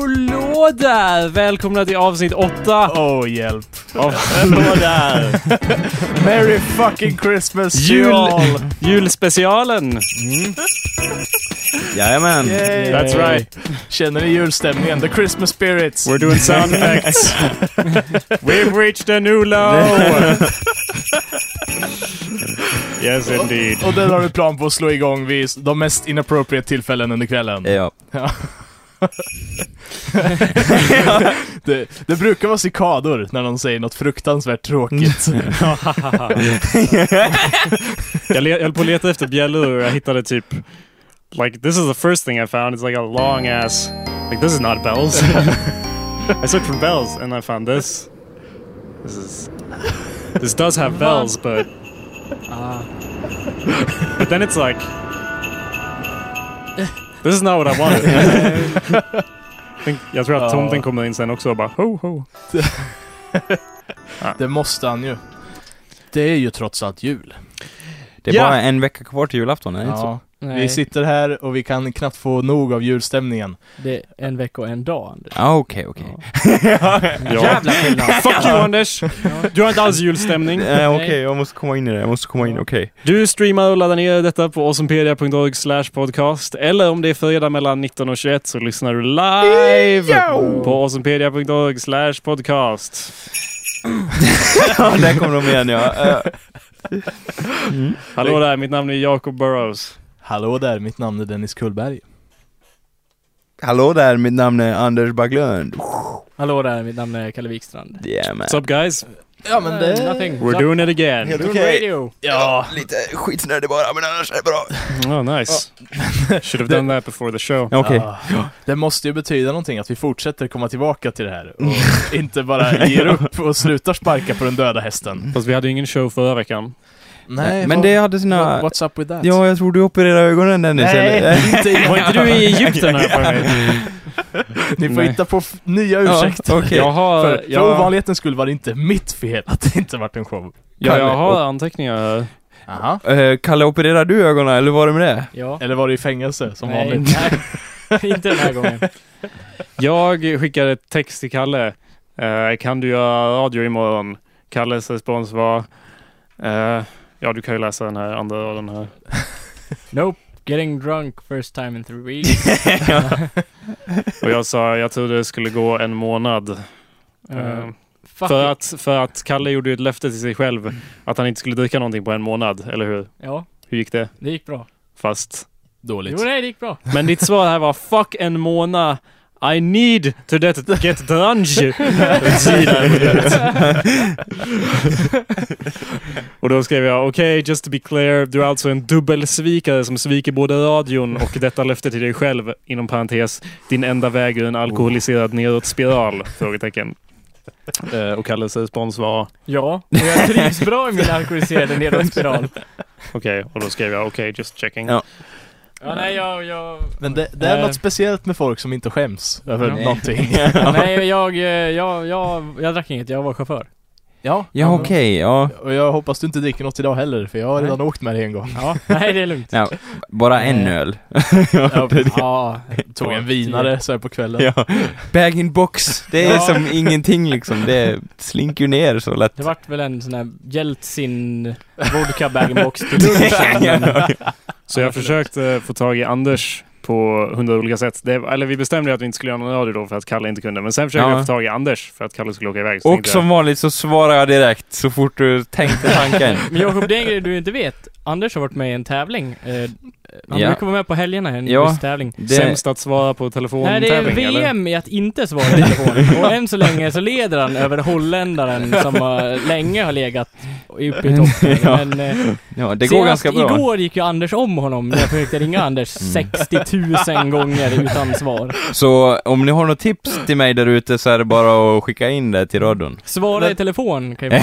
Hallå där! Välkomna till avsnitt 8 Åh, Oh, hjälp. av Hallå där! Merry fucking Christmas Jul- to all! julspecialen. Jajamän. Yay. That's right. Känner ni julstämningen? The Christmas spirits! We're doing sound effects. We've reached a new low! yes indeed. Och den har vi plan på att slå igång vid de mest inappropriate tillfällen under kvällen. Ja. Det, det brukar vara cikador när någon säger något fruktansvärt tråkigt. jag, le- jag höll på att leta efter bjällror och jag hittade typ... Like this is the first thing I found. It's like a long ass... Like this is not bells. I searched for bells and I found this. This is... This does have bells but... But then it's like... This is not what I wanted. I think, jag tror att tomten kommer in sen också och bara ho ho. det måste han ju. Det är ju trots allt jul. Det är Ja. bara en vecka kvar till julafton, är det inte så? Vi sitter här och vi kan knappt få nog av julstämningen. Det är en vecka och en dag, Anders. Ah, okej, okej. Jävla skillnad! Fuck you Anders! Du har inte alls julstämning. Eh, Okej, jag måste komma in i det. Jag måste komma in, okej. Du streamar och laddar ner detta på awesomepedia.org slash podcast. Eller om det är fredag mellan 19 och 21 så lyssnar du live på awesomepedia.org slash podcast. Ja, där kom de igen ja. Eh, Hallå där, mitt namn är Jacob Burrows. Hallå där, mitt namn är Dennis Kullberg. hallå där, mitt namn är Anders Baglund. Hallå där, mitt namn är Kalle Wikstrand. Yeah, man. What's up guys? Ja men Eh, Nothing. We're doing it again. Helt okej. radio. Ja, Lite skitnödig bara, men annars är det bra. Oh nice. Should have done that before the show. Okej. Ja. Det måste ju betyda någonting att vi fortsätter komma tillbaka till det här och inte bara ger upp och slutar sparka på den döda hästen. Fast vi hade ju ingen show förra veckan. Nej, Men vad- det hade vad- sina... What's up with that? Ja, jag tror du opererade ögonen Dennis, eller? Nej, inte Var inte du i Egypten här för mig? Ni får Nej. hitta på f- nya Ja, ursäkter. Okej. Jag har, För, för jag, ovanlighetens skull var det inte mitt fel att det inte vart en show. jag, jag har Kalle. anteckningar här. Aha. Eh, Kalle, opererade du ögonen, eller var det med det? Ja. Eller var det i fängelse som Nej, vanligt? nej. inte den här gången. Jag skickade ett text till Kalle. Eh, kan du göra radio imorgon? Kalles respons var... eh, ja, du kan ju läsa den här andra raden här. Nope. Getting drunk first time in three weeks. Och jag sa, jag trodde det skulle gå en månad. Eh, Eh, fuck för, it. att, för att Kalle gjorde ju ett löfte till sig själv att han inte skulle dricka någonting på en månad, eller hur? Ja, Hur gick det? det gick bra. Fast... Dåligt. Jo, nej, det gick bra. Men ditt svar här var fuck en månad. I need to get, get drunge. och då skrev jag okej, just to be clear, du är alltså en dubbelsvikare som sviker både radion och detta löfte till dig själv, inom parentes, din enda väg ur en alkoholiserad nedåt spiral? Frågetecken. Eh, Och Kalles respons var Ja, och jag trivs bra i min alkoholiserade nedåtspiral. okej, och då skrev jag okej, just checking. Ja. Ja, nej, jag... jag... Men det, det är Eh. något speciellt med folk som inte skäms över Nej. någonting. Nej, jag, eh, jag, jag, jag drack inget. Jag var chaufför. Ja, Ja, okej, ja. Och jag hoppas du inte dricker något idag heller, för jag har Nej. redan åkt med dig en gång. Ja, nej, det är lugnt. Ja, bara en Eh. öl. Ja, Ja, Tog en vinare så här på kvällen. Ja. Bag-in-box, det är Ja. som ingenting liksom. Det slinker ju ner så lätt. Det vart väl en sån här Jeltsin vodka bag-in-box till lunchen. Så jag försökte få tag i Anders på hundra olika sätt. Det, eller vi bestämde ju att vi inte skulle göra någon radio då för att Kalle inte kunde. Men sen försökte Ja. jag få tag i Anders för att Kalle skulle åka iväg. Så Och tänkte som jag, vanligt så svarar jag direkt så fort du tänkte tanken. Men Jakob, det är en grej du inte vet. Anders har varit med i en tävling. Eh, han Ja. brukar vara med på helgerna i en Ja. viss tävling. Det, Sämst att svara på telefon Nej, det är tävling, eller? VM i att inte svara i telefon. Och än så länge så leder han över holländaren som har länge har legat uppe i toppen. Ja. Men, eh, ja, det går senast ganska bra. Mm. igår gick ju Anders om honom när jag försökte ringa Anders 60 000 gånger utan svar. Så om ni har något tips till mig där ute så är det bara att skicka in det till radion. Svara i Men- telefon kan ju vara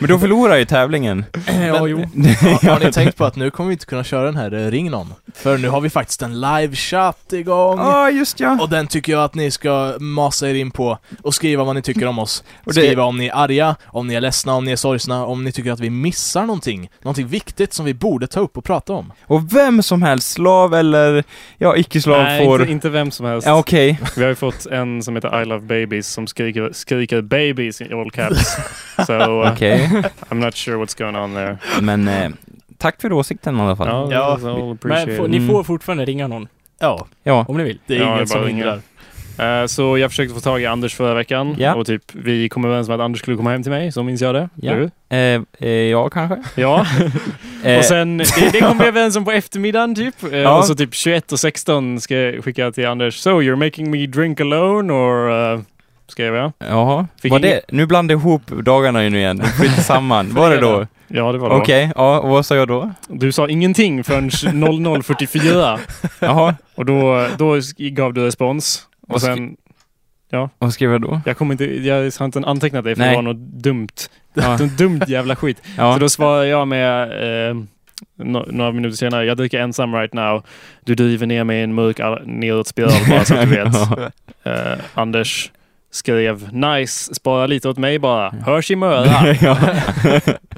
Men då förlorar jag ju tävlingen. Ja, jo. Har, har ni tänkt på att nu kommer vi inte kunna köra den här eh, ring någon. För nu har vi faktiskt en livechatt igång. Ja, just ja. Och den tycker jag att ni ska masa er in på och skriva vad ni tycker om oss. Och det- Skriva om ni är arga, om ni är ledsna, om ni är sorgsna, om ni tycker att vi missar någonting. Någonting viktigt som vi borde ta upp och prata om. Och vem som helst, slav eller ja, icke-slav Nej, får... inte, inte vem som helst. Ja, okej. Vi har ju fått en som heter I love babies som skriker, skriker babies i all caps. so uh, Okej. I'm not sure what's going on there. Men eh, tack för åsikten i alla fall. No, Ja, this is all Men appreciated. får, ni Mm. får fortfarande ringa någon, Ja, Ja. om ni vill. det är Ja, det är ingen som bara att hindrar. ringa. Eh, Så jag försökte få tag i Anders förra veckan Ja. och typ vi kom överens om att Anders skulle komma hem till mig, så minns jag det. Ja. Du? Eh, eh, ja, kanske. Ja. Eh, och sen, det, det kom vi överens om på eftermiddagen typ. Eh, Ja. Och så typ 21 och 16 ska jag skicka till Anders. So you're making me drink alone or... Uh, skrev jag. Jaha. Fick Var ingen- det, nu blandade jag ihop dagarna ju nu igen. Flytt samman. Var det då? Ja, det var det. Okej, ja, och vad sa jag då? Du sa ingenting förrän 00.44 Jaha. och då, då sk- gav du respons. Och Vad skri- sen, Vad skrev jag då? jag kommer inte, jag har inte antecknat det för det Nej. var något dumt. Ja. Något dumt jävla skit. Så Ja. då svarar jag med eh, no- några minuter senare, jag dricker ensam right now. Du driver ner mig i en mörk ar- nedåt spiral bara så att du vet. Eh, Anders skrev nice, spara lite åt mig bara. Hörs i Möra. Mm. ja.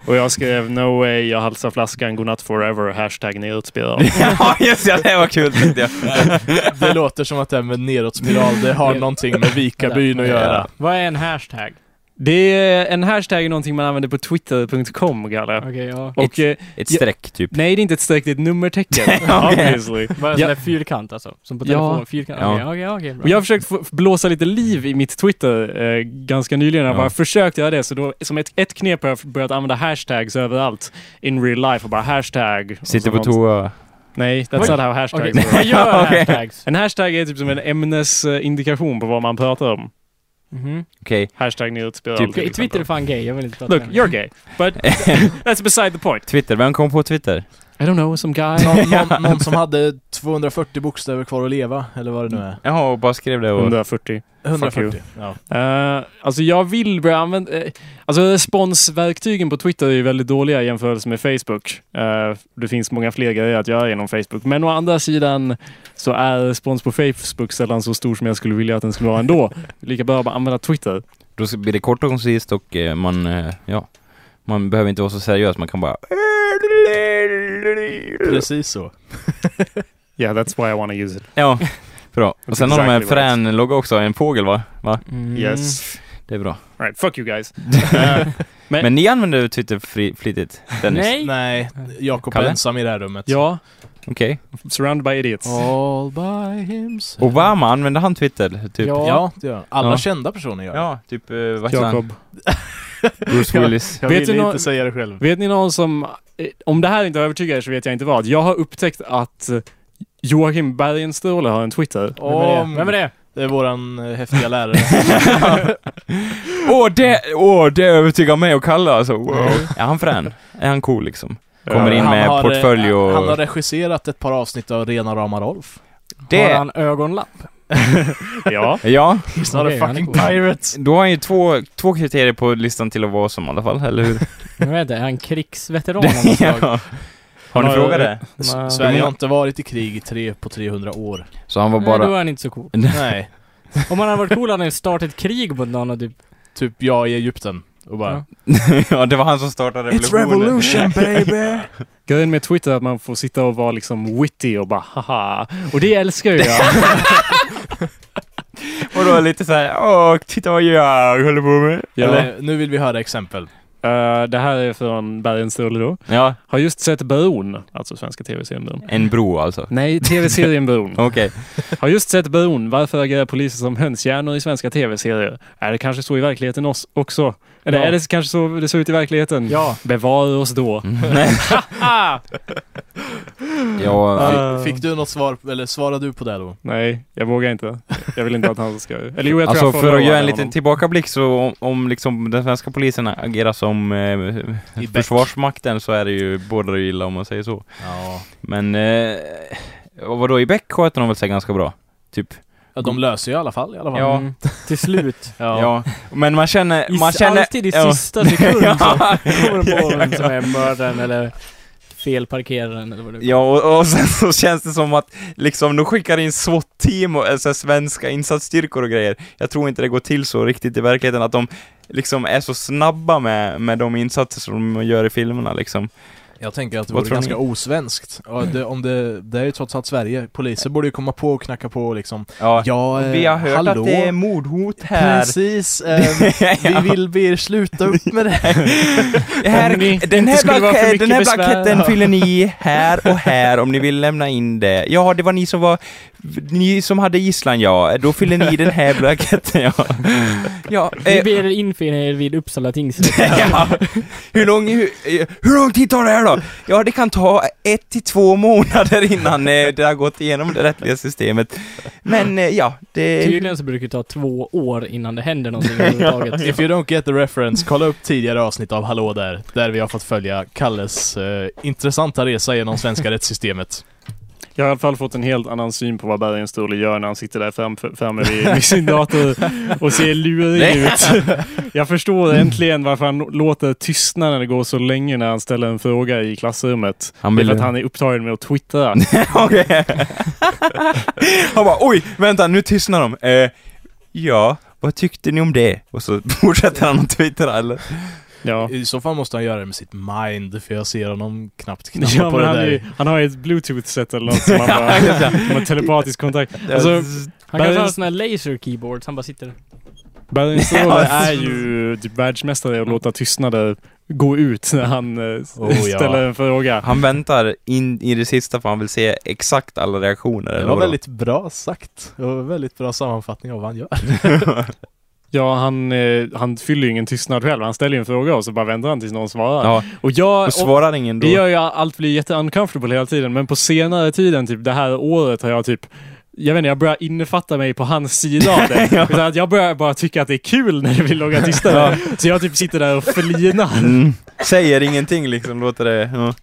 Och jag skrev no way, jag halsar flaskan, godnatt forever, hashtag nedåt spiral. ja, just ja, det var kul tyckte jag. Det låter som att det här med nedåtspiral, det har någonting med Vikabyn att göra. Vad är en hashtag? Det är en hashtag är någonting man använder på twitter.com, Galle. Okej, ja. Och eh, Ett streck typ. nej, det är inte ett streck, det är ett nummertecken. Obviously. Vad är en Ja. sån där fyrkant alltså? Som på Ja. telefon, fyrkant? Ja. Okej, okej, okej. bra. Och jag har försökt få- blåsa lite liv i mitt Twitter eh, ganska nyligen. Jag har Ja. bara försökt göra det. Så då, som ett, ett knep har jag börjat använda hashtags överallt in real life och bara hashtag. och Sitter så på något. toa. Nej, that's Oj. not how hashtags Okej, work. vad gör Okej. hashtags? En hashtag är typ som en ämnesindikation på vad man pratar om. Mhm. Okej. Hashtag nyhetsspiral. Typ- Okej, Twitter är fan gay, jag vill inte prata Look, med you're gay. But that's beside the point. Twitter, vem kom på Twitter? I don't know, some guy. Någon, någon, någon som hade 240 bokstäver kvar att leva, eller vad det nu är. Jaha, och bara skrev det och... 140. Fuck you. 140. Ja. Uh, alltså jag vill börja använda... eh, alltså responsverktygen på Twitter är ju väldigt dåliga i jämförelse med Facebook. Eh, det finns många fler grejer att göra genom Facebook. Men å andra sidan så är respons på Facebook sällan så stor som jag skulle vilja att den skulle vara ändå. Lika bra att bara använda Twitter. Då blir det kort och koncist och eh, man, eh, ja. Man behöver inte vara så seriös, man kan bara... Precis så. Yeah, that's why I wanna use it. Ja, bra. Och sen har de en Exactly what frän logga också, en fågel va? va? Mm. Yes. Det är bra. All right, fuck you guys. Eh, Men ni använder Twitter fri, flitigt, Dennis? Mm. Nej! Nej, Jakob är Kalle? ensam i det här rummet. ja, Okej. surrounded by idiots. All by himself. Obama, använde han Twitter? Typ? Ja. Ja, det gör han. Alla Ja. kända personer gör det. Ja, typ eh, vad heter han? Jakob. Bruce Willis. Jag Vet ville du nå- inte säga det själv. Vet ni någon som, eh, om det här inte övertygar er så vet jag inte vad. Jag har upptäckt att eh, Joakim Bergenstråle har en Twitter. Vem är det? Vem är det? Det är våran eh, häftiga lärare. Åh, det, åh, det övertygar mig och Kalle alltså. Wow. Är han frän? Är han cool liksom? Kommer in Han med har, eh, portfölj och- Han har regisserat ett par avsnitt av Rena Rama Rolf. Har Det, han ögonlapp? Ja. ja. He's not Okej, a han är fucking cool. pirate. Då har han ju två, två kriterier på listan till att vara som i alla fall, eller hur? Jag vet inte, är han krigsveteran av något slag? ja. Har ni Ja, frågat ja. det? S- Nej. Sverige har inte varit i krig i tre på 300 år. Så han var Nej, då bara... är han inte så cool. Nej. Om han hade varit cool hade han ju startat ett krig mot någon och typ... Typ jag i Egypten. Och bara... ja, det var han som startade revolutionen. baby! Grejen med Twitter är att man får sitta och vara liksom witty och bara haha. Och det älskar ju jag. Och då lite såhär, åh, titta vad jag håller på med. Ja. Eller, nu vill vi höra exempel. Eh, det här är från Bergenstråle då. Ja, Har just sett Bron, alltså svenska tv-serien Bron. en bro alltså. Nej, tv-serien Bron. Okej. Har just sett Bron. Varför agerar poliser som hönshjärnor i svenska tv-serier? Är det kanske så i verkligheten oss också? Eller Ja. är det kanske så det ser ut i verkligheten? Ja. Bevara oss då. Ah! ja, Eh, Fick du något svar, eller svarade du på det då? Nej, jag vågar inte. Jag vill inte att han ska... Eller jo, jag tror alltså jag för followar att göra en honom. liten tillbakablick så om, om liksom den svenska polisen agerar som eh, I Beck? försvarsmakten så är det ju båda illa om man säger så. Ja. Men, eh, och vadå, i Beck sköter de väl sig ganska bra? Typ. ja. De löser ju i alla fall, i alla fall. Ja. Mm. Till slut. Ja. Ja. Men man känner, I, man känner... Alltid i ja. sista sekund så Ja. kommer det på Ja, ja, vem som är mördaren eller felparkerar den eller vad det Ja, och, och sen så känns det som att liksom, de skickar in SWAT-team och alltså, svenska insatsstyrkor och grejer. Jag tror inte det går till så riktigt i verkligheten, att de liksom är så snabba med, med de insatser som de gör i filmerna liksom. Jag tänker att det Vad vore tror ganska osvenskt. Ja, det, om det, det är ju trots allt Sverige. Poliser borde ju komma på och knacka på och liksom Ja, Ja, eh, vi har hört hallå? att det är mordhot här. Precis, eh, Ja. vi vill be er sluta upp med det. Här, Om ni den, inte här skulle vara för blanke, mycket den här besvär. blanketten fyller ni i här och här om ni vill lämna in det. Ja, det var ni som var, ni som hade gisslan ja, då fyller ni i den här blanketten ja. Ja, Ni eh, ber er infinna er vid Uppsala tingsrätt. ja. Hur, lång, hur, eh, hur lång tid tar det här då? Ja, det kan ta ett till två månader innan eh, det har gått igenom det rättliga systemet. Men eh, ja, det... Tydligen så brukar det ta två år innan det händer någonting överhuvudtaget. If you don't get the reference, kolla upp tidigare avsnitt av Hallå där, där vi har fått följa Kalles eh, intressanta resa genom svenska rättssystemet. Jag har i alla fall fått en helt annan syn på vad Bergen Ståhle gör när han sitter där fram, framme vid, vid sin dator och ser lurig ut. Jag förstår äntligen varför han låter tystna när det går så länge när han ställer en fråga i klassrummet. Han Det är för att han är upptagen med att twittra. Okej. Han bara oj, vänta nu tystnar de. Eh, ja, vad tyckte ni om det? Och så fortsätter han att twittra eller? Ja. I så fall måste han göra det med sitt mind, för jag ser honom knappt knappa Ja, på men det han, där. är, ju- han har ju ett bluetooth-set eller något som han bara, som en telepatisk kontakt. Alltså, Han kanske har Bergens- såna här laser keyboards, han bara sitter... Bergen Ståhle Ja. är ju typ världsmästare i att låta tystnader gå ut när han eh, s- Oh, ja. ställer en fråga. han väntar in i det sista för han vill se exakt alla reaktioner. Det eller var vadå? väldigt bra sagt. Det var väldigt bra sammanfattning av vad han gör. Ja, han, eh, han fyller ju ingen tystnad själv. Han ställer ju en fråga och så bara väntar han tills någon svarar. Ja, Och jag... och Och svarar ingen då. det gör ju att allt blir jätteuncomfortable hela tiden, men på senare tiden, typ det här året, har jag typ jag vet inte, jag börjar innefatta mig på hans sida av det. Utan att jag börjar bara tycka att det är kul när det blir långa tystnader. Så jag typ sitter där och flinar. Mm. Säger ingenting liksom, låter det... Ja.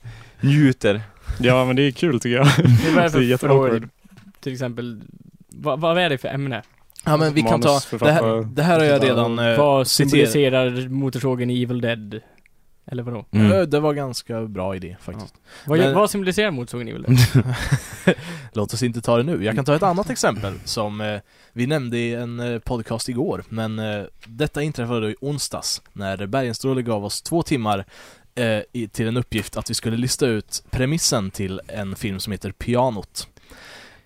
Njuter. Ja, men det är kul tycker jag. Det är Det är varför jätteawkward. frågor, till exempel, vad, vad är det för ämne? Ja men vi kan ta, det här, Manusförfattare. det här har jag redan eh, vad citerat. symboliserar motorsågen i Evil Dead? Eller vadå? Eh, Det var ganska bra idé faktiskt. Vad, Men- vad symboliserar motorsågen i Evil Dead? Låt oss inte ta det nu. Jag kan ta ett annat exempel som eh, vi nämnde i en eh, podcast igår, men eh, detta inträffade i onsdags när Bergenstråle gav oss två timmar eh, i, till en uppgift att vi skulle lista ut premissen till en film som heter Pianot.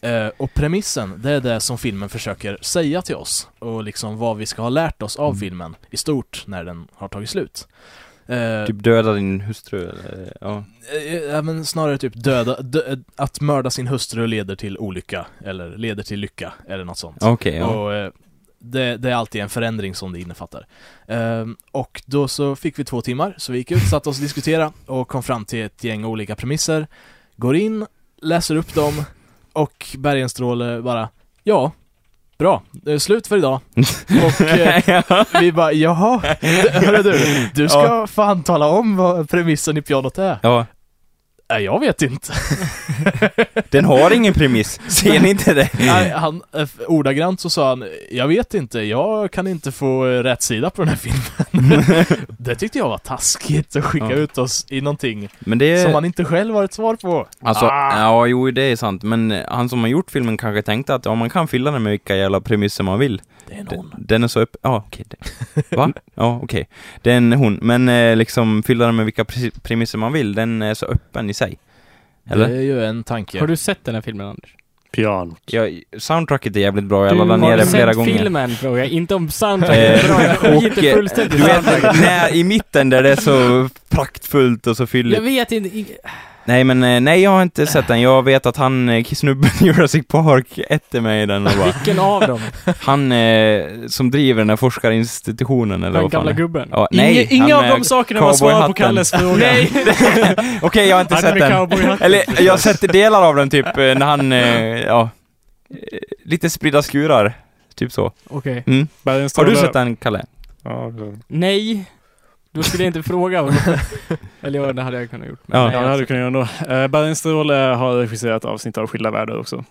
Eh, och premissen, det är det som filmen försöker säga till oss och liksom vad vi ska ha lärt oss av Mm. filmen i stort när den har tagit slut. Eh, Typ döda din hustru eller... Ja. Eh, eh, men snarare typ döda, dö, att mörda sin hustru leder till olycka, eller leder till lycka, eller något sånt. Okej, ja. Och, eh, det, det är alltid en förändring som det innefattar. Ehm, och då så fick vi två timmar, så vi gick ut, satte oss och diskuterade och kom fram till ett gäng olika premisser. Går in, läser upp dem och Bergenstråle bara Ja, bra, det är slut för idag. Och eh, vi bara jaha, hörru du, du ska fan tala om vad premissen i pianot är. ja. Nej, jag vet inte. Den har ingen premiss. Ser ni inte det? Nej, han, eh, ordagrant så sa han, jag vet inte, jag kan inte få eh, rätt sida på den här filmen. det tyckte jag var taskigt, att skicka Ja. Eh. ut oss i någonting Men det... som han inte själv har ett svar på. Alltså, ja jo det är sant, men eh, han som har gjort filmen kanske tänkte att ja, man kan fylla den med vilka jävla premisser man vill. Det är Den, någon. den är så öppen, ja okej. det- Va? Ja okej. Det är en hon, men eh, liksom fylla den med vilka pre- premisser man vill, den är så öppen i sig. Eller? Det är ju en tanke. Har du sett den här filmen Anders? Pianot. Ja, soundtracket är jävligt bra, jag Du laddade ner har det flera sett gånger. filmen frågar jag, inte om Eh, soundtracket är bra, jag skiter och, eh, fullständigt i Du vet, soundtracket. när, i mitten där det är så praktfullt och så fylligt. Jag vet inte, i- Nej men, eh, nej jag har inte sett den. Jag vet att han, eh, snubben i Jurassic Park, ätte mig i den och bara, vilken av dem? Han eh, som driver den här forskarinstitutionen eller Den vad fan gamla det är. gubben? Ja, Inge, nej, han inga av är- de sakerna var svar på cowboyhatten. Kalles fråga. Nej! Okej, jag har inte Han sett hade den. cowboyhatten. Eller, jag har sett delar av den typ eh, när han, eh, ja, eh, lite spridda skurar. Typ så. Okej. Mm. Bergen Har Ståhle- du sett den, Kalle? Ja, det- Nej. Då skulle jag inte fråga. Eller ja, det hade jag kunnat gjort. men Ja. ja, nej, det hade du alltså. kunnat göra ändå. Eh, Bergen Ståhle har regisserat avsnitt av Skilda Världar också. Ooh,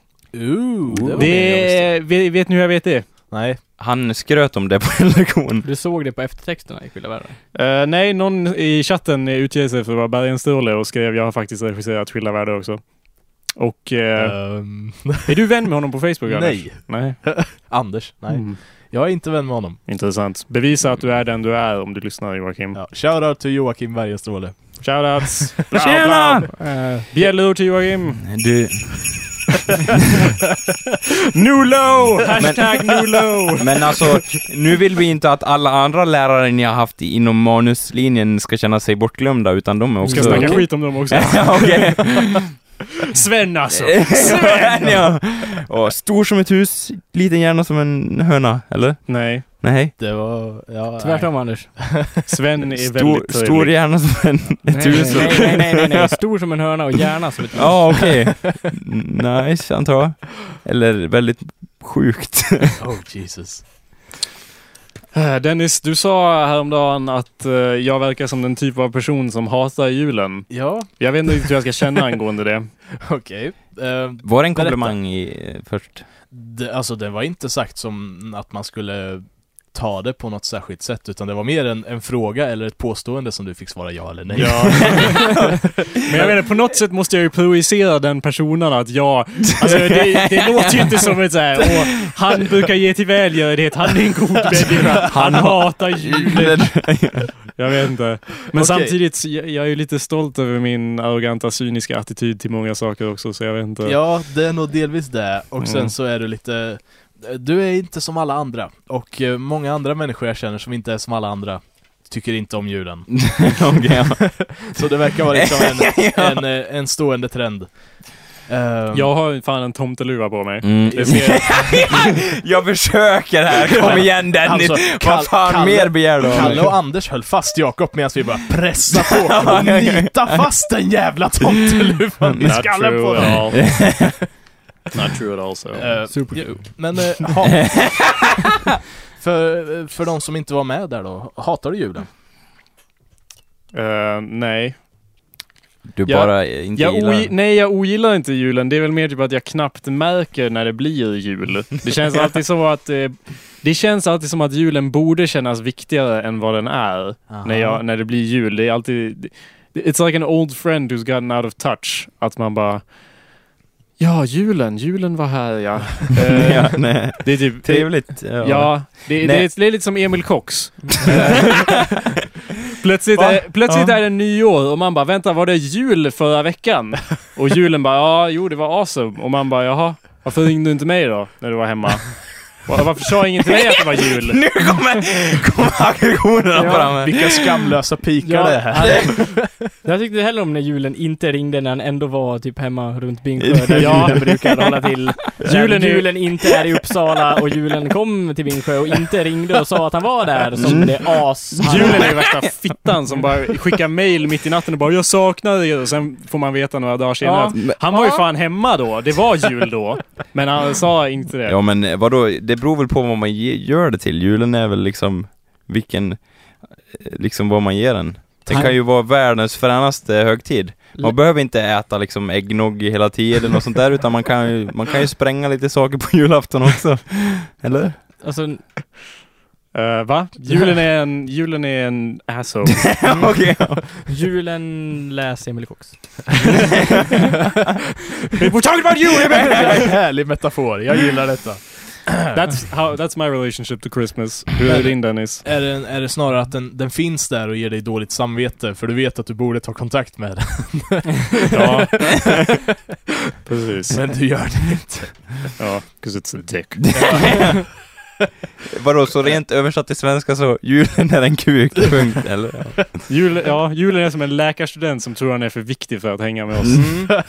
det var mer Det, vet, vet ni hur jag vet det? realistiskt. Nej. Han skröt om det på en lektion. Du såg det på eftertexterna i Skilda Världar? Eh, nej, någon i chatten utger sig för att vara bergenståle och skrev jag har faktiskt regisserat Skilda Världar också. Och eh, Ehm, är du vän med honom på Facebook? Anders? nej. nej. Anders, nej. Mm. Jag är inte vän med honom. Intressant. Bevisa att du är den du är om du lyssnar Joakim. Ja. Shoutout till Joakim Bergenstråle. Shoutouts! Bla, bla. Tjena! Eh, Bjällor till Joakim! Du, New low! Hashtag new low! men alltså, nu vill vi inte att alla andra lärare ni har haft inom manuslinjen ska känna sig bortglömda, utan de är Vi också... ska snacka skit om dem också. Ja, Okej. Sven alltså! Sven ja! Och stor som ett hus, liten hjärna som en höna, eller? Nej, Nej. Det var... Ja, Tvärtom Anders. Sven är Stor, väldigt stor trevlig. hjärna som en, ett hus. nej, nej, nej, nej, nej. Stor som en hörna och hjärna som ett Ja, okej. Nice, antar jag. Eller väldigt sjukt. Nej. Oh Jesus. Eh, Dennis, du sa häromdagen att eh, jag verkar som den typ av person som hatar julen. Ja, Jag vet inte riktigt hur jag ska känna angående det. okej. Ehm, Var det Berätta. en komplimang i, eh, först? det, alltså det var inte sagt som att man skulle ta det på något särskilt sätt utan det var mer en, en fråga eller ett påstående som du fick svara ja eller nej. Ja. Men jag menar, på något sätt måste jag ju projicera den personen att jag... Alltså det, det låter ju inte som ett såhär, åh, han brukar ge till välgörenhet, han är en god människa, han hatar julen. Jag vet inte. Men Okej. samtidigt, så jag, jag är ju lite stolt över min arroganta, cyniska attityd till många saker också, så jag vet inte. Ja, det är nog delvis det. Och sen Mm. så är du lite... Du är inte som alla andra. Och eh, många andra människor jag känner som inte är som alla andra tycker inte om julen. Okej, ja. Så det verkar vara liksom en, en, eh, en stående trend. Ehm, Jag har fan en tomteluva på mig. Liksom. mm. Det ser, Jag försöker här, kom igen Dennis! Alltså, Vad fan Kalle- mer begär du av Kalle mig? och Anders höll fast Jakob medan vi bara pressade på och nita fast den jävla tomteluvan i Not skallen på true den. at all. Not true at all so. Eh, Super ja, Men, eh, ha, för, eh, för de som inte var med där då, hatar du julen? Eh, nej. Du jag- bara inte Jag ogi- gillar... nej, jag ogillar inte julen. Det är väl mer typ att jag knappt märker när det blir jul. Det känns alltid som att eh, det känns alltid som att julen borde kännas viktigare än vad den är när, jag, när det blir jul. Det är alltid... It's like an old friend who's gotten out of touch. Att man bara... Ja, julen. Julen var här, ja. Eh, Ja, nej. Det är typ... det- Trevligt. eh, Ja. Ja, det, det, Nej. är, det är lite som Emil Cox. plötsligt Va? är, plötsligt Ja. är det nyår och man bara, vänta var det jul förra veckan? Och julen bara, ja jo det var awesome. Och man bara, jaha, varför ringde du inte mig då när du var hemma? Var- Varför sa ingen till mig att det var jul? Nu kommer, kommer aggressionerna fram. Vilka skamlösa pikar det är här. Jag tyckte hellre om när julen inte ringde när han ändå var typ hemma runt Bingsjö där Ja. julen brukar hålla till. Julen, Julen är- julen inte är i Uppsala och julen kom till Bingsjö och inte ringde och sa att han var där som det as han Mm. Julen är ju värsta fittan som bara skickar mail mitt i natten och bara “Jag saknar dig” och sen får man veta några dagar senare Ja. att han var ju fan hemma då, det var jul då. Men han sa inte det. Ja men eh, vadå, det beror väl på vad man ge, gör det till. Julen är väl liksom vilken, eh, liksom vad man ger den. Det kan ju vara världens fränaste högtid. Man behöver inte äta liksom äggnog hela tiden och sånt där utan man kan ju, man kan ju spränga lite saker på julafton också. Eller? Alltså, Eh, va? Julen är en, julen är en asshole. Okej. ja. julen läs Emil Cox. We're talking about you! Härlig metafor, jag gillar detta. That's, how, that's my relationship to Christmas. Hur är din Dennis? Är det, är det snarare att den, den finns där och ger dig dåligt samvete för du vet att du borde ta kontakt med den, Ja. Precis. men du gör det inte. Ja, 'cause it's a dick. Vadå, så rent översatt till svenska så, julen är en kuk, punkt. Mm. Eller? Jul, ja, julen är som en läkarstudent som tror han är för viktig för att hänga med Mm. oss.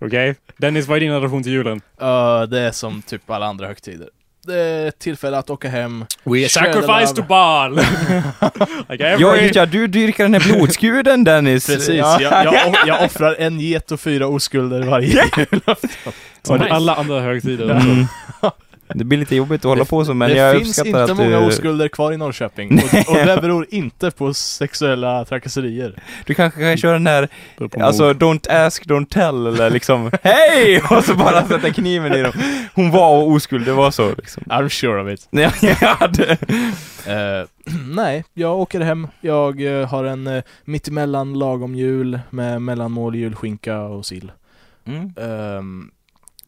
Okej? Dennis, vad är din relation till julen? Ja, det är som typ alla andra högtider. Det är ett tillfälle att åka hem. We sacrifice to Baal! like Ja, every... ja, du dyrkar den här blodsguden Dennis! Precis, Ja. jag, jag, off- jag offrar en get och fyra oskulder varje jul. Som alla andra högtider. Mm. Det blir lite jobbigt att hålla på så, men det jag finns uppskattar inte att du... många oskulder kvar i Norrköping och, och det beror inte på sexuella trakasserier. Du kanske kan köra den här, Upp och mot. alltså don't ask, don't tell eller liksom Hej! Och så bara sätta kniven i dem. Hon var oskuld, det var så liksom. I'm sure of it. Ja, ja, det. Eh, nej, jag åker hem. Jag eh, har en uh, mittemellan lagom jul med mellanmål, julskinka och sill. Mm. Ehm,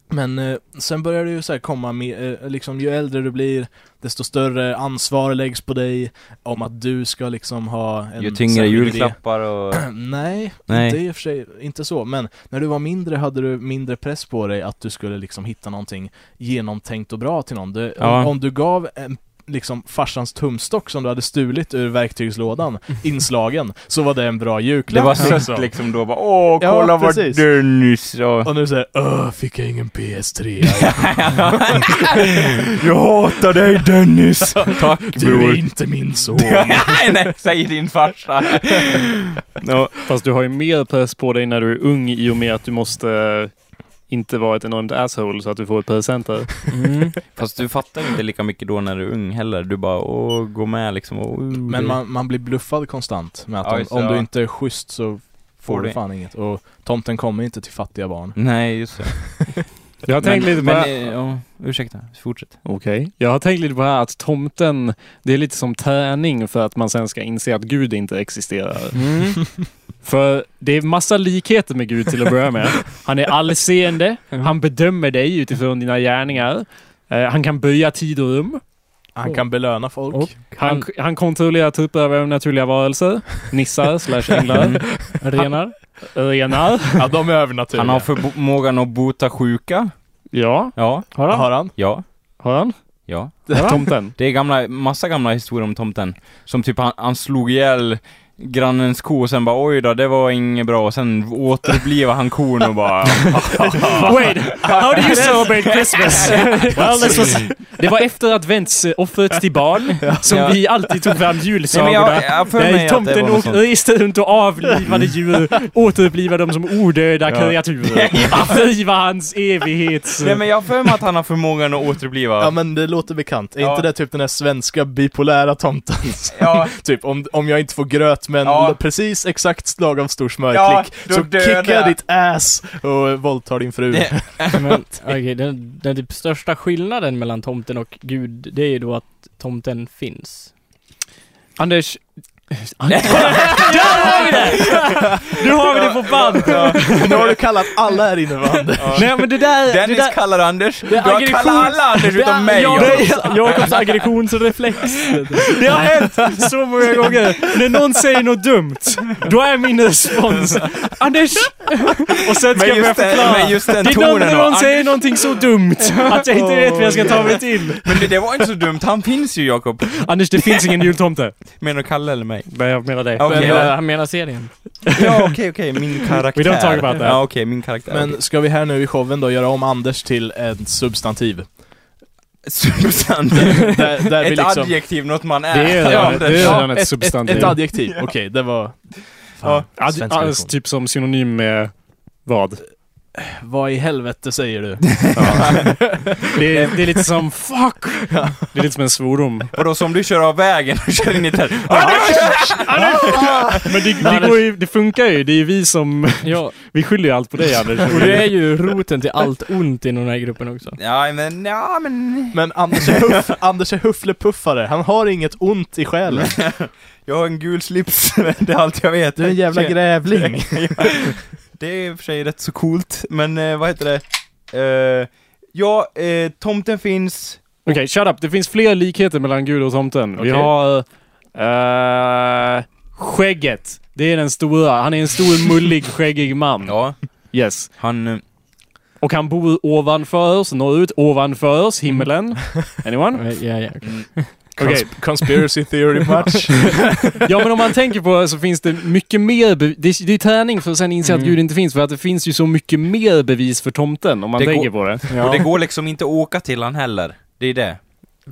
men eh, sen börjar det ju så här komma med, eh, liksom ju äldre du blir, desto större ansvar läggs på dig om att du ska liksom ha en... Ju så tyngre här idé. julklappar och... Nej, Nej. inte i och för sig, inte så. Men när du var mindre hade du mindre press på dig att du skulle liksom hitta någonting genomtänkt och bra till någon. Du, Ja. om, om du gav en liksom farsans tumstock som du hade stulit ur verktygslådan inslagen, så var det en bra Det julklapp. var sött liksom. liksom då bara Åh, Ja, kolla vad precis. Dennis och... Och nu säger öh, fick jag ingen PS3? Ja, Jag hatar dig Dennis! Tack Du är bror! inte min son. nej, nej, säg din farsa! No. Fast du har ju mer press på dig när du är ung i och med att du måste eh, inte vara ett enormt asshole så att du får ett presenter. Mm. Fast du fattar inte lika mycket då när du är ung heller, du bara åh, gå med liksom och, Men man, man blir bluffad konstant med att Ja, om, just det, om du ja. inte är schysst så får du fan inget. Och tomten kommer inte till fattiga barn. Nej, just det. Jag har tänkt lite på det men, här- eh, ja, ursäkta, fortsätt. Okej. Jag har tänkt lite på det här att tomten, det är lite som träning för att man sen ska inse att Gud inte existerar. Mm. För det är massa likheter med Gud till att börja med. Han är allseende, han bedömer dig utifrån dina gärningar. Eh, Han kan böja tid och rum. Han kan belöna folk. Och Han, han han kontrollerar typer av övernaturliga varelser. Nissar slash änglar. renar. Renar. Ja, de är övernaturliga. Han har förmågan att bota sjuka. Ja, Ja, Har han? Har han? ja, har han? ja. Tomten. Det är gamla, massa gamla historier om tomten. Som typ han, han slog ihjäl grannens ko och sen bara oj då, det var inget bra. Och sen återupplivar han kon och bara... Wait, how do you celebrate Christmas? well, Alltså, this was, det var efter adventsoffret till barn som Ja. vi alltid tog fram Nej, men julsagorna. jag, jag har för mig Nej, att det tomten var något åkte- sånt. reste runt och avlivade djur, återupplivade dem som odöda Ja. kreaturer. Avliva hans evighets... Nej men jag har för mig att han har förmågan att återuppliva. Ja men det låter bekant. Är Ja. inte det typ den här svenska bipolära tomten? Ja, typ om, om jag inte får gröt men Ja. l- precis exakt slag av stor Ja, smörklick då så dödar kickar jag jag. ditt ass och våldtar din fru. Det- Men, okej, den, den typ största skillnaden mellan tomten och Gud, det är ju då att tomten finns. Anders... Där har vi det! Nu har vi det på band! nu har du kallat alla här inne för Anders. Nej men det där... det Dennis där kallar Anders. Du är har aggression. kallat alla Anders det är utom mig. Jakobs- Jakobs aggressionsreflex. Det har hänt så många gånger. När någon säger något dumt, då är min respons Anders! Och sen ska Men jag börja just, den, förklara. men just den Det är någon när tonen någon och- säger någonting så dumt att jag inte vet vad jag ska ta mig till. Men det, det var inte så dumt, han finns ju Jakob. Anders, det finns ingen jultomte. Menar du Kalle eller mig? Men jag menar dig. Ja, Men, Okej, eh, ja. Han menar serien. ja okej okej, min karaktär. We don't talk about that. Ja okej, min karaktär. Men Men ska vi här nu i showen då göra om Anders till ett substantiv? substantiv. Där, där Ett vi liksom... adjektiv, något man är. Det är Ja, det. Det är Ja, redan ett substantiv. Ett, ett adjektiv, okej det var... Fan, Ad, svensk alls version. typ som synonym med vad? Vad i helvete säger du? Det är, det är lite som fuck! Det är lite som en svordom. Och då som du kör av vägen och kör in i träd. Anders! Men det, det, går ju, det funkar ju. Det är ju vi som... Ja, Vi skyller ju allt på dig Anders. och det är ju roten till allt ont inom den här gruppen också. Ja men, ja men. Men Anders är, huff, Anders är hufflepuffare, han har inget ont i själen. Jag har en gul slips, men det är allt jag vet. Du är en jävla Okej. grävling. Ja. Det är i och för sig rätt så coolt, men eh, vad heter det? Eh, ja, eh, tomten finns. Okej, shut up. Det finns fler likheter mellan Gud och tomten. Vi Okej. har... eh, skägget. Det är den stora. Han är en stor, mullig, skäggig man. Ja, Yes. han... eh, Och han bor ovanför oss, norrut, ovanför oss, himmelen. Anyone? Ja, ja, ja. mm, Okej. Cons- Conspiracy theory match. Ja men om man tänker på det så finns det mycket mer bevis. Det, är- det är träning för att sen inse att Mm. Gud inte finns. För att det finns ju så mycket mer bevis för tomten om man Det tänker går- på det. Och det går liksom inte att åka till han heller. Det är det.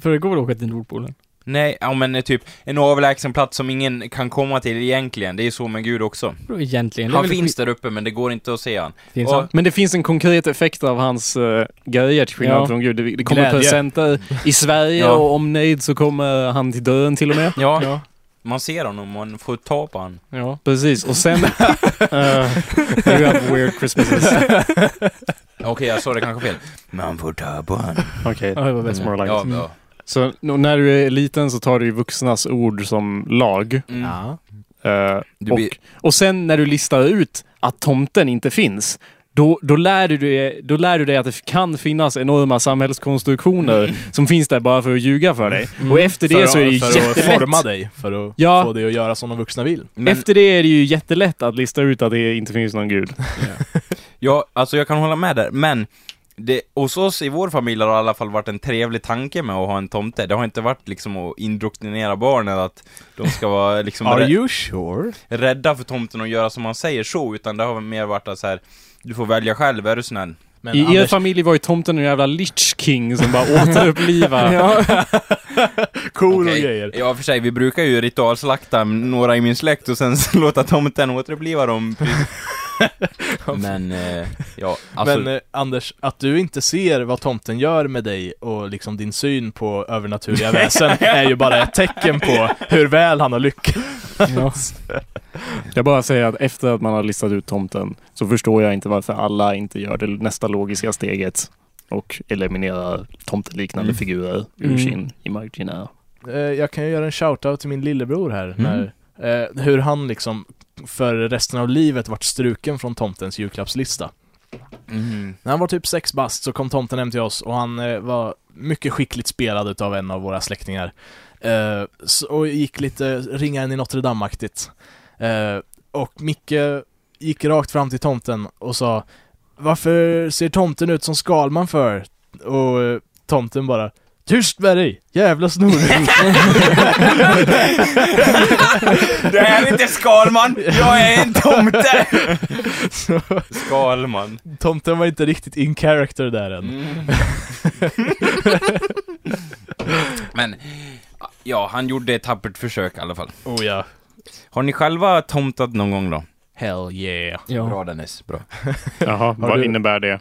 För det går väl att åka till Nordpolen? Nej, ja men eh, typ en avlägsen plats som ingen kan komma till egentligen. Det är så med Gud också. Bro, Egentligen. Det är Han väl finns skit- där uppe men det går inte att se han. finns och- han? Men det finns en konkret effekt av hans uh, grejer till skillnad Ja. från Gud. Det, det kommer Glädje. presenter i Sverige Ja. och om nöjd så kommer han till dörren till och med. Ja, Ja. man ser honom, man får ta på han. Ja, precis. Och sen... eh, you have weird Christmases. Okej, jag sa det kanske fel. Man får ta på han. Okej. Ja, det var bäst. That's more like Ja, it. ja. Så n- när du är liten så tar du ju vuxnas ord som lag. Mm. Ja. Eh, Du och, blir- och sen när du listar ut att tomten inte finns, då, då, lär du dig, då lär du dig att det kan finnas enorma samhällskonstruktioner som finns där bara för att ljuga för dig. Och efter det Mm. för så är det att, ju för att jättelätt. forma dig, för att Ja. få dig att göra som de vuxna vill. Men, Efter det är det ju jättelätt att lista ut att det inte finns någon gud. ja, alltså jag kan hålla med där, men det, hos oss i vår familj har det i alla fall varit en trevlig tanke med att ha en tomte. Det har inte varit liksom att indoktrinera barnen att de ska vara liksom Are rä- you sure? rädda för tomten och göra som han säger så, utan det har mer varit att så här. du får välja själv, är du snäll? Men I er Anders, familj var ju tomten en jävla lich king som bara återupplivar. cool Okej. och grejer. Ja, för sig, vi brukar ju ritualslakta några i min släkt och sen låta tomten återuppliva dem. Men, eh, ja, alltså... Men eh, Anders, att du inte ser vad tomten gör med dig och liksom din syn på övernaturliga väsen är ju bara ett tecken på hur väl han har lyckats. Mm. Ja. Jag bara säger att efter att man har listat ut tomten så förstår jag inte varför alla inte gör det nästa logiska steget och eliminerar tomteliknande Mm. figurer ur Mm. sin imaginär. Eh, Jag kan ju göra en shoutout till min lillebror här, Mm. när, eh, hur han liksom för resten av livet vart struken från tomtens julklappslista. Mhm. När han var typ sex bast så kom tomten hem till oss och han eh, var mycket skickligt spelad utav en av våra släktingar. Eh, så, och gick lite ringaren i Notre Dame-aktigt. Eh, och Micke gick rakt fram till tomten och sa Varför ser tomten ut som Skalman för? Och eh, tomten bara Tyst med dig! Jävla snorunge! Det här är inte Skalman! Jag är en tomte! Skalman. tomten var inte riktigt in character där än. Mm. Men, ja, han gjorde ett tappert försök i alla fall. Oh ja. Har ni själva tomtat någon gång då? Hell yeah. Ja. Bra Dennis, bra. Jaha, vad du- innebär det?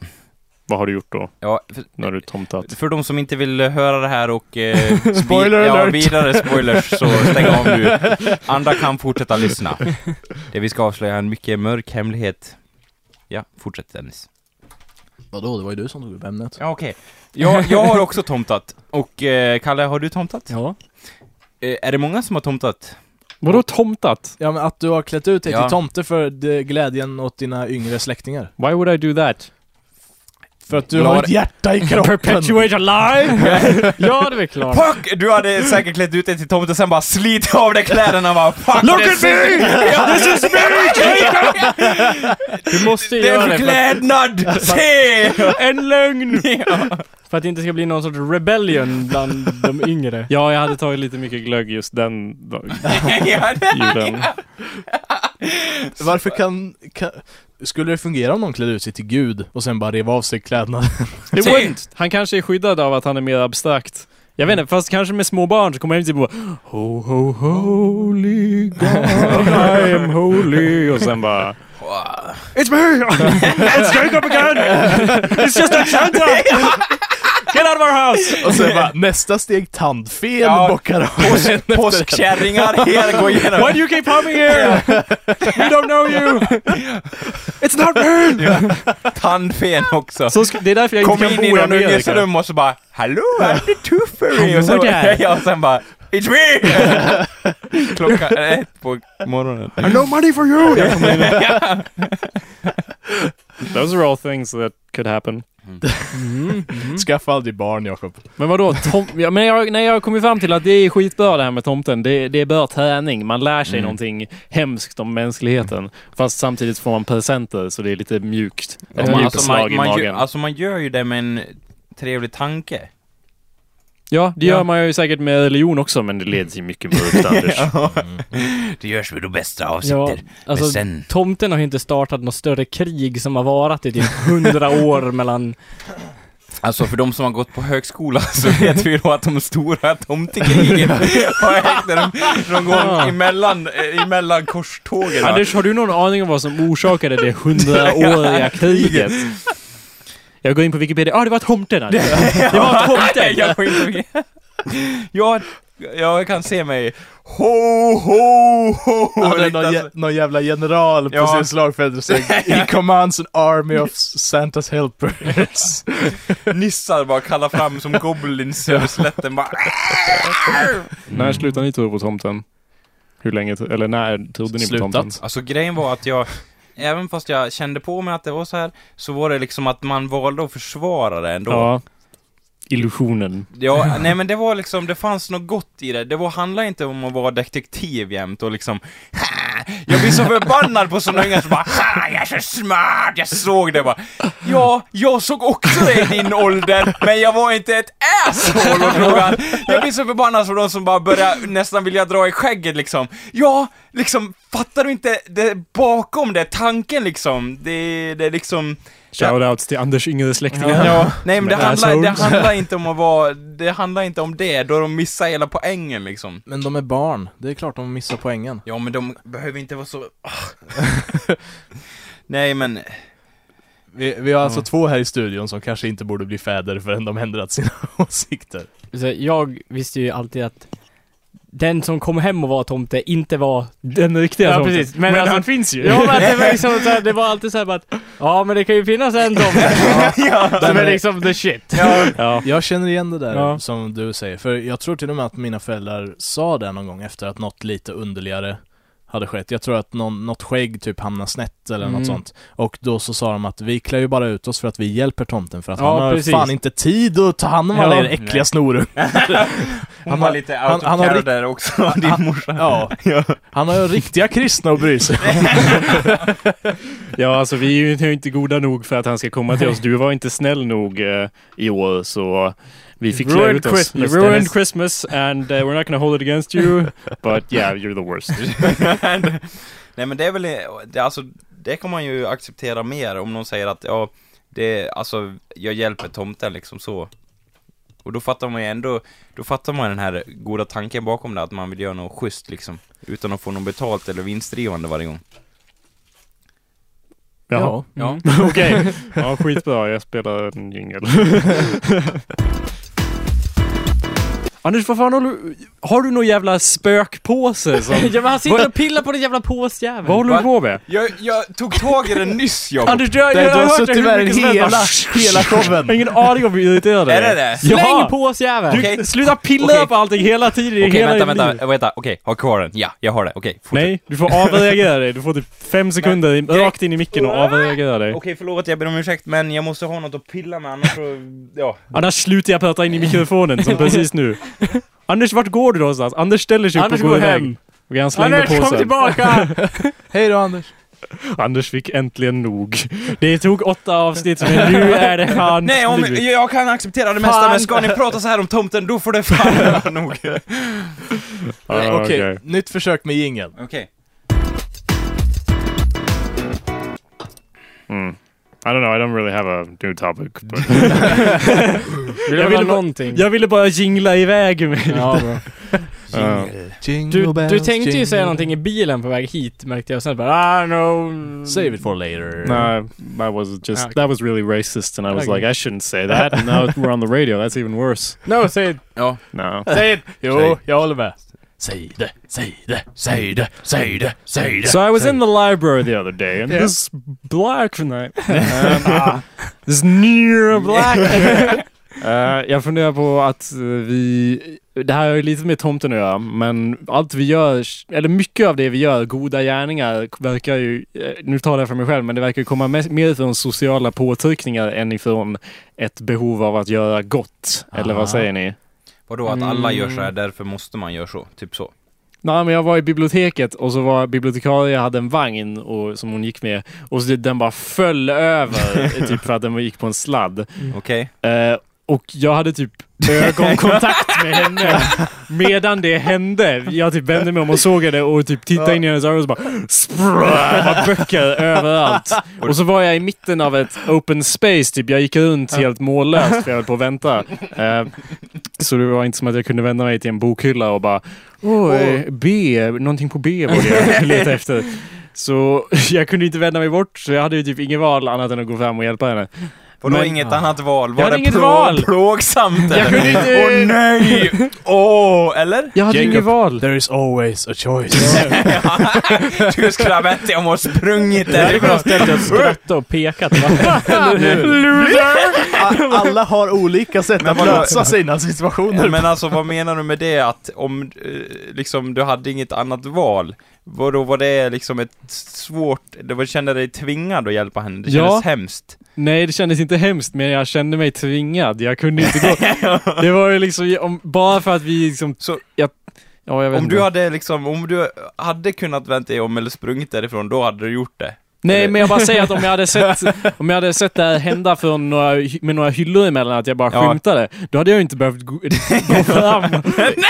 Vad har du gjort då Ja, för, när du tomtat? för de som inte vill höra det här och... Eh, vi- Spoiler ja, alert. vidare spoilers, så stäng av nu. Andra kan fortsätta lyssna. Det vi ska avslöja är en mycket mörk hemlighet. Ja, fortsätt Dennis. Vadå, det var ju du som tog upp ämnet. Ja, okej. Jag, jag har också tomtat. Och eh, Kalle, har du tomtat? Ja. Eh, är det många som har tomtat? Vadå tomtat? Ja men att du har klätt ut dig Ja. till tomte för det- glädjen åt dina yngre släktingar. Why would I do that? För att du Lar- har ett hjärta i kroppen! a lie! ja, det är väl klart. Fuck! Du hade säkert klätt ut dig till tomten sen bara slit av dig kläderna och bara Fuck! Look det at sitter- me! This is me! Du måste ju Det göra är det för att, förklädnad! Se! En lögn! för att det inte ska bli någon sorts rebellion bland de yngre. Ja, jag hade tagit lite mycket glögg just den dag- Ja, det- julen. Varför kan, kan... Skulle det fungera om någon klädde ut sig till gud och sen bara rev av sig kläderna? Det Se. var inte. Han kanske är skyddad av att han är mer abstrakt. Jag vet inte, fast kanske med små barn så kommer han typ och bara Ho, ho, holy God, I am holy. Och sen bara Wow. It's me! It's Jacob again! It's just a Santa! Get out of our house! Och sen bara nästa steg tandfen Ja. bockar av en efter en. Påskkärringar, hela går igenom. Why do you keep coming here? We don't know you! It's not real! Tandfen också. Så sk- det är därför jag Kom inte in kan i bo i någon unges Amerika. rum och så bara Hallå, I'm the toofery! Och sen, Hallå där. ja, och sen bara It's me! Klockan är ett på morgonen. And no money for you! Those are all things that could happen. Mm. Skaffa aldrig barn Jakob. Men vadå? Tom- ja, men jag, nej, jag har kommit fram till att det är skitbra det här med tomten. Det, det är bra träning. Man lär sig Mm. någonting hemskt om mänskligheten. Fast samtidigt får man presenter, så det är lite mjukt. Ett Ja, men mjukt alltså, slag man, i man, gör, magen. alltså man gör ju det med en trevlig tanke. ja, Mm. det gör Ja. man ju säkert med religion också, men det leder till mycket mörkt, Anders. Det görs med de bästa Ja, alltså, sen... tomten har ju inte startat något större krig som har varat i typ hundra år mellan Alltså för de som har gått på högskola så vet vi då att de stora tomtekrigen har ägt dem någon gång emellan, eh, emellan korstågen. va? Anders, har du någon aning om vad som orsakade det hundraåriga kriget? Jag går in på Wikipedia. Ja, ah, det var tomterna! Det var tomten! Jag får inte med. Jag, jag kan se mig ho, ho, ho! Hade lite någon, alltså. jä- någon jävla general på Ja. sin slagfält och stod, He commands an army of Santas helpers. alltså, Nissar bara kallar fram som goblins över slätten bara. "Ah." När slutade ni tro på tomten? Hur länge, t- eller när trodde ni på Slutat. tomten? Alltså grejen var att jag, även fast jag kände på mig att det var så här, så var det liksom att man valde att försvara det ändå. Ja. Illusionen. Ja, nej men det var liksom, det fanns något gott i det. Det var, handlade inte om att vara detektiv jämt och liksom "Ha!" jag blir så förbannad på sådana ungar som bara "Ha, jag är så smart, jag såg det bara. Ja, jag såg också det i din ålder, men jag var inte ett asshole och frågan. Jag blir så förbannad på de som bara börjar nästan vilja dra i skägget liksom. Ja, liksom, fattar du inte det bakom det, tanken liksom? Det, det är liksom... Shoutouts till Anders yngre släktingar. Ja, nej men det Med handlar, det assholes. handlar inte om att vara, det handlar inte om det, då de missar hela poängen liksom. Men de är barn, det är klart de missar poängen. Ja men de behöver inte vara så... nej men, Vi, vi har alltså två här i studion som kanske inte borde bli fäder förrän de ändrat sina åsikter. Så jag visste ju alltid att den som kom hem och var tomte inte var... Den riktiga Ja, tomten. precis. Men Men, alltså- han finns ju. Ja, men att det, var liksom så här, det var alltid såhär bara att, ja men det kan ju finnas en tomte som är liksom the shit. Ja. Jag känner igen det där Ja. som du säger, för jag tror till och med att mina föräldrar sa det någon gång efter att något lite underligare hade skett. Jag tror att någon, något skägg typ hamnade snett eller Mm. något sånt. Och då så sa de att vi klär ju bara ut oss för att vi hjälper tomten för att Ja, han har precis. fan inte tid att ta hand om alla Ja. er äckliga snorungar. hon Han var har- lite han- out han of har care rikt- där också, han- din morsa. Ja, han har ju riktiga kristna att bry sig om. Ja, alltså vi är ju inte- inte goda nog för att han ska komma till oss. Du var inte snäll nog eh, i år, så vi fick klä Ruined ut oss. Christmas, you ruined Dennis. Christmas and uh, we're not gonna hold it against you. But yeah, you're the worst. nej men det är väl, det, alltså, det kan man ju acceptera mer om någon säger att ja, det, alltså, jag hjälper tomten liksom så. Och då fattar man ju ändå, då fattar man den här goda tanken bakom det, att man vill göra något schysst liksom. Utan att få något betalt eller vinstdrivande varje gång. Jaha. Ja. Mm. Okej. Ja, skitbra. Jag spelar en jingel. Anders, vad fan håller du... Har du någon jävla spökpåse som... Ja men han sitter och pillar på den jävla påsjäveln. Vad håller du Va? på med? Jag, jag tog tag i den nyss Jakob. Anders, du har, Du jag har har hört det suttit hur med den mycket som helst. hela, hela showen. Jag har ingen aning om hur irriterad Är det det? Släng Jaha! påsjäveln! Du, Okej. Sluta pilla Okej. på allting hela tiden i Okej, hela vänta, ditt vänta, liv. vänta, Okej, ha kvar den. Ja, jag har den. Okej, fortsätt. Nej, du får avreagera dig. Du får typ fem sekunder i- rakt in i micken och avreagera dig. Okej, förlåt att jag ber om ursäkt, men jag måste ha något att pilla med annars så, ja. Annars slutar jag prata in i mikrofonen som precis nu. Anders, vart går du någonstans? Anders ställer sig upp Anders och går går iväg. hem. Okej, han slänger Anders kom påsen. tillbaka! Hej då Anders. Anders fick äntligen nog. Det tog åtta avsnitt, men nu är det fan Nej, om, slut. jag kan acceptera det mesta, Fan. men ska ni prata så här om tomten, då får det fan vara nog. Okej. Ja, Okej, Ah, okej. nytt försök med jingeln. Mm. I don't know, I don't really have a new topic. but- Jag Vill jag ville ha bara- någonting? jag ville bara jingla iväg med Ja, bra. Ja. Du, du tänkte ju säga någonting i bilen på väg hit märkte jag, och sen bara ah no... Save it for later. No, I was just Okay. that was really racist, and I was Okay. like, I shouldn't say that. And now we're on the radio. That's even worse. No, säg Ja. No. Säg it! Jo, jag håller med. Säg det, säg det, säg det, säg det, säg det. So I was in the library the other day, and this black tonight, um, this near black. Eh, jag funderar på att eh, vi, det här har ju lite med tomten att göra, men allt vi gör, eller mycket av det vi gör, goda gärningar, verkar ju, eh, nu talar jag för mig själv, men det verkar ju komma mes- mer från sociala påtryckningar än ifrån ett behov av att göra gott. Eller Ah. vad säger ni? Vadå att alla gör så här, Mm. därför måste man göra så? Typ så. Nej, men jag var i biblioteket och så var bibliotekarie hade en vagn och, som hon gick med och så den bara föll över, typ för att den gick på en sladd. Okej? Eh, och jag hade typ ögonkontakt med henne medan det hände. Jag typ vände mig om och såg henne och typ tittade in i hennes ögon och så bara sprang, Det var böcker överallt. Och så var jag i mitten av ett open space typ. Jag gick runt helt mållöst för jag höll på att vänta. Eh, Så det var inte som att jag kunde vända mig till en bokhylla och bara Åh, eh, B, någonting på B borde jag leta efter. Så jag kunde inte vända mig bort, så jag hade ju typ inget val annat än att gå fram och hjälpa henne. Och då Men- inget annat val? Jag Var hade det inget plå- val. plågsamt Jag eller? kunde inte- Åh nej! Åh, eller? Jag hade Jacob. inget val. There is always a choice. Du Skrabetti, jag måste ha sprungit Det hade kunnat därifrån. ställt dig och skrattat och pekat va? A- Alla har olika sätt Men att vadå? lösa sina situationer. Men alltså vad menar du med det att om eh, liksom du hade inget annat val? Vadå, var det liksom ett svårt, du var- kände dig tvingad att hjälpa henne? Det Ja. kändes hemskt. Nej, det kändes inte hemskt, men jag kände mig tvingad. Jag kunde inte gå. Det var ju liksom, om, bara för att vi liksom... Så- jag, ja, jag vet Om inte. du hade liksom, om du hade kunnat vänta dig om eller sprungit därifrån, då hade du gjort det. Nej, eller- men jag bara säger att om jag hade sett, om jag hade sett det här hända från några, hy- med några hyllor emellan, att jag bara Ja. skymtade, då hade jag ju inte behövt gå, gå fram.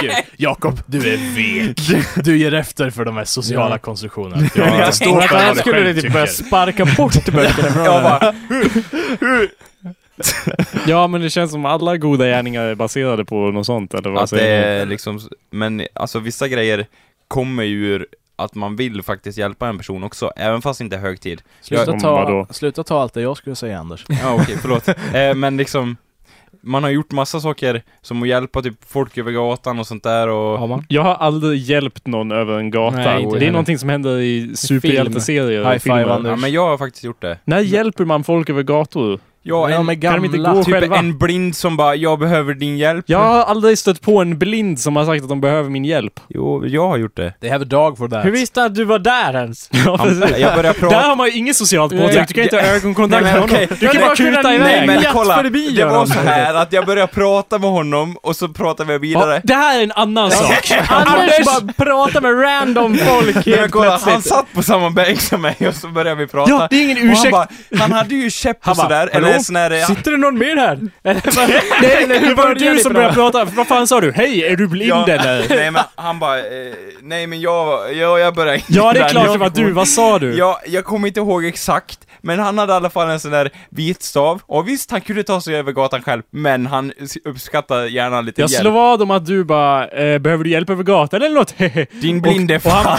Gud, Jakob, du är vek. Du ger efter för de här sociala Ja. konstruktionerna. Ja. Jag vill inte stå Om för inte vad annars du skulle du själv typ börja tycker. sparka bort böckerna från Jag henne. bara, Ja, men det känns som alla goda gärningar är baserade på något sånt, eller vad att det säger ni? är liksom, men alltså vissa grejer kommer ju ur att man vill faktiskt hjälpa en person också, även fast det inte är hög tid. Sluta Om vadå? ta, sluta ta allt det jag skulle säga Anders. Ja okej, förlåt. Eh, men liksom, man har gjort massa saker som att hjälpa typ folk över gatan och sånt där och... Har man? Jag har aldrig hjälpt någon över en gata. Nej, inte det är heller. någonting som händer i superhjälteserier. och High five, filmer. Anders. Ja men jag har faktiskt gjort det. När hjälper man folk över gator? Ja, Ja, en, men kan de inte gamla- gå typ själva? en blind som bara 'Jag behöver din hjälp' Jag har aldrig stött på en blind som har sagt att de behöver min hjälp. Jo, jag har gjort det. They have a dog for that. Hur visste att du var där ens? Ja, Han, jag började Där prata... har man ju inget socialt påtryck. Du kan inte ha ögonkontakt Nej, med men honom. okej. Du kan Jag bara hade kunnat- kuta Nej iväg. men Jatt kolla, förbi det var honom. så här att jag började prata med honom och så pratade vi Ja, vidare. det här är en annan sak. Anders bara pratar med random folk Men helt kolla, han plötsligt. satt på samma bänk som mig och så började vi prata. Ja, det är ingen och han, ursäkt. bara, han hade ju käpp Han och bara, sådär, eller "Hallå? en sån här... eh, Sitter det någon mer här? Eller vad- Nej, det var började du som ni började prata? prata. Vad fan sa du? Hej, är du blind Ja, eller? Nej men han bara, eh, nej men jag, jag, jag började Ja, det är där. klart det var du. Vad sa du? Ja, jag kommer inte ihåg exakt, men han hade i alla fall en sån där vit stav. Och visst, han kunde ta sig över gatan själv, men han s- uppskattar gärna lite Jag hjälp. slår vad om att du bara, eh, behöver du hjälp över gatan eller något? Hehe. Din blinde och han,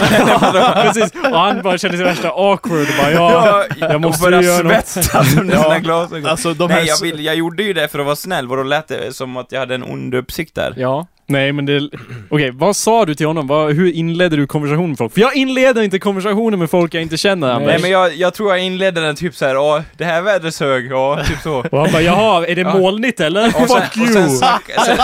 fan. precis, och han bara kände sig värsta awkward och bara ja, Ja, jag måste och ju började göra något. svettas under Ja. sina glasögon. Alltså de här... Nej, jag, vill, jag gjorde ju det för att vara snäll, och då lät det som att jag hade en ond uppsikt där. Ja. Nej men det... Okej, vad sa du till honom? Vad, hur inledde du konversationen med folk? För jag inleder inte konversationer med folk jag inte känner Anders. Nej men jag, jag tror jag inledde den typ så här, ja, det här vädret sög, ja, typ så. Och han bara jaha, är det Ja. molnigt eller? Och sen, Fuck och you! sen, snack, sen,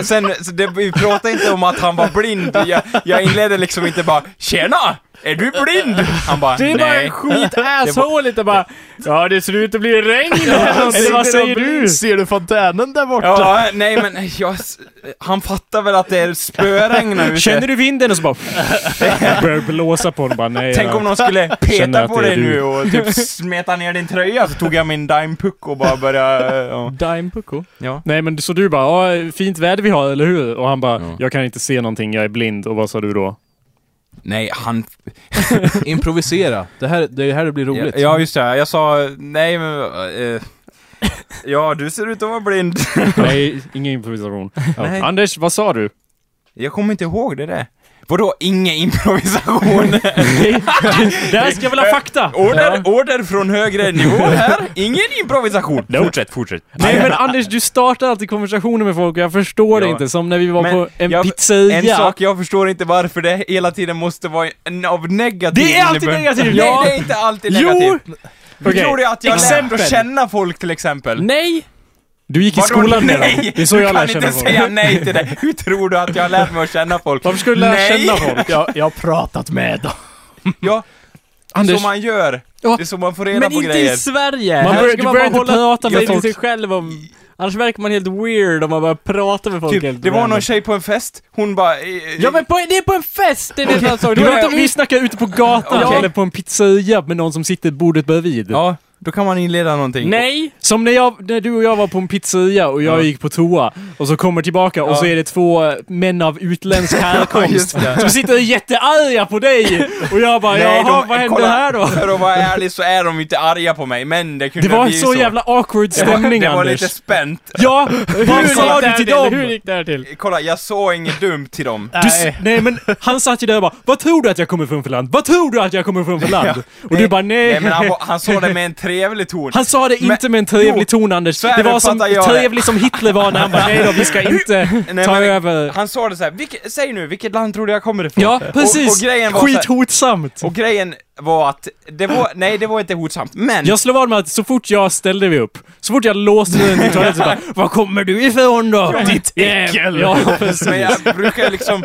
sen så det, vi pratade inte om att han var blind. Jag, jag inledde liksom inte bara ”Tjena! Är du blind?” Han bara Det är bara en ”Nej”. skit asshole inte bara Ja det ser ut att bli regn Eller vad säger du? Ser du fontänen där borta? Ja, nej men jag, s- han fattar väl att det är spöregn ute. Känner du vinden? Och så bara... Börjar blåsa på honom bara nej. Tänk om någon skulle Känner peta att på det är dig du. nu och typ smeta ner din tröja så tog jag min Dime-puck och bara började... eh, ja. Dime Pucko. Ja. Nej men så du bara ja, fint väder vi har eller hur? Och han bara Ja. jag kan inte se någonting, jag är blind. Och vad sa du då? Nej, han... Improvisera. Det här, det är här det blir roligt. Ja, just det. Jag sa nej men... eh, ja, du ser ut att vara blind. Nej, ingen improvisation. Ja. Nej. Anders, vad sa du? Jag kommer inte ihåg det där. Vadå, ingen improvisation? Där ska jag väl ha fakta! order, order från högre nivå här, ingen improvisation. Nope. Fortsätt, fortsätt. Nej men Anders, du startar alltid konversationer med folk och jag förstår det Ja. inte. Som när vi var Men på en jag- pizzeria. En sak, jag förstår inte varför det hela tiden måste vara en av negativ Det är alltid innebörd. negativt! Nej, det är inte alltid Jo! negativt. Du Okej. tror ju att jag lärt Exempel. att känna folk till exempel. Nej! Du gick i Vadå skolan med dem. nej? Det är så du jag lär kan känna inte folk. säga nej till det. Hur tror du att jag har lärt mig att känna folk? Varför skulle du lära Nej. känna folk? Jag, jag har pratat med dem. Ja, det är Anders, så man gör. Ja. Det är så man får reda Men på inte grejer. i Sverige! Man Här börjar- ska du man börjar bara inte hålla prata med sig till folk. sig själv om... Annars verkar man helt weird om man börjar prata med folk helt Typ, det var random. någon tjej på en fest, hon bara... eh, Ja men på, det är på en fest! Det är det jag sa. du Du vet, har inte- inte vi snackar ute på gatan Okej. eller på en pizzeria med någon som sitter bordet bredvid. Ja, Då kan man inleda någonting. Nej! Som när, jag, när du och jag var på en pizzeria och jag Ja. gick på toa och så kommer tillbaka och Ja. så är det två eh, män av utländsk härkomst just det. som sitter och är jättearga på dig och jag bara Nej, jaha, de- vad hände kolla, här då? För att vara ärlig så är de inte arga på mig, men det kunde Det var en bli så, så jävla awkward Det var- stämning Det var Anders. lite spänt. Ja, vad sa gick det du här till till? dem? Hur gick det här till? Kolla, jag såg inget dumt till dem. Du, s- nej men han satt ju där och bara Vad tror du att jag kommer från för land? Vad tror du att jag kommer från för land? och du nej, bara nej. Nej men han, var- han såg det med en trevlig ton. Han sa det Men- inte med en trevlig ton Anders. så här Det var som uppfattar jag det. trevlig som Hitler var när han bara nej då, vi ska inte Nej, ta men- över. Han sa det så här, "Vilke- säg nu, vilket land tror du jag kommer ifrån? Ja, precis. Och, och grejen var så här, Skithotsamt. Och grejen var att, det var, nej det var inte hotsamt, men Jag slår vad med att så fort jag ställde mig upp, så fort jag låste dörren till toaletten så bara Var kommer du ifrån då? Ditt äckel! Ja, precis. Men jag brukar liksom,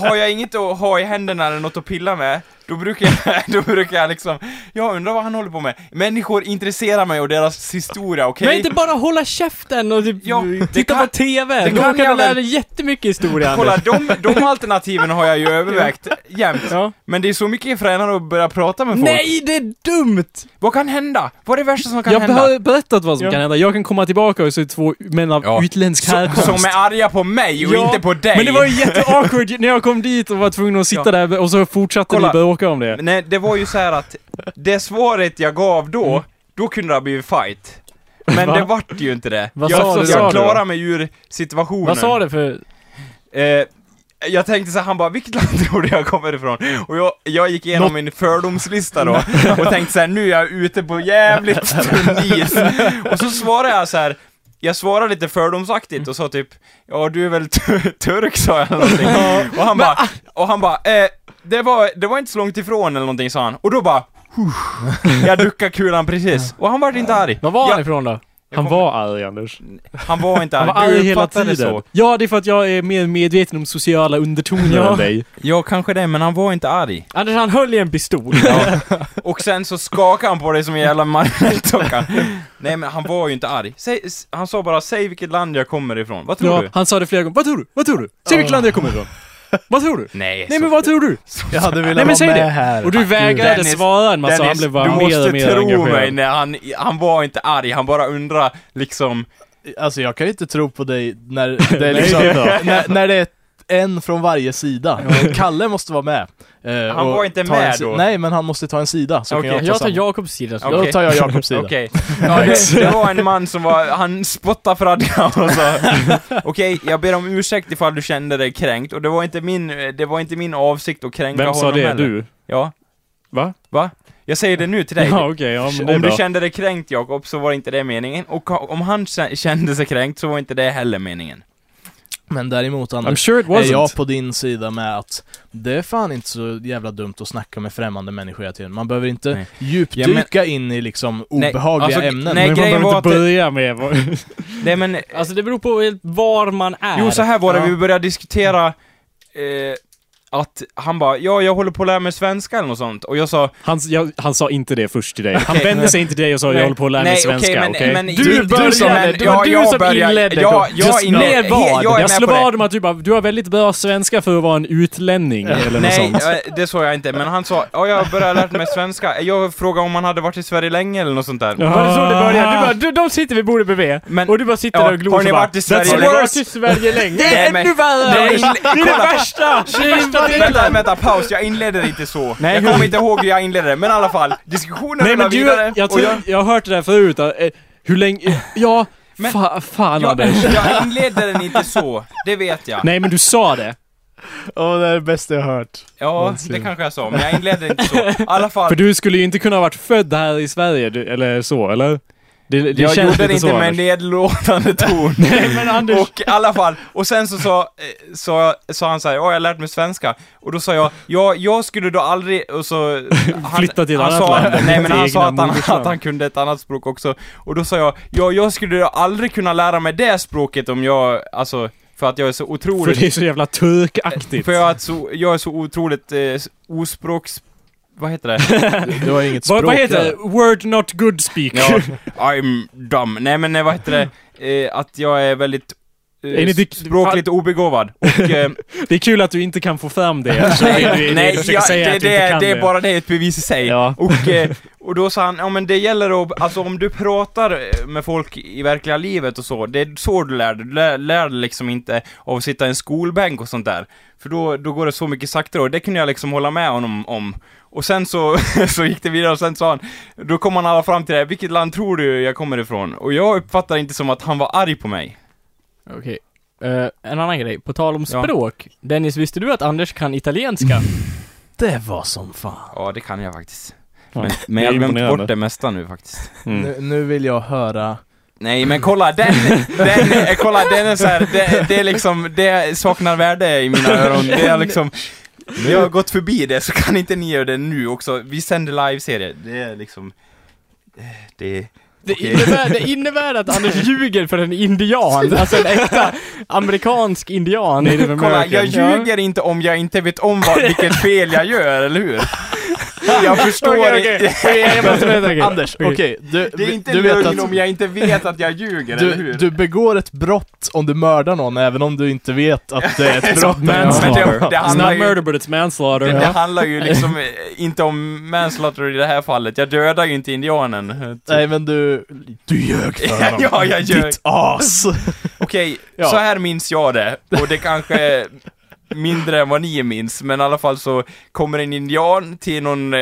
har jag inget att ha i händerna eller något att pilla med, då brukar jag, då brukar jag liksom, jag undrar vad han håller på med. Människor intresserar mig och deras historia, okej? Men inte bara hålla käften och typ Ja, det titta kan- på TV. det Då kan kan du jag lära väl. dig jättemycket historia Kolla, Anders. de, de alternativen har jag ju övervägt jämt. Ja. Men det är så mycket fränare att börja prata med folk. Nej, det är dumt! Vad kan hända? Vad är det värsta som kan Jag hända? har berättat vad som Ja. kan hända. Jag kan komma tillbaka och så är det två män av Ja. utländsk Så, härkomst. som är arga på mig och Ja, inte på dig. Men det var ju jätteawkward när jag kom dit och var tvungen att sitta Ja. där och så fortsatte Kolla. ni bråka om Eh, det. Men Nej, det var ju så här att det svaret jag gav då, Mm. då kunde det ha blivit fight. Men Va? det vart ju inte det. Vad jag sa du då? jag Sa du klarade mig ur situationen. Vad sa du för... Eh, jag tänkte så här, han bara 'Vilket land tror du jag kommer ifrån?' Och jag, jag gick igenom min fördomslista då och tänkte så här, nu är jag ute på jävligt tunn is. Och så svarade jag så här. Jag svarade lite fördomsaktigt och sa typ Ja du är väl tu- turk sa jag eller någonting. Och han bara, ah. och han bara eh, det, var, det var inte så långt ifrån eller någonting sa han. Och då bara "Huh." Jag duckade kulan precis. Och han var inte arg. Vad var jag, han ifrån då? jag Han kommer- var arg Anders. han var inte arg. Han var arg Du hela uppfattade det tiden. så. Ja, det är för att jag är mer medveten om sociala undertoner Ja. än dig. Ja kanske det, men han var inte arg. Anders, han höll i en pistol. Ja. Och sen så skakade han på dig som en jävla marionettdocka. Nej men han var ju inte arg. Säg, s- han sa bara 'Säg vilket land jag kommer ifrån' Vad tror Ja, du? Ah. han sa det flera gånger. Vad tror du? Vad tror du? Säg vilket land jag kommer ifrån. Vad tror du? Nej, Nej men vad tror du? Jag hade Nej, velat men vara säg med det. här. Och du vägrade Dennis, svara en massa, Alltså, han Dennis, blev bara du måste mer och mer tro engagerad. mig, när han, han var inte arg, han bara undrar liksom Alltså jag kan ju inte tro på dig när det är, Nej, liksom, det är bra. när, när det är en från varje sida. Kalle måste vara med. eh, Han och var inte ta en med si- då. Nej, men han måste ta en sida, så Okej, kan jag Jag ta tar samma. Jakobs sida. så. Ja. Då tar jag Jakobs sida. Okej. Ja, det, det var en man som var, han spottade fradga och så. Okej, jag ber om ursäkt ifall du kände dig kränkt och det var inte min, det var inte min avsikt att kränka Vem honom sa det? heller. Du? Ja. Va? Va? Jag säger det nu till dig. Ja, okej. Ja, men det är Om du bra. kände dig kränkt Jakob, så var inte det meningen. Och ha- om han kä- kände sig kränkt, så var inte det heller meningen. Men däremot I'm Anders, sure it är jag wasn't. på din sida med att det är fan inte så jävla dumt att snacka med främmande människor hela tiden. Man behöver inte Nej. djupdyka in i liksom Nej, obehagliga alltså, ämnen. nej. Men man grejen behöver var inte att det- börja med... vad- Nej men, Alltså det beror på helt var man är. jo så här var det, Ja. vi började diskutera eh, att han bara, ja jag håller på att lära mig svenska eller något sånt. Och jag sa, Han, jag, han sa inte det först till dig. Han Okej. vände sig inte till dig och sa jag håller på att lära mig nej svenska, okej? men, men Du började, det var du som inledde, Ja, Jakob. jag Just inledde, med vad? jag, jag är Jag med slår på det. vad om att du bara, du har väldigt bra svenska för att vara en utlänning eller något Nej, sånt. eh, det sa jag inte, men han sa, ja jag började lära mig svenska. Jag frågade om han hade varit i Sverige länge eller något sånt där. Var det så det började? Du bara, du, de sitter vid bordet bredvid. Ah. Men- och du bara sitter ja, där och glor har ni så bara, varit i Sverige "That's länge?" worse. varit i Sverige länge. Det är ännu värre! Det är det värsta! Det är värsta Vänta, delen! vänta, paus. Jag inledde inte så. Nej, jag hur- kommer inte ihåg hur jag inledde, men i alla fall. Diskussionen Nej rullar men du, vidare. jag, och tror, jag har hört det där förut. att, eh, Hur länge... Ja, Men- fa, fan jag, Anders. jag, jag inledde den inte så, det vet jag. Nej men du sa det. Åh, det är det bästa jag hört. Ja, det kanske jag sa, men jag inledde inte så. I alla För fall. du skulle ju inte kunna ha varit född här i Sverige, du- eller så, eller? Det, det jag känns gjorde det lite inte så med en Anders. nedlåtande ton. Nej, men Anders. Och i alla fall, och sen så sa, eh, sa, sa han så här, ja jag har lärt mig svenska. Och då sa jag, ja jag skulle då aldrig, och så... Han, Flytta till ett han annat sa, land. Nej men han Egna sa att han, modersmål. att han kunde ett annat språk också. Och då sa jag, ja jag skulle då aldrig kunna lära mig det språket om jag, alltså, för att jag är så För det är otroligt... så jävla turkaktigt. För jag är så, jag är så otroligt eh, ospråks... Vad heter det? Du har inget språk Vad, vad heter det? där. Word not good speak. Ja, I'm dumb. Nej men eh, vad heter det? Eh, att jag är väldigt Är ni eh, dick- språkligt obegåvad. Och, eh, Det är kul att du inte kan få fram det. eftersom vi- vi- vi nej, försöker ja, säga det, att du inte det, kan det är bara det, ett bevis i sig. Ja. Och, eh, och då sa han, ja men det gäller att, alltså om du pratar eh, med folk i verkliga livet och så, det är så du lär dig. Du lär, lär dig liksom inte av att sitta i en skolbänk och sånt där. För då, då går det så mycket saktare och det kunde jag liksom hålla med honom om. Och sen så, så gick det vidare och sen sa han, då kom han alla fram till det här, vilket land tror du jag kommer ifrån? Och jag uppfattar inte som att han var arg på mig. Okej. Eh, en annan grej, på tal om Ja. Mm. språk. Dennis, visste du att Anders kan italienska? Det var som fan. Ja, det kan jag faktiskt. Ja, Men, det men är jag har glömt imponerande. bort det mesta nu faktiskt. Mm. Nu, nu vill jag höra... Nej men kolla, den, den, eh, kolla, den är så här, det, det är liksom, det saknar värde i mina öron. Det är liksom, jag har gått förbi det, så kan inte ni göra det nu också. Vi sänder liveserie, det är liksom, eh, det, Det, Okej. innebär, det innebär att Anders ljuger för en indian, alltså en äkta amerikansk indian. Native kolla, jag American. ljuger inte om jag inte vet om vad, vilket fel jag gör, eller hur? Jag förstår Okej, inte. okej. Okej, jag alltså, måste veta, okej. Anders, okej. Du, Det är inte du lögn vet att om jag inte vet att jag ljuger, eller du, hur? du begår ett brott om du mördar någon, även om du inte vet att det är ett brott. Manslaughter. Men det- det It's handlar not ju- murder but it's manslaughter. Det, det handlar ju liksom eh, inte om manslaughter i det här fallet. Jag dödar ju inte indianen. eh, typ. Nej men du... Du ljög för honom. Ja, jag ljög. Ditt as! Okej, Ja. så här minns jag det. Och det kanske är mindre än vad ni minns. Men i alla fall så kommer en indian till någon eh,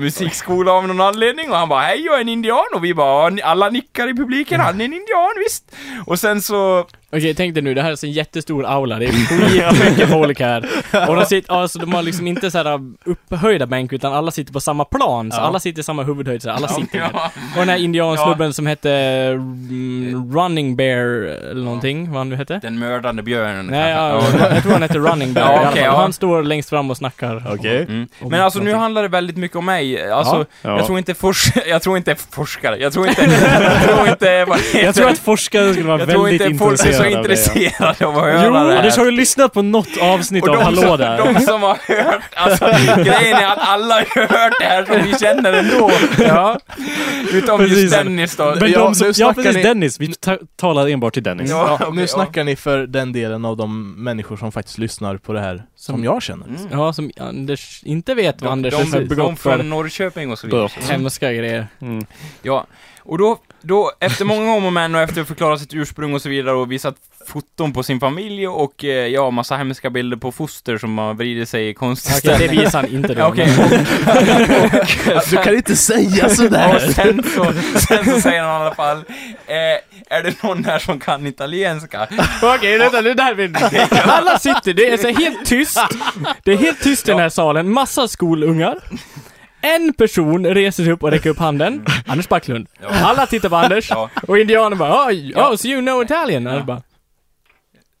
musikskola av någon anledning. Och han bara hej jag är en indian. Och vi bara "Ja, ni- alla nickar i publiken. Han är en indian visst. Och sen så Okej, tänk dig nu, det här är en jättestor aula, det är skitmycket folk här. Och de, sitter, alltså, de har liksom inte så här upphöjda bänkar, utan alla sitter på samma plan, så Ja. alla sitter i samma huvudhöjd, så här, alla sitter ner. Ja. Och den här indiansnubben som hette Eh. mm, Running Bear, eller någonting, vad han nu hette? Den mördande björnen. Nej, ja, kanske. jag tror han hette Running Bear Ja, i alla okej, fall. ja. Han står längst fram och snackar. Okej. Mm. Om Men alltså nu någonting. handlar det väldigt mycket om mig. Alltså, Ja. Ja. Jag tror inte fors... Jag tror inte forskare. Jag tror inte... jag tror inte... vad heter Jag tror det? att forskare skulle vara jag tror väldigt inte folk är så intresserade av det. intresserade av att höra Jo, det här. Anders har du lyssnat på något avsnitt av Hallå som, där? de som har hört, alltså grejen är att alla har ju hört det här som vi känner ändå. Ja. Utom Precis. just Dennis då. Men Ja, de som, nu ja snackar precis, ni- Dennis. Vi ta- talar enbart till Dennis. Ja, Ja, okej, nu ja. snackar ni för den delen av de människor som faktiskt lyssnar på det här, som, Som- jag känner. Mm. Ja, som Anders inte vet vad De, Anders de, har de, begått för från Norrköping och så vidare. Bört. hemska grejer. Mm. Ja. Och då, då, efter många om och men och efter att förklara sitt ursprung och så vidare och visat foton på sin familj och eh, ja, massa hemska bilder på foster som har vridit sig i konstiga Okej, det ställningar. visar han inte då. Ja, Okej, och, och, Du kan inte säga och sådär! sen så, sen så säger han i alla fall, eh, är det någon här som kan italienska? Okej, vänta nu, där vill Alla sitter, det är så helt tyst. Det är helt tyst i den här salen, massa skolungar. En person reser sig upp och räcker upp handen, Anders Backlund. Alla tittar på Anders, Ja. och indianen bara oh, Ja. oh, so you know Italian? Anders bara,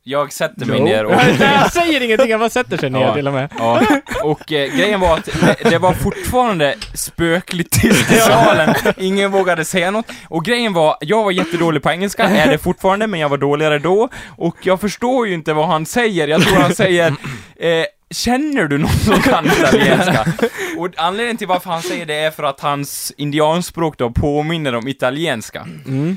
Jag sätter mig jo. ner och... Jag säger ingenting, han bara sätter sig ner Ja. till och med. Ja, och eh, grejen var att det, det var fortfarande spökligt tyst i salen. Ingen vågade säga något. Och grejen var, jag var jättedålig på engelska, är det fortfarande, men jag var dåligare då. Och jag förstår ju inte vad han säger. Jag tror han säger, eh, Känner du någon som kan italienska? Och anledningen till varför han säger det är för att hans indianspråk då påminner om italienska.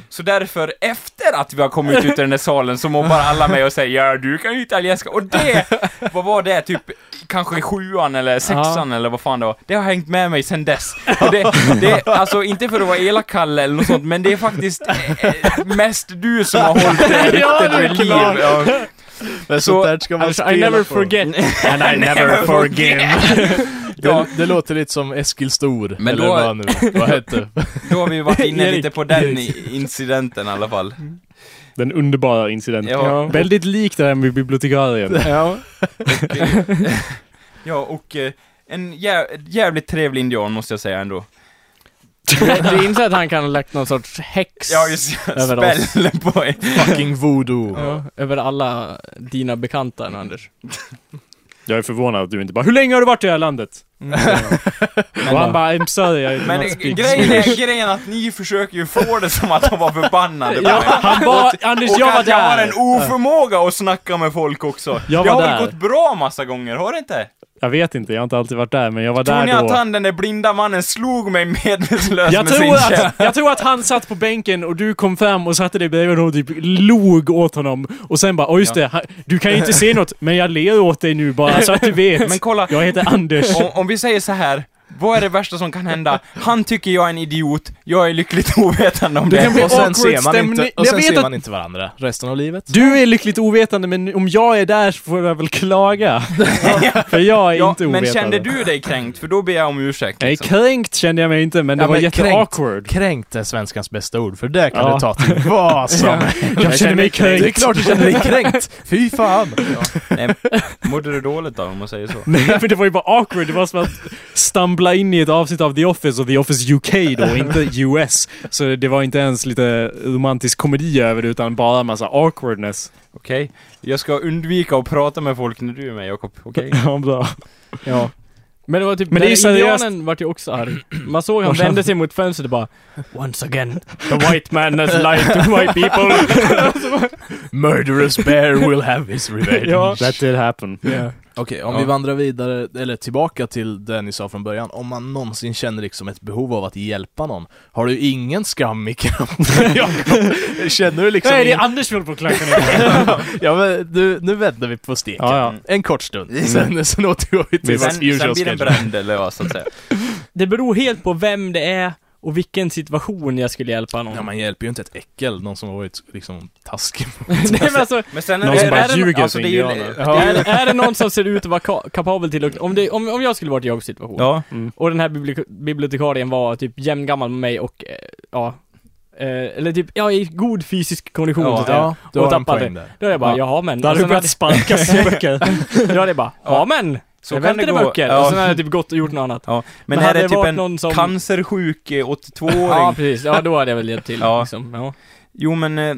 Så därför, efter att vi har kommit ut ur den där salen så mobbar alla mig och säger ja, du kan ju italienska. Och det, vad var det? Typ kanske i sjuan eller sexan eller vad fan det var. Det har hängt med mig sedan dess. Och det, det, alltså inte för att vara elak Kalle eller något sånt, men det är faktiskt eh, eh, mest du som har hållit det Ja, ryktet det är vid liv. klart. Ja. Men Så- sånt där ska man Anders, I never spela på. forget. And I never forgive. Det, det låter lite som Eskil Stor, Men eller då- vad han nu vad hette. Då har vi varit inne Erik, lite på den i- incidenten i alla fall. Den underbara incidenten. Ja, Väldigt likt det här med bibliotekarien. Ja. ja och eh, en jä- jävligt trevlig indian måste jag säga ändå. Du inser att han kan ha lagt någon sorts häx Ja, just över oss. spällen på er. Fucking voodoo. Ja, över alla dina bekanta nu, Anders. Jag är förvånad att du inte bara Hur länge har du varit i det här landet? Och han bara I'm sorry, I do Mm. Men eh, not speak grejen är, Swedish." grejen är att ni försöker ju få det som att de var förbannade på Ja, mig. han var, Anders Och jag var att jag har där! en oförmåga att snacka med folk också. Jag det var har där. väl gått bra massa gånger, har det inte? Jag vet inte, jag har inte alltid varit där, men jag var Tror ni där då. att han, den där blinda mannen, slog mig medvetslös Jag Alltså med tror, sin käpp? att, jag tror att han satt på bänken och du kom fram och satte dig bredvid och typ log åt honom. Och sen bara, åh just det, han, du kan ju inte se något, men jag ler åt dig nu bara så att du vet. Men kolla, jag heter Anders. om, om vi säger så här. Vad är det värsta som kan hända? Han tycker jag är en idiot, jag är lyckligt ovetande om Det det. kan bli Eh, Och och sen sen ser man man inte, inte- och sen ser man varandra resten av livet. Du är lyckligt ovetande, men om jag är där så får jag väl klaga. För jag är Ja, inte men ovetande. kände du dig kränkt? För då ber jag om ursäkt. Nej, liksom. kränkt kände jag mig inte, men det Ja, var men jätteawkward. Kränkt är svenskans bästa ord, för det kan Ja. du ta till vad som helst. Jag känner mig kränkt. Det är klart du känner dig kränkt! Fy fan! Nej, mådde du dåligt då, om man säger så? Nej, för det var ju bara awkward. Det var som att stumla in i ett avsnitt av The Office och The Office UK då, inte US. Så det var inte ens lite romantisk komedi över det, utan bara en massa awkwardness. Okej. Jag ska undvika att prata med folk när du är med, Jakob. Okej? Ja, bra. Ja. Men det var typ, Men men det är ju seriöst. indianen vart ju också arg. Man såg han vände sig mot fönstret och bara Once again, the white man has lied to my people. Murderous bear will have his revenge. That did happen. Okej, om Ja. vi vandrar vidare, eller tillbaka till det ni sa från början. Om man någonsin känner liksom ett behov av att hjälpa någon, har du ingen skam i kroppen? Jakob? känner du liksom Nej, det är ingen... Anders fel på klacken. Ja men du, nu vänder vi på steken. ja, ja. En kort stund, sen, sen återgår Mm. vi till Vi vår Mm. Sen, What's usual sen blir den schedule? bränd, eller vad så att säga. Det beror helt på vem det är och vilken situation jag skulle hjälpa någon. Ja, man hjälper ju inte ett äckel, någon som har varit liksom taskig. Nej, men alltså, Men sen Någon som bara det no- ljuger alltså, för det är ju- indianer. är, är det någon som ser ut att vara ka- kapabel till att... Om, det, om, om jag skulle varit i Jakobs situation Ja. och den här bibliok- bibliotekarien var typ jämngammal med mig och, eh, ja... Eh, eller typ, ja i god fysisk kondition så att säga. du har en tappade. poäng där. Då är jag bara, Ja. jaha men. Där Och hade du sen börjat sparka böcker. hade, då hade jag bara, ja men. Så jag kan det väntade gå. böcker. Ja. Och sen hade jag typ gått och gjort något annat. Ja. Men, Men här hade är det typ varit en någon som- cancersjuk eh, 82-åring. Ja precis, ja då hade jag väl hjälpt till Ja. liksom. Ja. Jo men, eh,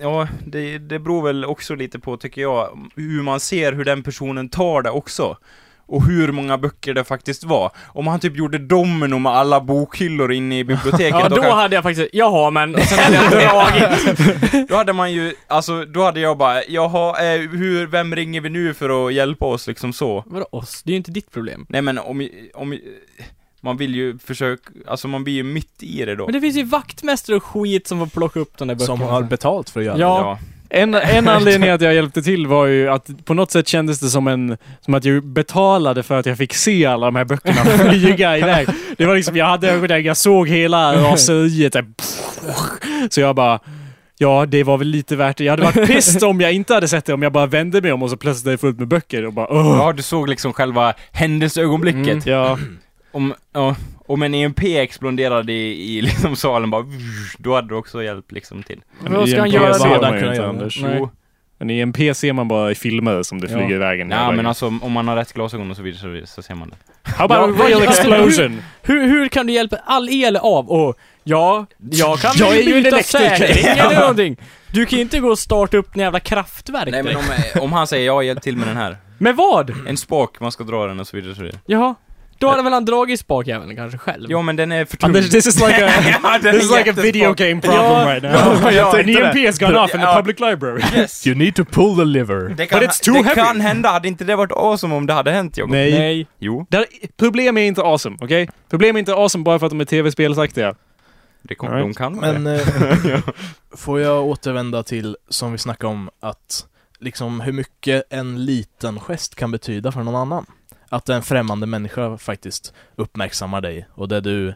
ja, det, det beror väl också lite på, tycker jag, hur man ser hur den personen tar det också. Och hur många böcker det faktiskt var. Om han typ gjorde domino med alla bokhyllor inne i biblioteket, Ja, då, då kan- hade jag faktiskt, jaha men, och sen hade jag dragit. då hade man ju, alltså, då hade jag bara, jaha, eh, hur, vem ringer vi nu för att hjälpa oss liksom så? Vadå oss? Det är ju inte ditt problem. Nej men om, om, man vill ju försöka, alltså man blir ju mitt i det då. Men det finns ju vaktmästare och skit som får plocka upp de där böckerna. Som har betalt för att göra det. Ja. En, en anledning att jag hjälpte till var ju att på något sätt kändes det som, en, som att jag betalade för att jag fick se alla de här böckerna flyga iväg. Det var liksom, jag hade ögonläge, jag såg hela raseriet. där. Så jag bara, ja det var väl lite värt det. Jag hade varit pissed om jag inte hade sett det, om jag bara vände mig om och så plötsligt är det fullt med böcker och bara Åh. Ja, du såg liksom själva händelseögonblicket. Mm. Ja, Om, ja, om en EMP exploderade i, i liksom salen bara, då hade du också hjälp liksom till. Men Vad ska han IMP göra ser då? man ju Kunna inte göra. Anders. Nej. Jo. En EMP ser man bara i filmer som det Ja. flyger iväg. en Nej jävla men grej. alltså om man har rätt glasögon och så vidare så, så ser man det. How about Ja, a real ja. explosion? Hur, hur kan du hjälpa all el av? Och ja, jag kan Jag väl är ju en byta elektriker. säkring eller någonting. Du kan ju inte gå och starta upp en jävla kraftverk Nej men direkt. om, om han säger ja, hjälp till med den här. Med vad? En spak, man ska dra den och så vidare. Så vidare. Jaha. Då hade väl han dragit spakjäveln kanske själv? Ja men den är för tung. Anders, this is like a... ja, den This is är like a jättespak. video game problem Ja. right now. Ja, An EMP has gone off in the Ja. public library. Yes. You need to pull the liver. Det kan, But it's too det heavy. kan hända, hade inte det varit awesome om det hade hänt Jakob? Nej. Nej. Jo, Där, problem är inte awesome, okej? Problem är inte awesome bara för att de är tv-spelsaktiga. Eh, det kom, Alright. de kan vara Men det. eh, får jag återvända till, som vi snackade om, att liksom hur mycket en liten gest kan betyda för någon annan. Att en främmande människa faktiskt uppmärksammar dig och det du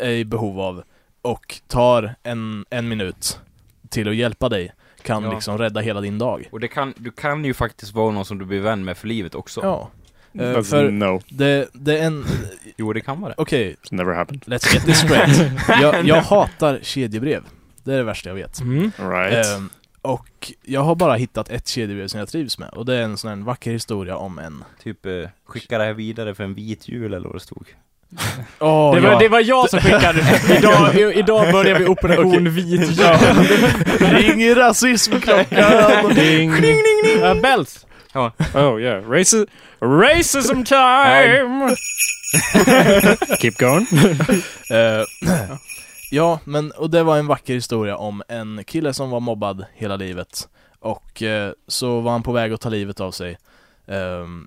är i behov av och tar en, en minut till att hjälpa dig kan Ja. liksom rädda hela din dag. Och det kan, du kan ju faktiskt vara någon som du blir vän med för livet också. Ja. Eh, That's för No, det, det är en... Jo, det kan vara det. Okej, it's never happened. let's get this straight. Jag, jag hatar kedjebrev. Det är det värsta jag vet. Mm. Right. Ehm, och jag har bara hittat ett kedjebrev som jag trivs med och det är en sån här vacker historia om en... Typ, eh, skicka det här vidare för en vit jul eller vad det stod. Åh, Det var, det var jag som skickade. Idag, i- idag börjar vi operation vit. Ring rasismklockan! Ding. Uh, bells. Oh yeah, Raci racism time! Keep going. Eh, ja, men och det var en vacker historia om en kille som var mobbad hela livet och eh, så var han på väg att ta livet av sig. Ehm,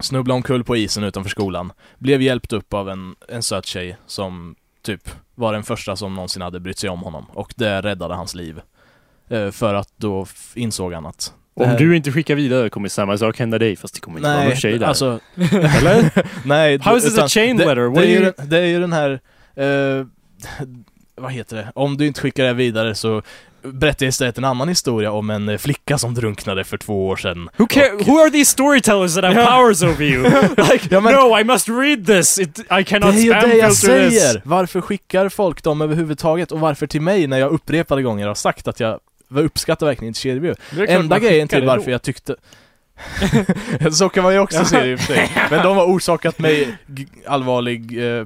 Snubblade omkull på isen utanför skolan. Blev hjälpt upp av en, en söt tjej som typ var den första som någonsin hade brytt sig om honom. Och det räddade hans liv. Eh, För att då f- insåg han att... det Om här- du inte skickar vidare kommer samma sak hända dig fast det kommer inte vara någon tjej där. alltså... Eller? nej, How is this utan a chain det, letter? Det What är, are ju, you... den- det är ju den här... eh, vad heter det? Om du inte skickar det här vidare så berättar jag istället en annan historia om en eh, flicka som drunknade för två år sedan. Who, care, who are these storytellers that have powers over you? like, Ja, men- no, I must read this! It, I Det cannot är ju spam det jag filter this! säger! Varför skickar folk dem överhuvudtaget och varför till mig när jag upprepade gånger har sagt att jag jag uppskattar verkligen inte kedjebrev. Det är klart Enda man grejen skickar till det varför då. jag tyckte... så kan man ju också se det i och för sig. Men de har orsakat mig g- allvarlig, eh,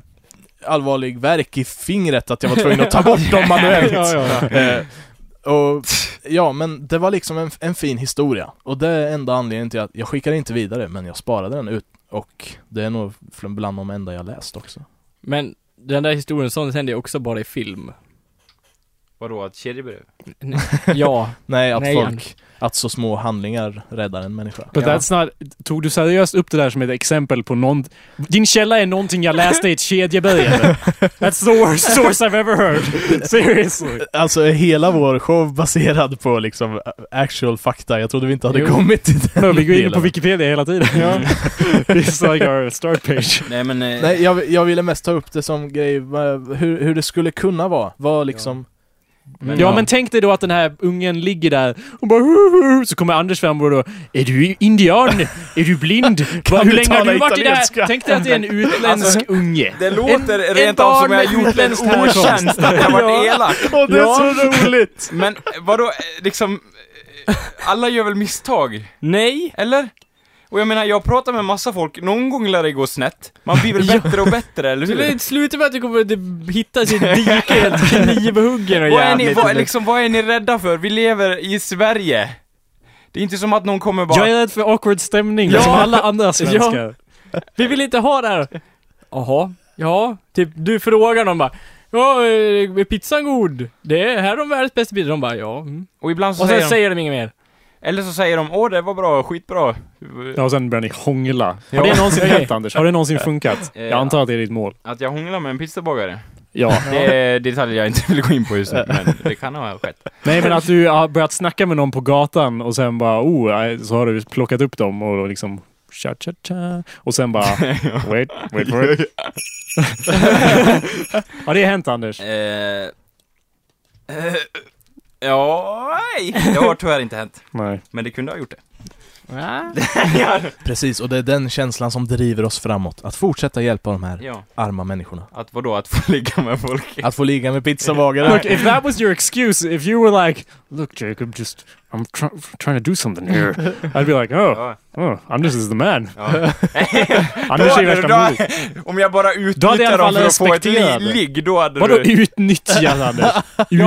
allvarlig verk i fingret att jag var tvungen att ta bort dem manuellt. Ja, ja, ja. Eh, och, ja, men det var liksom en, en fin historia. Och det är enda anledningen till att jag skickade inte vidare, men jag sparade den ut. Och det är nog fl- bland de enda jag läst också. Men den där historien, sånt händer ju också bara i film. Vadå, ett kedjebrev? Ja. Nej, att Nej, folk, att så små handlingar räddar en människa. But Ja. that's not... Tog du seriöst upp det där som ett exempel på någon... Din källa är någonting jag läste i ett kedjebrev eller? That's the worst source I've ever heard. Seriously. Alltså är hela vår show baserad på liksom actual fakta? Jag trodde vi inte hade Jo. kommit till den No, vi går in på delen. Wikipedia hela tiden. It's like our start page. Nej men... eh, Nej, jag, jag ville mest ta upp det som grej, vad- hur, hur det skulle kunna vara. Vad liksom... Men ja, ja. men tänk dig då att den här ungen ligger där och bara "Hu, hu, hu", så kommer Anders fram och då Är du indian? är du blind? Va, hur du länge har tala du varit i det här? italienska? Tänk dig att det är en utländsk Alltså, unge. Det låter En- rent en av som barn jag med har gjort en utländsk härkomst. otjänst att jag varit elak. Åh, det är så roligt! Men eh, vadå, eh, liksom... eh, Alla gör väl misstag? Nej! Eller? Och jag menar, jag pratar med massa folk, någon gång lär det gå snett. Man blir väl bättre och bättre, eller hur? Du slutar med att du kommer att hitta sitt dike helt knivhuggen och Vad är, ni, jävligt. vad, liksom, vad är ni rädda för? Vi lever i Sverige. Det är inte som att någon kommer bara... Jag är rädd för awkward stämning Ja. som alla andra svenskar. Vi vill inte ha det här! Jaha, ja, typ du frågar dem bara Ja, eh, är pizzan god? Det är här är de världens bästa pizzor. De bara ja. Mm. Och ibland så Och säger sen de... säger de inget mer. Eller så säger de, åh det var bra, skitbra. Ja, och sen börjar ni hångla. Ja. Har det någonsin hänt Anders? Har det någonsin funkat? Ja. Jag antar att det är ditt mål. Att jag hånglar med en pizzabagare. Ja. Det är detaljer jag inte vill gå in på just nu, men det kan ha skett. Nej men att du har börjat snacka med någon på gatan och sen bara oh, nej, så har du plockat upp dem och liksom Cha, cha, cha. Och sen bara... Wait, wait for it. Har det hänt Anders? Eh, eh, ja, nej. Det har tyvärr inte hänt. Nej. Men det kunde ha gjort det. Ja. Precis, och det är den känslan som driver oss framåt. Att fortsätta hjälpa de här Ja. arma människorna. Att vadå, att få ligga med folk? Att få ligga med pizzabagare. Look, if that was your excuse, if you were like, look, Jacob, just I'm try trying to do something here, I'd be like, oh, Ja, oh, Anders is the man. ja. Anders är ju värsta då, modet. om jag bara hade jag i utnyttjar alla dem fall för att få ett li- respekterat det. ligg, då hade Vadå du... utnyttja Anders?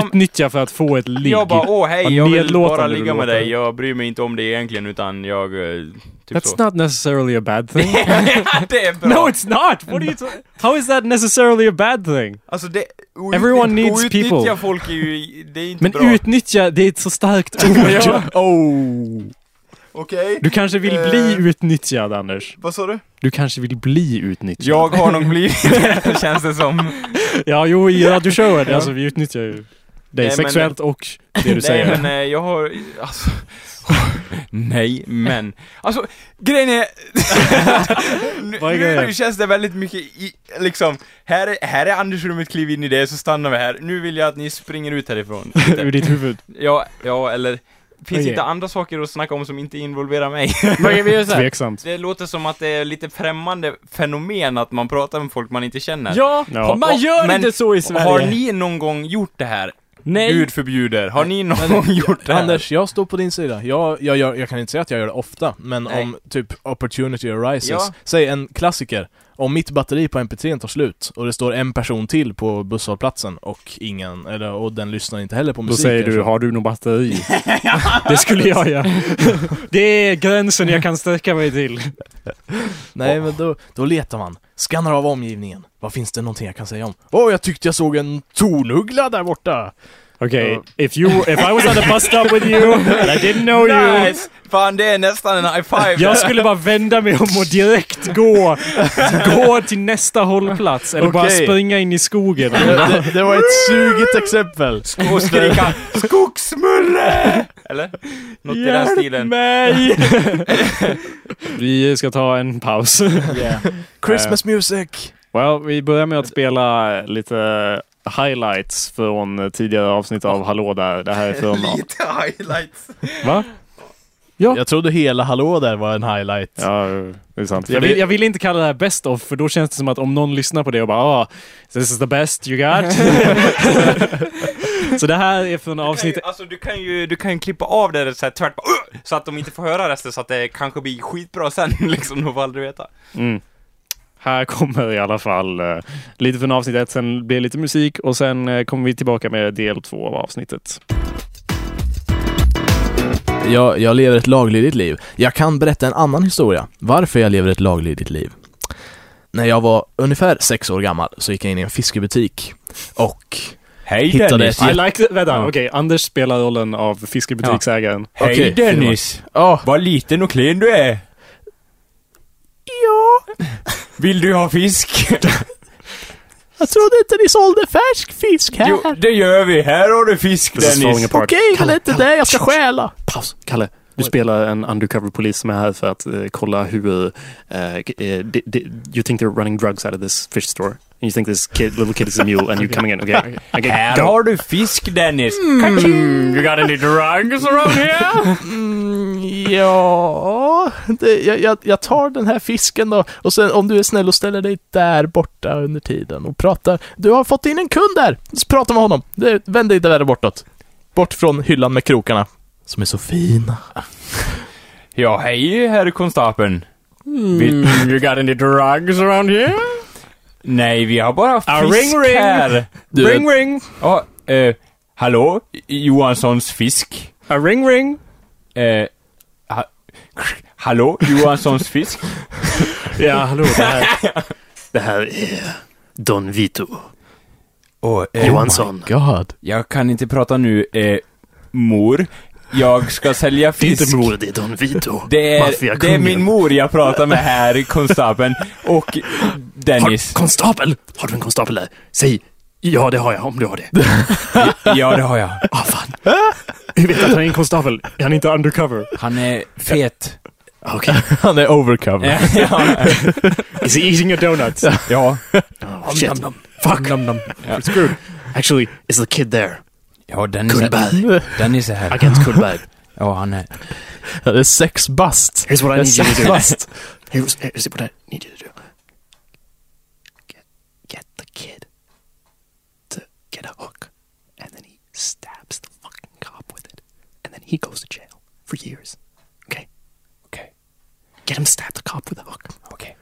Utnyttja för att få ett ligg. Jag bara, åh hej, Vad jag vill nedlåtande bara du ligga med låter. dig, jag bryr mig inte om det egentligen utan jag... eh, Typ That's så. not necessarily a bad thing. det är bra! No, it's not! What are you ta- How is that necessarily a bad thing? Alltså det... outnytt- Everyone needs outnyttja people. folk är ju... Det är inte Men bra. utnyttja, det är ett så starkt ord. Oh. Okej, Du kanske vill bli Eh. utnyttjad, Anders. vad sa du? Du kanske vill bli utnyttjad. Jag har nog blivit det, känns det som. Ja, jo, i radioshowen. Alltså, vi utnyttjar ju dig Nej, men- sexuellt och det du Nej säger. men eh, jag har, alltså, nej men, alltså grejen är, nu, Vad är nu, grejen? nu känns det väldigt mycket i, liksom, här är, här är Andersrummet, kliv in i det så stannar vi här, nu vill jag att ni springer ut härifrån. Ur ditt huvud. ja, ja eller, finns Okej. inte andra saker att snacka om som inte involverar mig? Okej, vi gör så här. Tveksamt. Det låter som att det är lite främmande fenomen att man pratar med folk man inte känner. Ja, Ja. man gör Men inte så i Sverige. Har ni någon gång gjort det här? Nej. Gud förbjuder, har ni någon gång gjort det här? Anders, jag står på din sida. Jag, jag, gör- jag kan inte säga att jag gör det ofta, men Nej. om typ opportunity arises. Ja. Säg en klassiker. Om mitt batteri på MP3 tar slut och det står en person till på busshållplatsen och ingen, eller, och den lyssnar inte heller på Då musik. säger eller du, så. har du något batteri? det skulle jag göra. Det är gränsen jag kan sträcka mig till. Nej men då, då letar man, skannar av omgivningen. Vad finns det någonting jag kan säga om? Åh, jag tyckte jag såg en tornuggla där borta! Okay, Uh. if you if I was on a bus stop with you and I didn't know you. nice! Fan, det är nästan en high five! Jag skulle bara vända mig om och direkt gå, gå till nästa hållplats eller bara Okej. springa in i skogen. Det, det var ett sugigt exempel. Sk- och skrika 'Skogsmulle!' Eller? Något i den stilen. mig! vi ska ta en paus. Christmas music! Well, vi börjar med att spela lite highlights från tidigare avsnitt av Hallå där. Det här är från... Lite highlights. Va? Jag trodde hela Hallå där var en highlight. Ja, det är sant. För Jag vill, det- jag vill inte kalla det här best of, för då känns det som att om någon lyssnar på det och bara ah, this is the best you got. så det här är från Du kan, avsnitt ju, alltså, du, kan ju, du kan ju klippa av det så här tvärt, bara, "Ugh!" så att de inte får höra resten, så att det kanske blir skitbra sen liksom, de får aldrig veta. Mm. Här kommer i alla fall eh, lite från avsnitt ett, sen blir det lite musik och sen eh, kommer vi tillbaka med del två av avsnittet. Jag, jag lever ett laglydigt liv. Jag kan berätta en annan historia. Varför jag lever ett laglydigt liv. När jag var ungefär sex år gammal så gick jag in i en fiskebutik och Hej hittade ett... I like it. Vänta, Ja. okej. Anders spelar rollen av fiskebutiksägaren. Hej, Okej. Dennis. Ja, Vad liten och klen du är! Ja, Vill du ha fisk? jag trodde inte ni sålde färsk fisk här. det gör vi. Här har du fisk This is falling apart. Okej, men det är inte Kalle, det jag ska Kalle, stjäla. Paus. Kalle, du spelar en undercover-polis som är här för att eh, kolla hur... eh, k- eh, di- di- you think they're running drugs out of this fish store. And you think this kid, little kid is a mule and you're coming in. Okay, okay, go. du fisk Dennis. Mm. You got any drugs around here? Mm, ja, det, jag, jag, jag tar den här fisken då. Och sen om du är snäll och ställer dig där borta under tiden och pratar. Du har fått in en kund där. Så prata med honom. Det, vänd dig där bortåt. Bort från hyllan med krokarna. Som är så fina. ja, hej herr konstapeln. Mm. You got any drugs around here? Nej, vi har bara fisk ring, ring. här. Du, Ring ring! Ja, eh, hallå? Johanssons fisk? A ring ring! Eh, ha, hallå, Johanssons fisk? Ja, hallå. Det här, det här är Don Vito Åh, eh, Johansson. Oh God. Jag kan inte prata nu, eh, mor. Jag ska sälja Det är fisk. inte mor, det är Don Vito. Det är, det är Maffiakungen. min mor jag pratar med här, konstapeln. Och Dennis. Har, konstapel! Har du en konstapel där? Säg ja, det har jag, om du har det. Ja, det har jag. Ah, fan. Hur vet du att han är en konstapel? Är han inte undercover? Han är fet. Okej. Han är overcover. ja. Is he eating a donut? ja. Oh, shit. Fuck. Ja. Screwed. Actually, it's the kid there. Ja, Dennis är, Kullberg. Dennis är här. Against Kullberg. Ja, han är... Det är sex bast. Here's what I Det är need you to sex do. bast. Here's, here's what I need you to do. Get, get the kid to get a hook. And then he stabs the fucking cop with it. And then he goes to jail for years. Okay? Okej, Get him stabbed the cop with a hook. okej,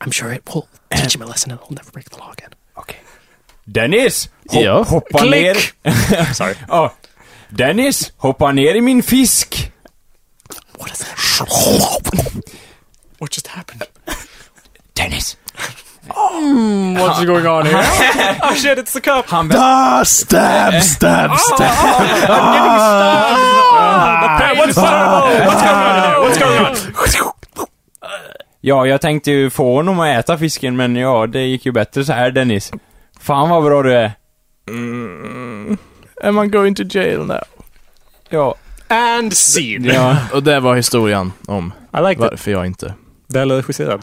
I'm sure it will teach him a lesson and he'll never break the law again. okej. Dennis! Hopp, Ja. Hoppa Klick. ner. Sorry. Ja. Dennis, hoppa ner i min fisk! What is that? what just happened? Dennis! What's going on here? oh shit, it's the cop. Han... Ah, stab, stab, stab. what's, going on? Ja, jag tänkte ju få honom att äta fisken, men ja, det gick ju bättre så här Dennis. Fan vad bra du är. Am I going to jail now? Ja. And scene. ja. Och det var historien om I like that. varför jag inte... Det är regisserat.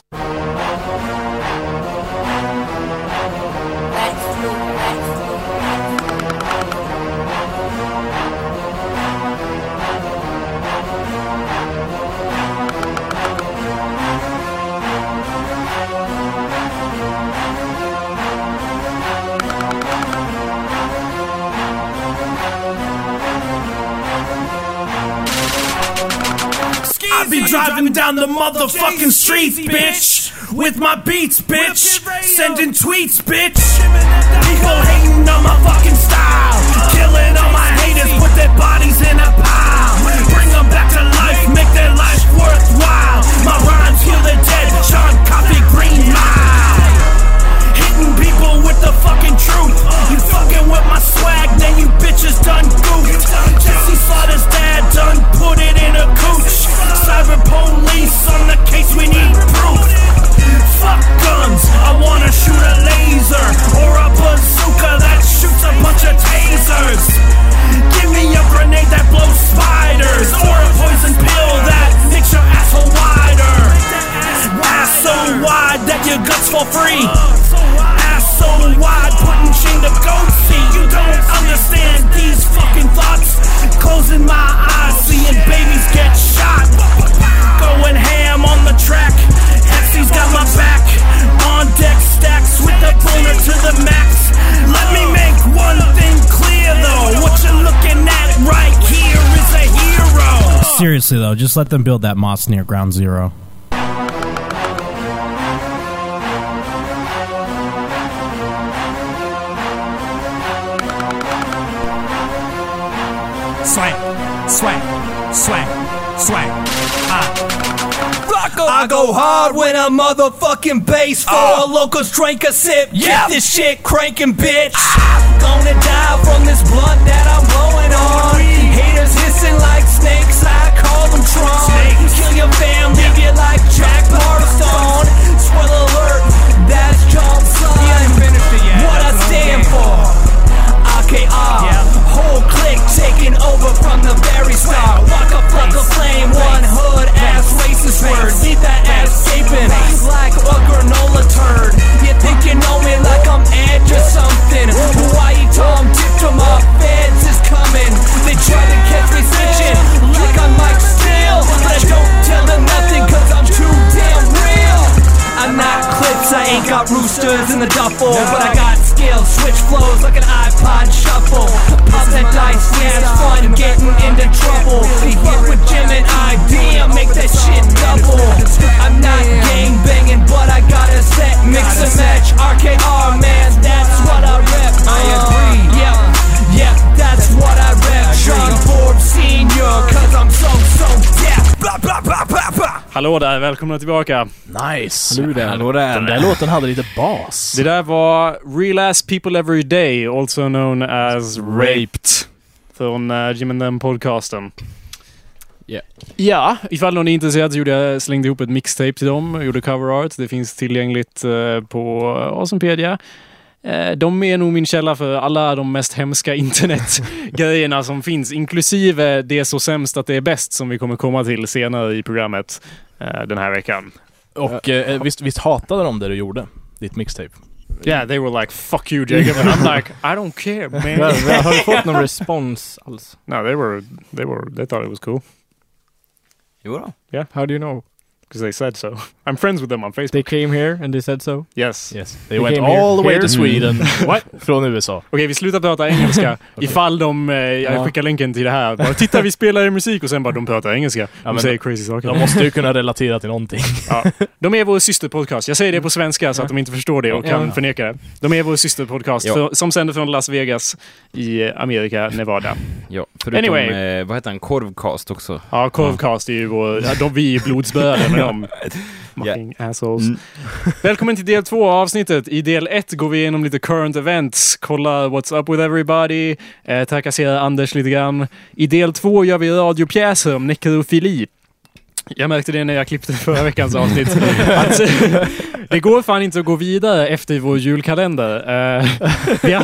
I be driving down the motherfucking streets, bitch. With my beats, bitch. Sending tweets, bitch. People hating on my fucking style. Killing all my haters, put their bodies in a pile. Bring them back to life, make their life worthwhile. My rhymes heal the dead. Sean Coffee Green Mile. Hitting people with the fucking truth. You fucking with my swag, then you bitches don't Seriously though, just let them build that moss near Ground Zero. Swag, swag, swag, swag. Ah. I go hard Uh. when I motherfucking bass for a locals drink a sip. Get this shit cranking, bitch. I'm gonna die from this blunt that I'm blowing on. Haters hissing like snakes, I call them Tron. Kill your fam, leave you like Jack Morrison. Spoiler alert, that's Johnson. What I stand for. AKR. Whole clique taking over from the very start. Walk a fuck a flame, one hood ass racist word. Leave that ass gaping like a granola turd. You think you know me like I'm Edge or something? Hawaii Tom tipped him off, feds is coming. They try to catch me snitching like I'm Mike Steele. But I don't tell them nothing cause I'm too damn real. I'm not clips, I ain't got roosters in the duffel. But I got skills, switch flows like an iPod shuffle. Pop that dice, yeah, it's fun getting into trouble. They fuck with Jim and ID, I make that shit double. I'm not gang banging, but I got a set, mix and match. RKR, man, that's what I rep. I agree, yep, yep, that's what I rep. Sean Forbes Senior, cause I'm so, so deaf. Blah, blah, blah, blah, blah. Hallå där, välkomna tillbaka. Nice! Hallå där. Den där låten hade lite bas. Det där var Real Ass People Every Day, also known as Raped. Från uh, Jim and Them podcasten. Ja. Ja, ifall någon är intresserad så gjorde jag, slängde jag ihop ett mixtape till dem, gjorde cover art. Det finns tillgängligt eh, på Awesomepedia. Eh, De är nog min källa för alla de mest hemska internetgrejerna som finns, inklusive det är så sämst att det är bäst som vi kommer komma till senare i programmet eh, den här veckan. Och eh, visst, visst hatade de det du gjorde? Ditt mixtape? Yeah, they were like fuck you Jacob and I'm like I don't care man. Har du fått någon respons alls? No, they were they were they thought it was cool Jo då. How do you know? because they said so. I'm friends with them on Facebook. They came here and they said so. Yes. Yes. They You went came here. all the way Here? to Sweden. What? Från USA. Okej, vi slutar prata engelska ifall de... Eh, jag Ja. skickar länken till det här. Bara, Titta, vi spelar er musik och sen bara de pratar engelska. De men- säger crazy saker. De måste ju kunna relatera till någonting. De är vår systerpodcast. Jag säger det på svenska så att de inte förstår det och Ja. kan Ja. förneka det. De är vår systerpodcast Ja. för, som sänder från Las Vegas i eh, Amerika, Nevada. Ja, förutom, Anyway. eh, vad heter han, Korvcast också. Ja, Korvcast är ju vår... Ja, de, vi är blodsbröder med dem. Fucking assholes. Mm. Välkommen till del två av avsnittet. I del ett går vi igenom lite current events, kollar what's up with everybody, eh, trakasserar Anders lite grann. I del två gör vi radiopjäser om nekrofili. Jag märkte det när jag klippte förra veckans avsnitt. Att, det går fan inte att gå vidare efter vår julkalender. Eh, jag,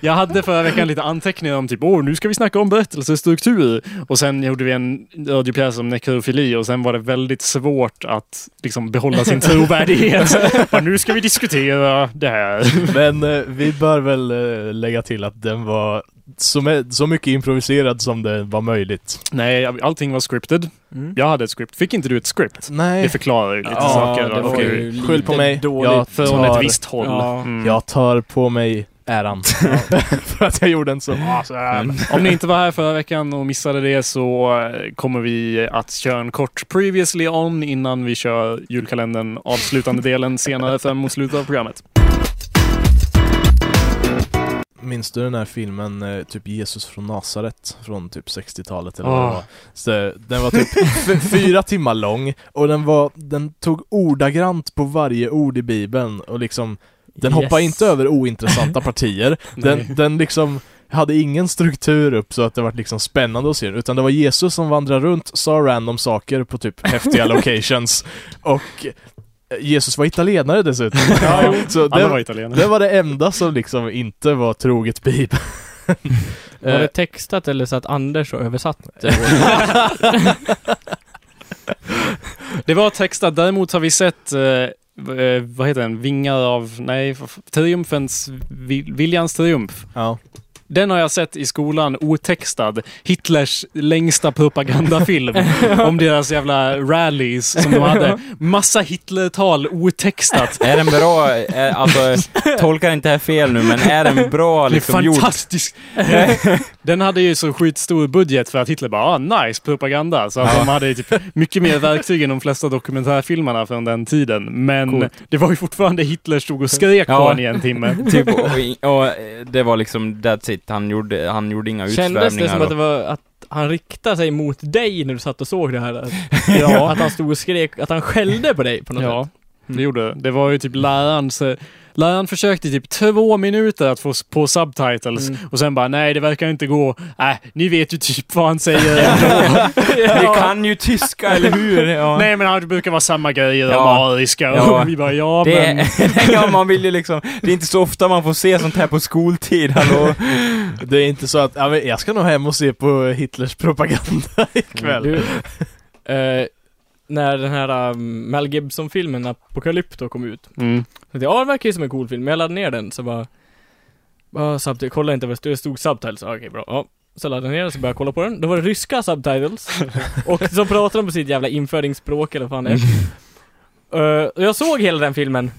jag hade förra veckan lite anteckningar om typ åh, nu ska vi snacka om berättelsestruktur. Och sen gjorde vi en radiopjäs om nekrofili och sen var det väldigt svårt att liksom behålla sin trovärdighet. Bara, nu ska vi diskutera det här. Men eh, vi bör väl eh, lägga till att den var så, så mycket improviserad som det var möjligt. Nej, allting var scripted. Jag hade ett script. Fick inte du ett script? Det Nej. förklarar ju lite Ja, saker. det var Okej. ju- Skyll på mig. Jag Från tar- ett visst håll. Ja. Mm. Jag tar på mig äran. För att jag gjorde en så awesome. Om ni inte var här förra veckan och missade det så eh, kommer vi att köra en kort previously on innan vi kör julkalendern, avslutande delen senare fram mot slutet av programmet. Minns du den här filmen, eh, typ Jesus från Nasaret? Från typ 60-talet eller Ah. vad det var. Så den var typ f- fyra timmar lång och den var, den tog ordagrant på varje ord i bibeln och liksom Den hoppar Yes. inte över ointressanta partier. Nej. den, den liksom hade ingen struktur upp så att det var liksom spännande att se den, utan det var Jesus som vandrade runt, sa random saker på typ häftiga locations och eh, Jesus var italienare dessutom. så Alla det, var var italienare. det var det enda som liksom inte var troget Bibeln. Eh, Var det textat eller så att Anders har översatt? det? Det var textat, däremot har vi sett eh, eh, vad heter den? Vingar av... Nej, f- triumfens... vil- Viljans triumf. Ja. Den har jag sett i skolan otextad. Hitlers längsta propagandafilm om deras jävla rallies som de hade. Massa Hitler-tal otextat. Är den bra, eh, alltså, tolkar inte det här fel nu, men är den bra Det är liksom gjord? fantastiskt! Den hade ju så skitstor budget för att Hitler bara ah, nice propaganda. Så att de hade ju typ mycket mer verktyg än de flesta dokumentärfilmerna från den tiden. Men det var ju fortfarande Hitler stod och skrek på Ja. honom i en timme. Typ, och, och eh, det var liksom that's it, han gjorde, han gjorde inga Kändes det som utsvävningar. att, det då. var, att han riktade sig mot dig när du satt och såg det här? Att, att han stod och skrek, att han skällde på dig på något Ja, sätt? det gjorde det. Det var ju typ lärarens... eh, Läraren försökte i typ två minuter att få s- på subtitles Mm. och sen bara nej, det verkar inte gå. Äh, ni vet ju typ vad han säger ändå. Vi kan ju tyska, eller hur? Ja. Nej, men han brukar vara samma grejer om Ja. ariska. Ja. Och vi bara ja, Det men... är, ja, man vill ju liksom, det är inte så ofta man får se sånt här på skoltid, hallå? Det är inte så att, ja, men jag ska nog hem och se på Hitlers propaganda ikväll. Du, eh, när den här um, Mel Gibson-filmen Apocalypto kom ut. Mm. Så tänkte jag, ja det verkar ju som en cool film. Men jag laddade ner den så bara... bara subti- kolla inte vad det stod, det stod subtitles. Ja, Okej, bra. Ja. Så laddade jag ner den så började jag kolla på den. Då var det ryska subtitles. och så pratade de på sitt jävla införingsspråk eller vad fan det är. Eh, och jag såg hela den filmen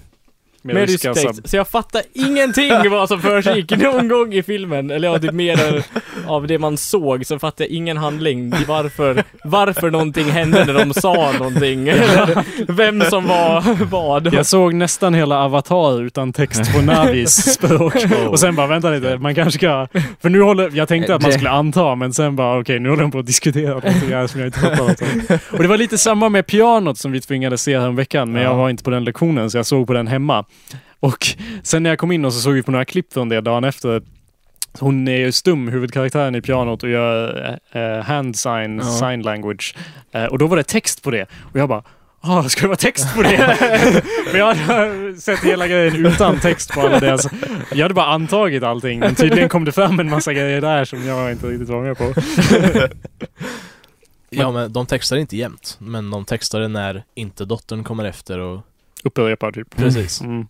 med, rysk Mm. ryska text, sub. så jag fattar ingenting vad som försiggick någon gång i filmen. Eller ja, typ mer än- av det man såg, så fattar jag ingen handling i varför, varför någonting hände när de sa någonting. Eller Vem som var vad. Jag såg nästan hela Avatar utan text på Navis språk. Och sen bara, vänta lite, man kanske ska... För nu håller... Jag tänkte att man Det- skulle anta, men sen bara, okej, nu håller de på att diskutera någonting här som jag inte fattar något om. Och det var lite samma med pianot som vi tvingades se häromveckan, men jag var inte på den lektionen, så jag såg på den hemma. Och sen när jag kom in och så såg vi på några klipp från det dagen efter. Hon är ju stum, huvudkaraktären i pianot, och gör eh, hand sign, sign language. Eh, och då var det text på det. Och jag bara, ah, ska det vara text på det? Men jag hade sett hela grejen utan text på alla deras... Jag hade bara antagit allting, men tydligen kom det fram en massa grejer där som jag inte riktigt var med på. Ja men de textar inte jämt, men de textar det när inte dottern kommer efter och... Upprepar typ. Precis. Mm.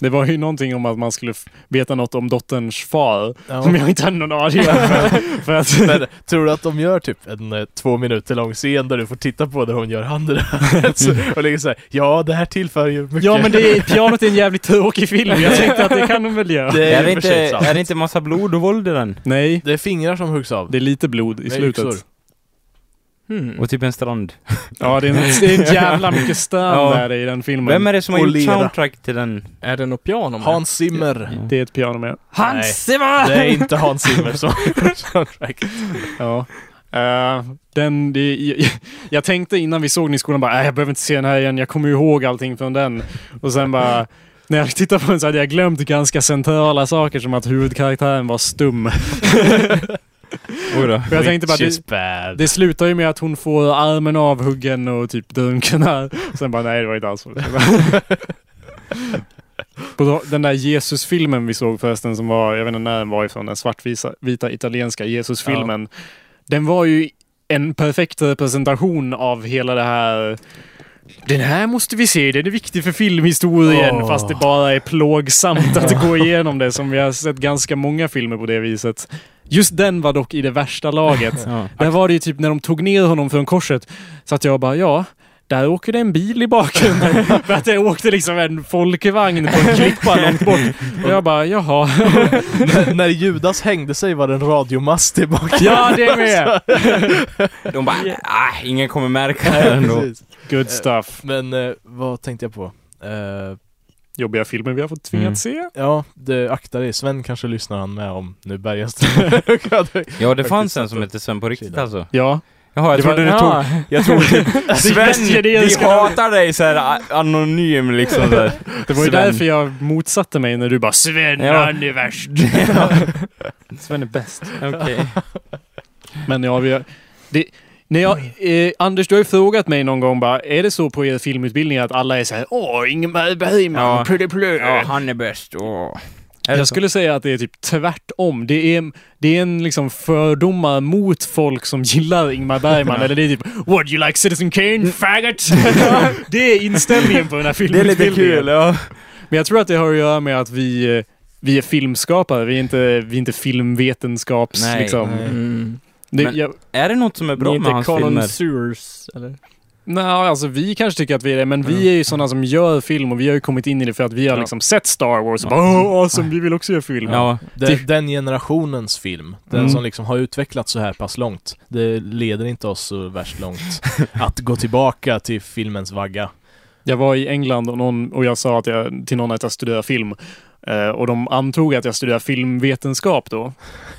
Det var ju någonting om att man skulle f- veta något om dotterns far, Ja. som jag inte hade någon aning om. För, för att... Men tror du att de gör typ en eh, två minuter lång scen där du får titta på där hon gör handen Så- och ligger såhär Ja, det här tillför ju mycket. Ja men det är, pianot är en jävligt tråkig film. Jag tänkte att det kan de väl göra. det Är i det, och för inte, sig sant. är det inte massa blod och våld i den? Nej, Det är fingrar som huggs av. det är lite blod i Med slutet. yxor. Hmm. Och typ en strand. Ja det är, en, det är en jävla mycket strand Ja. där i den filmen. Vem är det som har och gjort lera. soundtrack till den? Är det något piano med? Hans Zimmer. Det är ett piano med. Nej. Hans Det är Zimmer! inte Hans Zimmer som Ja. Eh, den, det, jag, jag tänkte innan vi såg den i skolan bara, "Äh, jag behöver inte se den här igen, jag kommer ju ihåg allting från den. Och sen bara, när jag tittade på den så hade jag glömt ganska centrala saker som att huvudkaraktären var stum. Oj Och jag tänkte bara, Which det, is bad. det slutar ju med att hon får armen avhuggen och typ dunken här. Och sen bara, nej det var inte alls vad det var." På då- den där Jesus-filmen vi såg förresten som var, jag vet inte när den var ifrån, den svartvita vita italienska Jesus-filmen. Den var ju en perfekt representation av hela det här den här måste vi se, den är viktig för filmhistorien Åh. fast det bara är plågsamt att gå igenom det som vi har sett ganska många filmer på det viset. Just den var dock i det värsta laget. Ja. Där var det ju typ när de tog ner honom från korset. Så att jag bara, ja, där åker det en bil i bakgrunden. För att det åkte liksom en folkevagn på en klippa långt bort. Och jag bara, jaha. När- När Judas hängde sig var det en radiomast tillbaka. Ja, det är med! De bara, ah, ingen kommer märka det ändå. Precis. Good stuff. Men eh, vad tänkte jag på? Eh, Jobbiga filmer vi har fått tvingats se. ja, det, akta dig. Sven kanske lyssnar han med om nu bergas det. Ja, det fanns en som hette Sven på riktigt Kina. alltså. Ja. Jaha, Det jag var trodde den du du tog... tog. Jag tror typ mest Sven, vi generiska- hatar dig såhär a- anonym liksom där. Det var ju Sven. därför jag motsatte mig när du bara Sven, Ja. han är värst. Sven är bäst. Okej. Men ja, vi har, det, när jag, eh, Anders, du har ju frågat mig någon gång bara, är det så på er filmutbildning att alla är så här, åh, Ingemar Bergman, Ja. pretty blue. Ja, han är bäst. Åh. Är det Jag så? skulle säga att det är typ tvärtom. Det är, det är en liksom fördomar mot folk som gillar Ingmar Bergman. Eller det är typ “What, you like Citizen Kane, faggot?” Det är inställningen på den här Mm. Det är filmen. lite kul, ja. Men jag tror att det har att göra med att vi eh, vi är filmskapare, vi är inte, vi är inte filmvetenskaps... Nej. liksom. Nej. Mm. Det, Men- jag, Är det något som är Ni bra är med inte hans filmer? connoisseurs, eller? nej, alltså vi kanske tycker att vi är det, men vi är ju sådana som gör film och vi har ju kommit in i det för att vi har Mm. Ja. Mm. liksom sett Star Wars och bara Åh, awesome, vi vill också göra film. Ja, Den, Typ- den generationens film, den Mm. som liksom har utvecklats så här pass långt, det leder inte oss så värst långt att gå tillbaka till filmens vagga. Jag var i England och, någon, och jag sa att jag, till någon att jag studerar film. Eh, och de antog att jag studerar filmvetenskap då.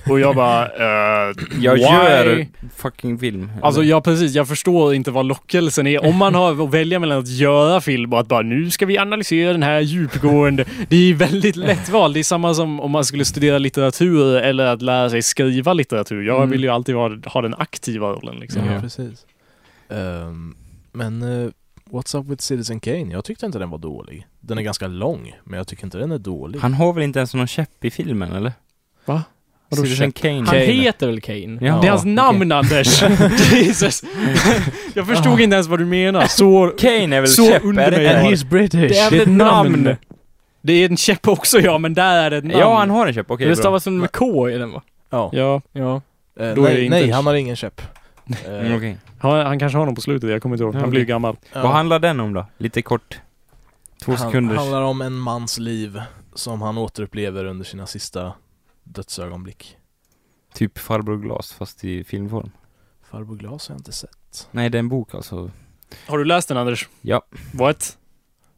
Och jag bara... eh, jag why? gör fucking film. Alltså ja, precis. Jag förstår inte vad lockelsen är. Om man har att välja mellan att göra film och att bara nu ska vi analysera den här djupgående. Det är väldigt lätt val. Det är samma som om man skulle studera litteratur eller att lära sig skriva litteratur. Jag Mm. vill ju alltid ha, ha den aktiva rollen liksom. Ja. precis. Ehm, men eh, What's Up With Citizen Kane? Jag tyckte inte den var dålig. Den är ganska lång, men jag tycker inte den är dålig. Han har väl inte ens någon käpp i filmen, eller? Va? Vadå Citizen Kane. Han heter väl Kane? Ja. Det är hans namn Anders! Jesus! Jag förstod inte ens vad du menar. Så... Kane är väl Så käpp, är under mig det är inte? han. British! Det är väl ett namn? Det är en käpp också ja, men där är det ett namn. Ja, han har en käpp, okej det bra. stavas som med K i den va? Ja. Ja, Ja. Eh, Då är det nej, inte- nej, han har ingen käpp. Eh, Mm, okej. han, han kanske har någon på slutet, jag kommer inte ihåg. Ja, Han blir ju okej. gammal. ja. Vad handlar den om då? Lite kort. Två Han- sekunders. handlar om en mans liv som han återupplever under sina sista dödsögonblick. Typ Farbror Glas, fast i filmform. Farbror Glas har jag inte sett. Nej, det är en bok alltså. Har du läst den Anders? Ja. What?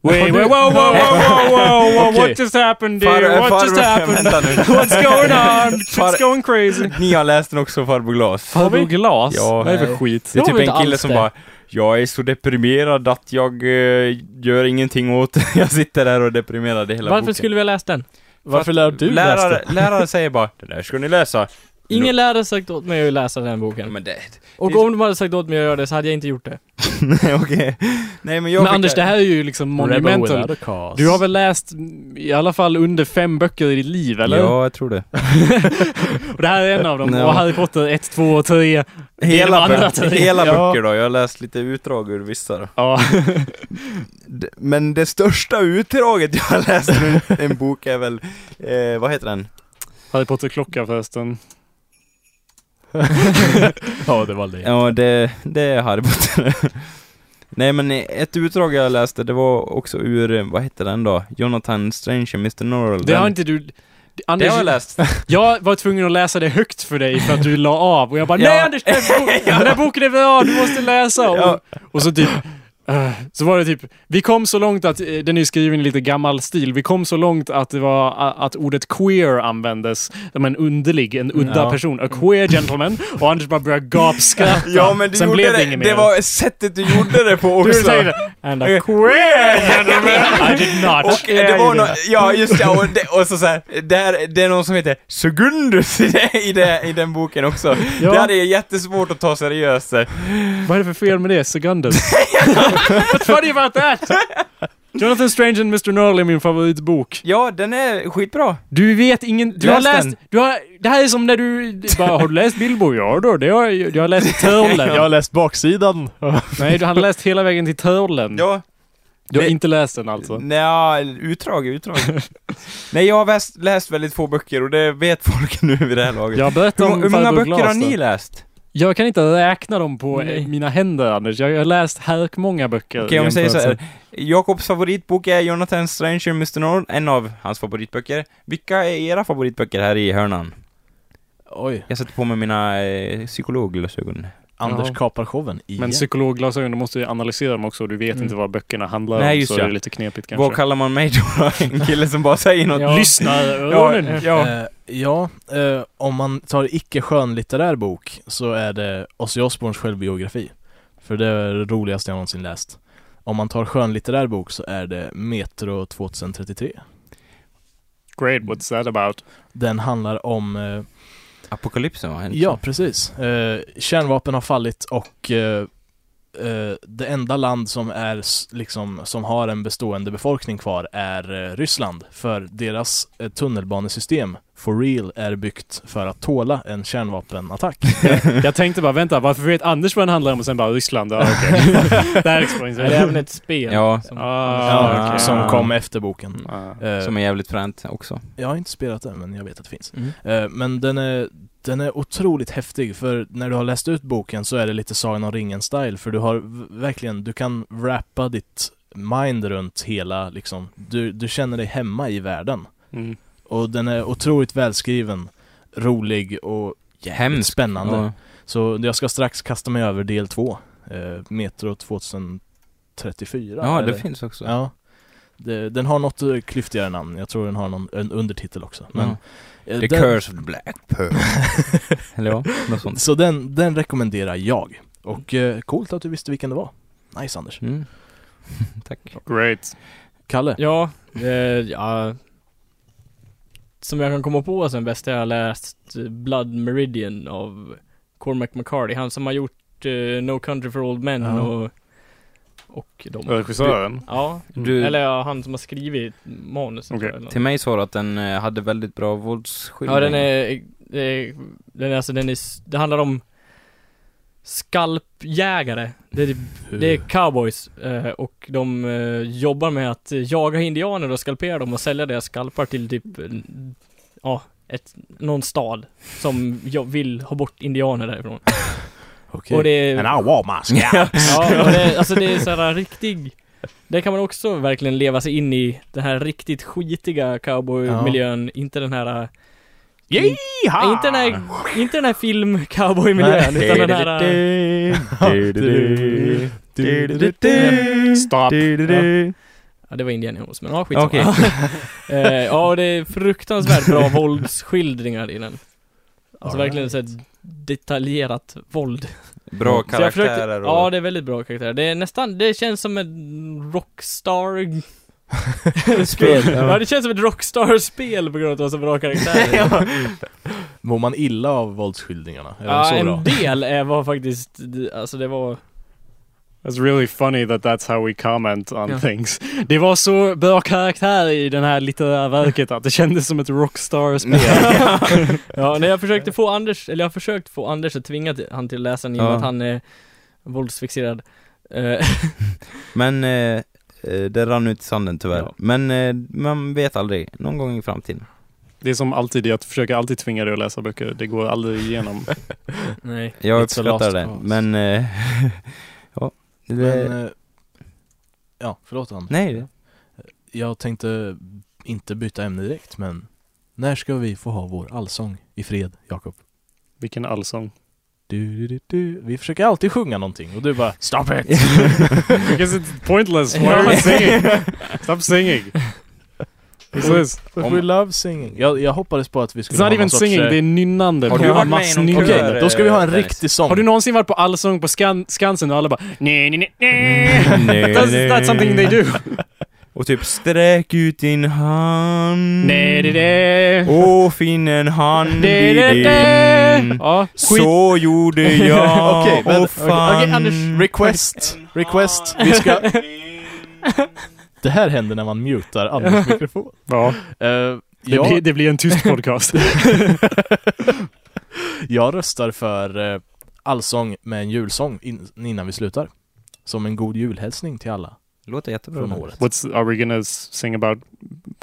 Wait, wait, wow, wow, wow, wow, wow, wow, what just happened dear? What just happened? eh, Vänta nu. What's going on? Far- It's going crazy. Ni har läst den också, Farbror Glas. Farbror Glas? Ja. Vad är det för Nej. skit? Det är Jag typ vet en inte kille alls som det. bara Jag är så deprimerad att jag eh, gör ingenting åt det." Jag sitter där och är deprimerad i hela Varför boken. skulle vi ha läst den? Varför lär du läsa lärare, den? lärare säger bara Det där ska ni läsa. Ingen lärare har sagt åt mig att läsa den boken. Men det... Och om de hade sagt åt mig att göra det så hade jag inte gjort det. Nej, okej. Nej men jag Men fick- Anders, det här är ju liksom Rebel monumental. without a cause. Du har väl läst mm, i alla fall under fem böcker i ditt liv, eller? Ja, jag tror det. Och det här är en av dem. Nej. Och Harry Potter 1, 2 och 3. Hela, de andra bö- tre. hela Ja. böcker då, jag har läst lite utdrag ur vissa då. Ja. D- Men det största utdraget jag har läst ur en, en bok är väl, eh, vad heter den? Harry Potter-klocka förresten. Ja, det var det. Ja, det, det är Harry Potter. Nej men ett utdrag jag läste, det var också ur, eh, vad heter den då? Jonathan Strange and Mr. Norrell. Det Den- har inte du... det Anders, har jag läst. jag var tvungen att läsa det högt för dig för att du la av. Och jag bara Ja. Nej Anders, den här, bo- den här boken är bra, du måste läsa. Och, Ja. och så typ... eh, Så var det typ, vi kom så långt att, eh, den är ju skriven i lite gammal stil, vi kom så långt att det var a- att ordet queer användes som en underlig, en udda Ja. person, a queer gentleman, och Anders bara började gapskratta. Ja men du Sen gjorde blev det, det inget det, mer. var sättet du gjorde det på också. Eh, Du säger det. And a queer gentleman. I did not. Och eh, det var nå ja just ja, och, det, och så, så här, där, det är någon som heter Sugundus i, det, i, det, i den boken också. Ja. Det hade jag jättesvårt att ta seriöst. där. Vad är det för fel med det? Segundus? What's funny about that? Jonathan Strange and Mr. Norrell är min favoritbok. Ja, den är skitbra. Du vet ingen... Du Läs har läst... den. Du har, det här är som när du... Bara, har du läst Bilbo? Ja då, det har jag ju. Jag har läst Turlen. Jag har läst baksidan. Nej, du har läst hela vägen till Turlen. Ja, Mm. du har det- inte läst den alltså? nja, utdrag, utdrag. Nej, jag har väst, läst väldigt få böcker och det vet folk nu vid det här laget. Jag berättar hur, om må- hur många Farbror böcker Glas har då. ni läst? Jag kan inte räkna dem på eh, Nej. mina händer, Anders. Jag jag har läst härkmånga böcker. Okej, om vi säger så jämfört här. Jakobs favoritbok är Jonathan Strange and Mr. Norrell, en av hans favoritböcker. Vilka är era favoritböcker här i hörnan? Oj, Jag sätter på mig mina eh, psykologglasögon. Anders Ja. kapar showen igen. Men psykologglasögon, du måste ju analysera dem också och du vet Mm. inte vad böckerna handlar Nej, om just så ja. det är lite knepigt kanske. Vad kallar man mig då? En kille som bara säger något? Ja. Lyssnaröronen! ja. Eh, ja, eh, om man tar icke skönlitterär bok så är det Ozzy Osbournes självbiografi. För det är det roligaste jag någonsin läst. Om man tar skönlitterär bok så är det Metro 2033. Great, what's that about? Den handlar om eh, Apokalypsen va? Ja, precis. Eh, kärnvapen har fallit och eh, eh, det enda land som, är, s- liksom, som har en bestående befolkning kvar är eh, Ryssland. För deras eh, tunnelbanesystem for real är byggt för att tåla en kärnvapenattack. Jag tänkte bara, vänta, varför vet Anders vad den handlar om och sen bara Ryssland? Ja, okej. That explains Det är it. även ett spel. Ja, Som- Ah, okej. Mm. Som kom efter boken. Ah. Eh, som är jävligt fränt också. Jag har inte spelat den, men jag vet att det finns. Mm. Eh, Men den är, den är otroligt häftig, för när du har läst ut boken så är det lite Sagan om ringen-style, för du har v- verkligen, du kan wrappa ditt mind runt hela, liksom, du, du känner dig hemma i världen. Mm. Och den är otroligt välskriven, rolig och Hemskt. spännande. Ja. Så jag ska strax kasta mig över del två, eh, Metro 2034. Ja, det eller? finns också. Ja. Det, den har något eh, klyftigare namn, jag tror den har någon, en undertitel också. Men, Ja. eh, The den, Curse of the Black Pearl. Eller ja, något sånt. Så den, den rekommenderar jag. Och eh, coolt att du visste vilken det var. Nice Anders. Mm. Tack. Great. Kalle? Ja, eh, ja. Som jag kan komma på som bästa jag har läst eh, Blood Meridian av Cormac McCarthy. Han som har gjort eh, No Country for Old Men Ja. och, och de. Regissören? Ja, Du, eller ja, han som har skrivit manuset. Okej, tror jag, eller till mig sa du att den eh, hade väldigt bra våldsskildring. Ja den är, eh, den är alltså den är, s- det handlar om skalpjägare. Det är, typ det är cowboys eh, och de eh, jobbar med att eh, jaga indianer och skalpera dem och sälja deras skalpar till typ, eh, ja, ett, någon stad som jag vill ha bort indianer därifrån. Okej. Och det är, And I want my scalp. ja, och det, alltså det är så här riktig där kan man också verkligen leva sig in i den här riktigt skitiga cowboymiljön, inte den här eh, Nej, inte den här, inte den här film cowboymiljön utan den här... äh, Stop. Ja, det var Indiana Jones, men ja, skitsamma. Okej. Eh, ja, och det är fruktansvärt bra våldsskildringar i den. Alltså verkligen så här detaljerat våld. Bra Så jag försökte- karaktärer och... Ja, det är väldigt bra karaktärer. Det är nästan, det känns som en rockstar... spel. Ja, det känns som ett rockstar-spel på grund av att det var så bra karaktärer. Mår man illa av våldsskildringarna? Är ja, de så en bra? del är, var faktiskt, alltså det var... That's really funny that that's how we comment on Ja. things. Det var så bra karaktär i den här litterära verket att det kändes som ett rockstar-spel. Ja, när jag försökte få Anders, eller jag har försökt få Anders att tvinga till- han till att läsa den i och med Ja. att han är våldsfixerad. Eh, Men eh, eh, det rann ut i sanden tyvärr. Ja. Men eh, man vet aldrig. Någon gång i framtiden. Det är som alltid, jag försöker alltid tvinga dig att läsa böcker. Det går aldrig igenom. nej. Jag It's a lost uppskattar det. cause. Men... Eh, ja. Det, Men, eh, ja, förlåt han. nej, det. Jag tänkte inte byta ämne direkt, men när ska vi få ha vår allsång i fred, Jakob? Vilken allsång. Du, du, du, du. Vi försöker alltid sjunga någonting och du bara Stop it! Because it's pointless. Why are we singing? Stop singing. What's this? But we love singing. Jag, jag hoppades på att vi skulle It's not ha even någon sorts, singing, eh, det är nynnande. Har du Bara varit med i någon massnynnar. Okej, Kör, då ska vi ha en eh, Dennis. riktig sång. Har du någonsin varit på allsång på Skan- Skansen och alla bara nej, nej, nej, nej. That's, that's something they do. Och typ sträck ut din hand. Nej, det, det. Och finn en hand Det, i det, det. din. Ja, skit. Så gjorde jag Okej, men- och fann... Okej, Mm. Anders, request! Request! Vi ska... Det här händer när man mutar Anders mikrofon. Ja, Eh, det, jag, blir, det blir en tyst podcast. jag röstar för eh, allsång med en julsång in, innan vi slutar. Som en god julhälsning till alla Låter jättebra. från Anders. året. What's are we gonna s- sing about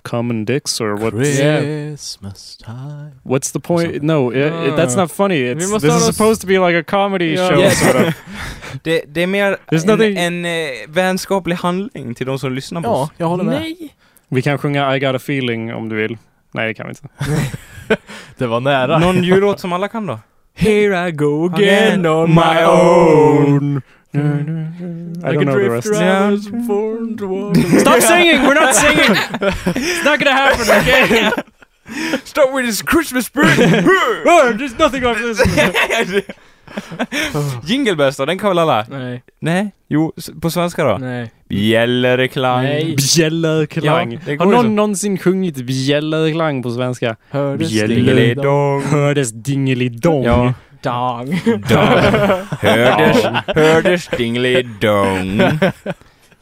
common dicks or what? Christmas time. What's the point? Something. No, i- i- that's not funny. It's, måste this ha is något- supposed to be like a comedy Ja. show. Yeah. Sort of. Det, det är mer There's en, nothing- en eh, vänskaplig handling till de som lyssnar på Ja, oss. jag håller med. Nej! Vi kan sjunga I got a feeling om du vill. Nej, det kan vi inte. Det var nära. Någon jullåt som alla kan då? Here I go Again again on my my own. I Mm. don't know the rest. around as born to walk. Stop singing! We're not singing! It's not gonna happen, okay? Stop with this Christmas spirit! Oh, There's nothing of this! Jingle bells då, den kan väl alla? Nej, Nej? Jo, s- på svenska då? nej. Bjällerklang. Nej. Bjällerklang. Ja, det går Har ju någon så. någonsin sjungit bjällerklang på svenska? Hördes Bjälleridong. Hördes dingelidong. Ja. Dang. Dong. Hördes, hördes dingelidong.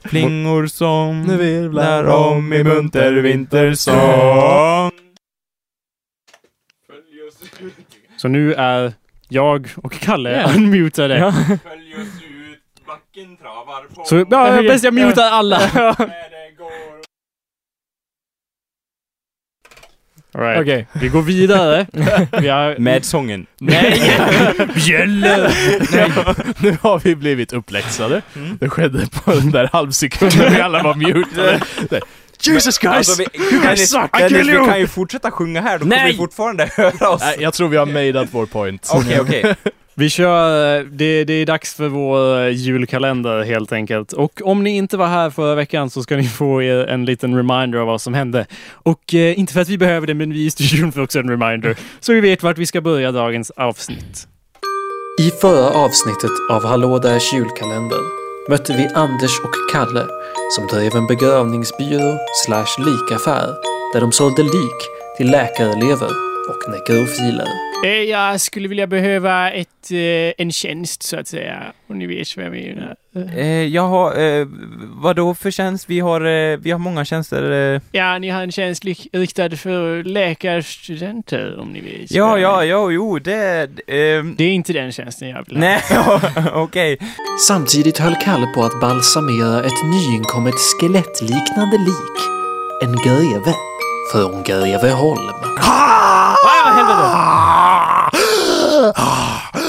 Flingor som Nu virvlar när om i munter vintersång. Följ oss ut, Så nu är jag och Kalle Ja. unmutade. Ja. följ oss ut, backen travar på. Så ja, bäst jag mutar alla. När det går. All right. Okej. Vi går vidare. Vi har... Med sången. Bjälle! Nej, nu har vi blivit uppläxade. Mm. Det skedde på den där halvsekunden vi alla var mutade. Nej. Jesus guys! Alltså, vi, you guys Dennis, suck! I Dennis, kill vi kan you! ju fortsätta sjunga här, då kommer Nej! vi fortfarande höra oss. Nej, jag tror vi har made up vår point. Okej, okej. Vi kör, eh, det, det är dags för vår eh, julkalender helt enkelt. Och om ni inte var här förra veckan så ska ni få er en liten reminder av vad som hände. Och eh, inte för att vi behöver det, men vi i studion får också en reminder. Så vi vet vart vi ska börja dagens avsnitt. I förra avsnittet av Hallå där julkalendern mötte vi Anders och Kalle som drev en begravningsbyrå slash likaffär där de sålde lik till läkarelever och nekrofiler. Eh, Jag skulle vilja behöva ett, eh, en tjänst så att säga. Om ni vet vad jag menar. Eh, jag har, eh, vadå för tjänst? Vi har, eh, vi har många tjänster. Eh. Ja, ni har en tjänst lik- riktad för läkarstudenter om ni vet. Ja, vad jag ja, menar. ja, jo, det... ehm, Det är inte den tjänsten jag vill ha. nej, okej. Samtidigt höll Kalle på att balsamera ett nyinkommet skelettliknande lik, en greve, från Greveholm. Ah, vad hände då?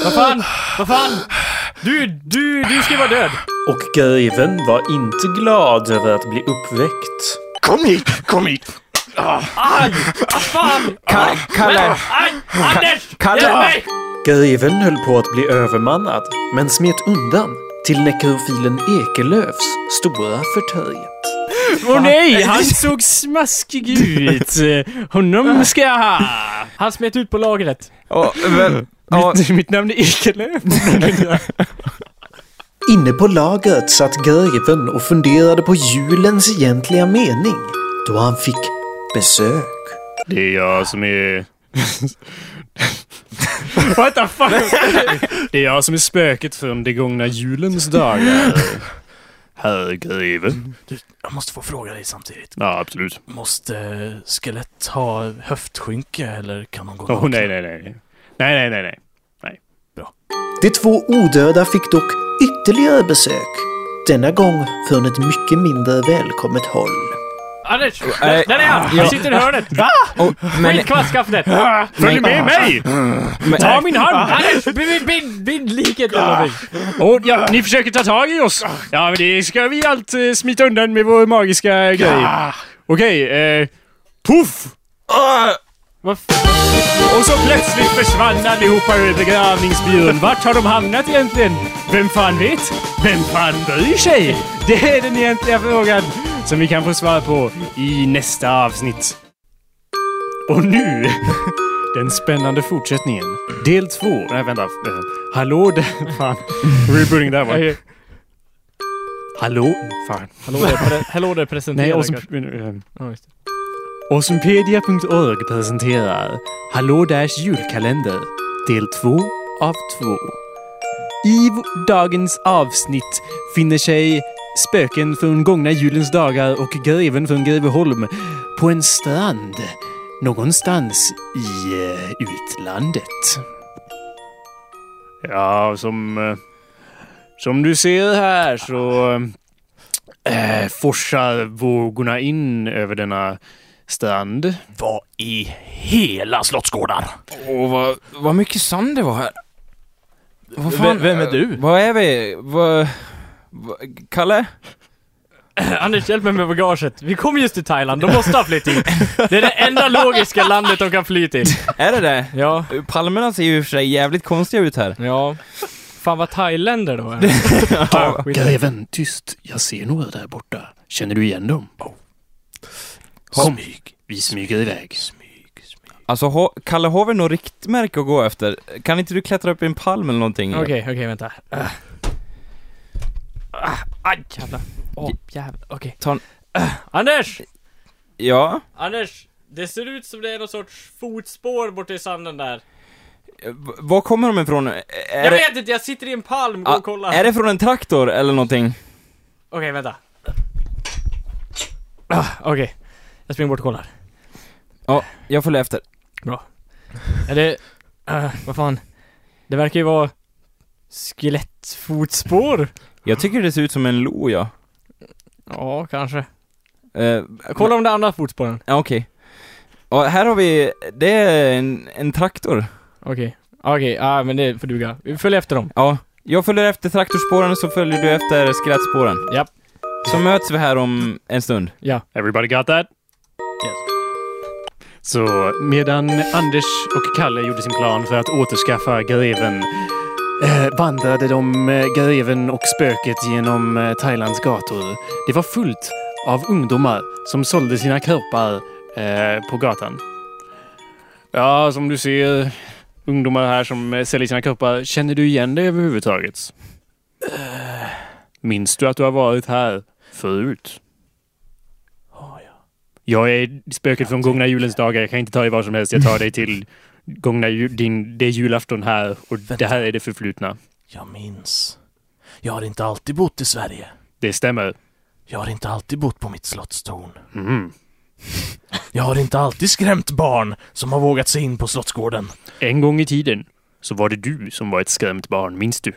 Vad fan? Vad fan? Du, du, du ska vara död. Och greven var inte glad över att bli uppväckt. Fan! Ka- Kalle, Aj! Anders! Hjälp Kalle! mig! Greven höll på att bli övermannad, men smet undan till nekrofilen Ekelöfs stora förtret. Åh nej, han såg smaskig ut. Eh, Honom ska jag ha. Han smet ut på lagret. Ja, vem- ja, Mitt, mitt namn är Ekelöf. Inne på lagret satt greven och funderade på julens egentliga mening, då han fick besök. Det är jag som är... What the fuck? Det är jag som är spöket från de gångna julens dagar. Herr greven. Jag måste få fråga dig samtidigt. Ja, absolut. Måste skelett ha höftskynke eller kan de gå Åh, nej, nej, nej. Nej, nej, nej, nej. De två odöda fick dock ytterligare besök, denna gång från ett mycket mindre välkommet håll. Anders! nej. Där är han! Han sitter i hörnet. Va? och- men, Skit kvar skaffnet. Följ med mig! men, Ta min hand! Anders! Bind, bind, bind liket eller någonting. Och, ja, ni försöker ta tag i oss! Ja, men det ska vi allt eh, smita undan med vår magiska grej. Okej, eh... Puff! Vad Och så plötsligt försvann allihopa ur begravningsbyrån. Vart har de hamnat egentligen? Vem fan vet? Vem fan bryr sig? Det är den egentliga frågan som vi kan få svar på i nästa avsnitt. Och nu, den spännande fortsättningen. Del två. Nej, vänta. Eh, Hallå där... Fan. Rebooting där var. Okej. Hallå... Fan. Hallå där, pre- hallå där presentera. Nej, och kanske. eh, Ja, just det. Osmpedia.org presenterar Hallå Dash julkalender del 2 av 2. I v- dagens avsnitt finner sig spöken från gångna julens dagar och greven från Greveholm på en strand någonstans i eh, utlandet. Ja, som, eh, som du ser här så eh, forsar vågorna in över denna strand. Vad i hela Slottsgården? åh, vad, vad mycket sand det var här. Vad Vem- vem är du? eh, Vad är vi? Vad, vad, Kalle? Anders, hjälp mig med bagaget. Vi kom just till Thailand, de måste ha flytt hit. Det är det enda logiska landet de kan fly till. Är det det? Ja, Palmerna ser ju i och för sig jävligt konstiga ut här. ja. Fan vad thailänder då är. Ja, skit. Greven, tyst. Jag ser några där borta. Känner du igen dem? Oh. Kom. Smyg. Vi smyger iväg. Alltså, ha, Kalle, har vi något riktmärke att gå efter? Kan inte du klättra upp i en palm eller någonting? Okej, okej, vänta. Ah. Ah, Aj, jävlar. Åh, jävlar. Okej. Ta en- Ah, Anders! Ja? Anders! Det ser ut som det är någon sorts fotspår borta i sanden där. Eh, v- Var kommer de ifrån? Är jag det, vet inte, jag sitter i en palm, gå Ah, och kolla. Är det från en traktor eller någonting? Okej, vänta. Ah, okej. Jag springer bort och kollar. Jag följer efter. Ja, det... eh, vad fan. Det verkar ju vara skelettfotspår. Jag tycker det ser ut som en lo, ja. Ja, kanske. Eh, Kolla om det är andra fotspåren. Ja, okej. Och här har vi, det är en, en traktor. Okej. Okej, ah, men det får duga. Vi följer efter dem. Ja. Jag följer efter traktorspåren så följer du efter skelettspåren. Japp. Så möts vi här om en stund. Everybody got that? Yes. Så medan Anders och Kalle gjorde sin plan för att återskaffa greven eh, vandrade de eh, greven och spöket genom eh, Thailands gator. Det var fullt av ungdomar som sålde sina kroppar eh, på gatan. Ja, som du ser, ungdomar här som eh, säljer sina kroppar. Känner du igen dig överhuvudtaget? Minns du att du har varit här förut? Jag är spöket från gångna julens dagar. Jag kan inte ta dig var som helst. Jag tar dig till gångna ju, din, det är julafton här och det här är det förflutna. Jag minns. Jag har inte alltid bott i Sverige. Det stämmer. Jag har inte alltid bott på mitt slottstorn. Mm. Jag har inte alltid skrämt barn som har vågat sig in på slottsgården. En gång i tiden så var det du som var ett skrämt barn. Minns du?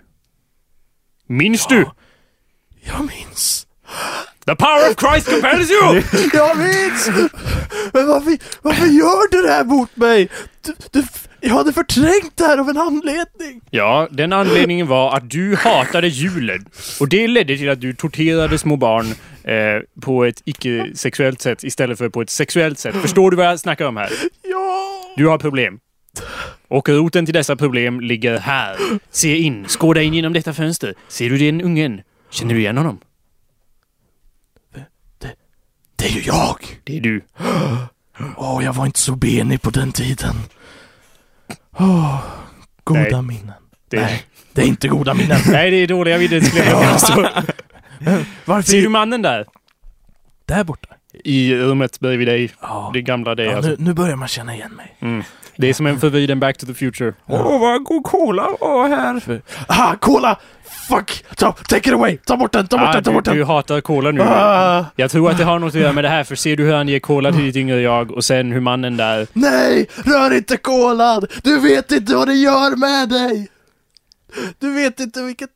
Minns du? Jag minns. The power of Christ compels you! Jag minns! Men varför, varför gör du det här mot mig? Du, du, jag hade förträngt det här av en anledning. Ja, den anledningen var att du hatade julen. Och det ledde till att du torterade små barn eh, på ett icke-sexuellt sätt istället för på ett sexuellt sätt. Förstår du vad jag snackar om här? Ja! Du har problem. Och roten till dessa problem ligger här. Se in, skåda in genom detta fönster. Ser du den ungen? Känner du igen honom? Det är ju jag! Det är du. Åh, jag var inte så benig på den tiden. Åh, goda Nej. minnen. Det är... Det är inte goda minnen. Nej, det är dåliga minnen skulle jag vilja påstå. Varför? Ser du mannen där? Där borta? I rummet bredvid dig. Ja. Det gamla dig ja alltså. nu, nu börjar man känna igen mig. Det är som en förvriden Back to the Future. Åh, vad god cola var här. Ah, cola! Fuck! Ta, take it away! Ta bort den, ta bort den, ta du, bort den! du hatar cola nu. Ah, Jag tror att det har något att göra med det här, för ser du hur han ger cola till ditt yngre jag och sen hur mannen där... nej! Rör inte kolan! Du vet inte vad det gör med dig! Du vet inte vilket...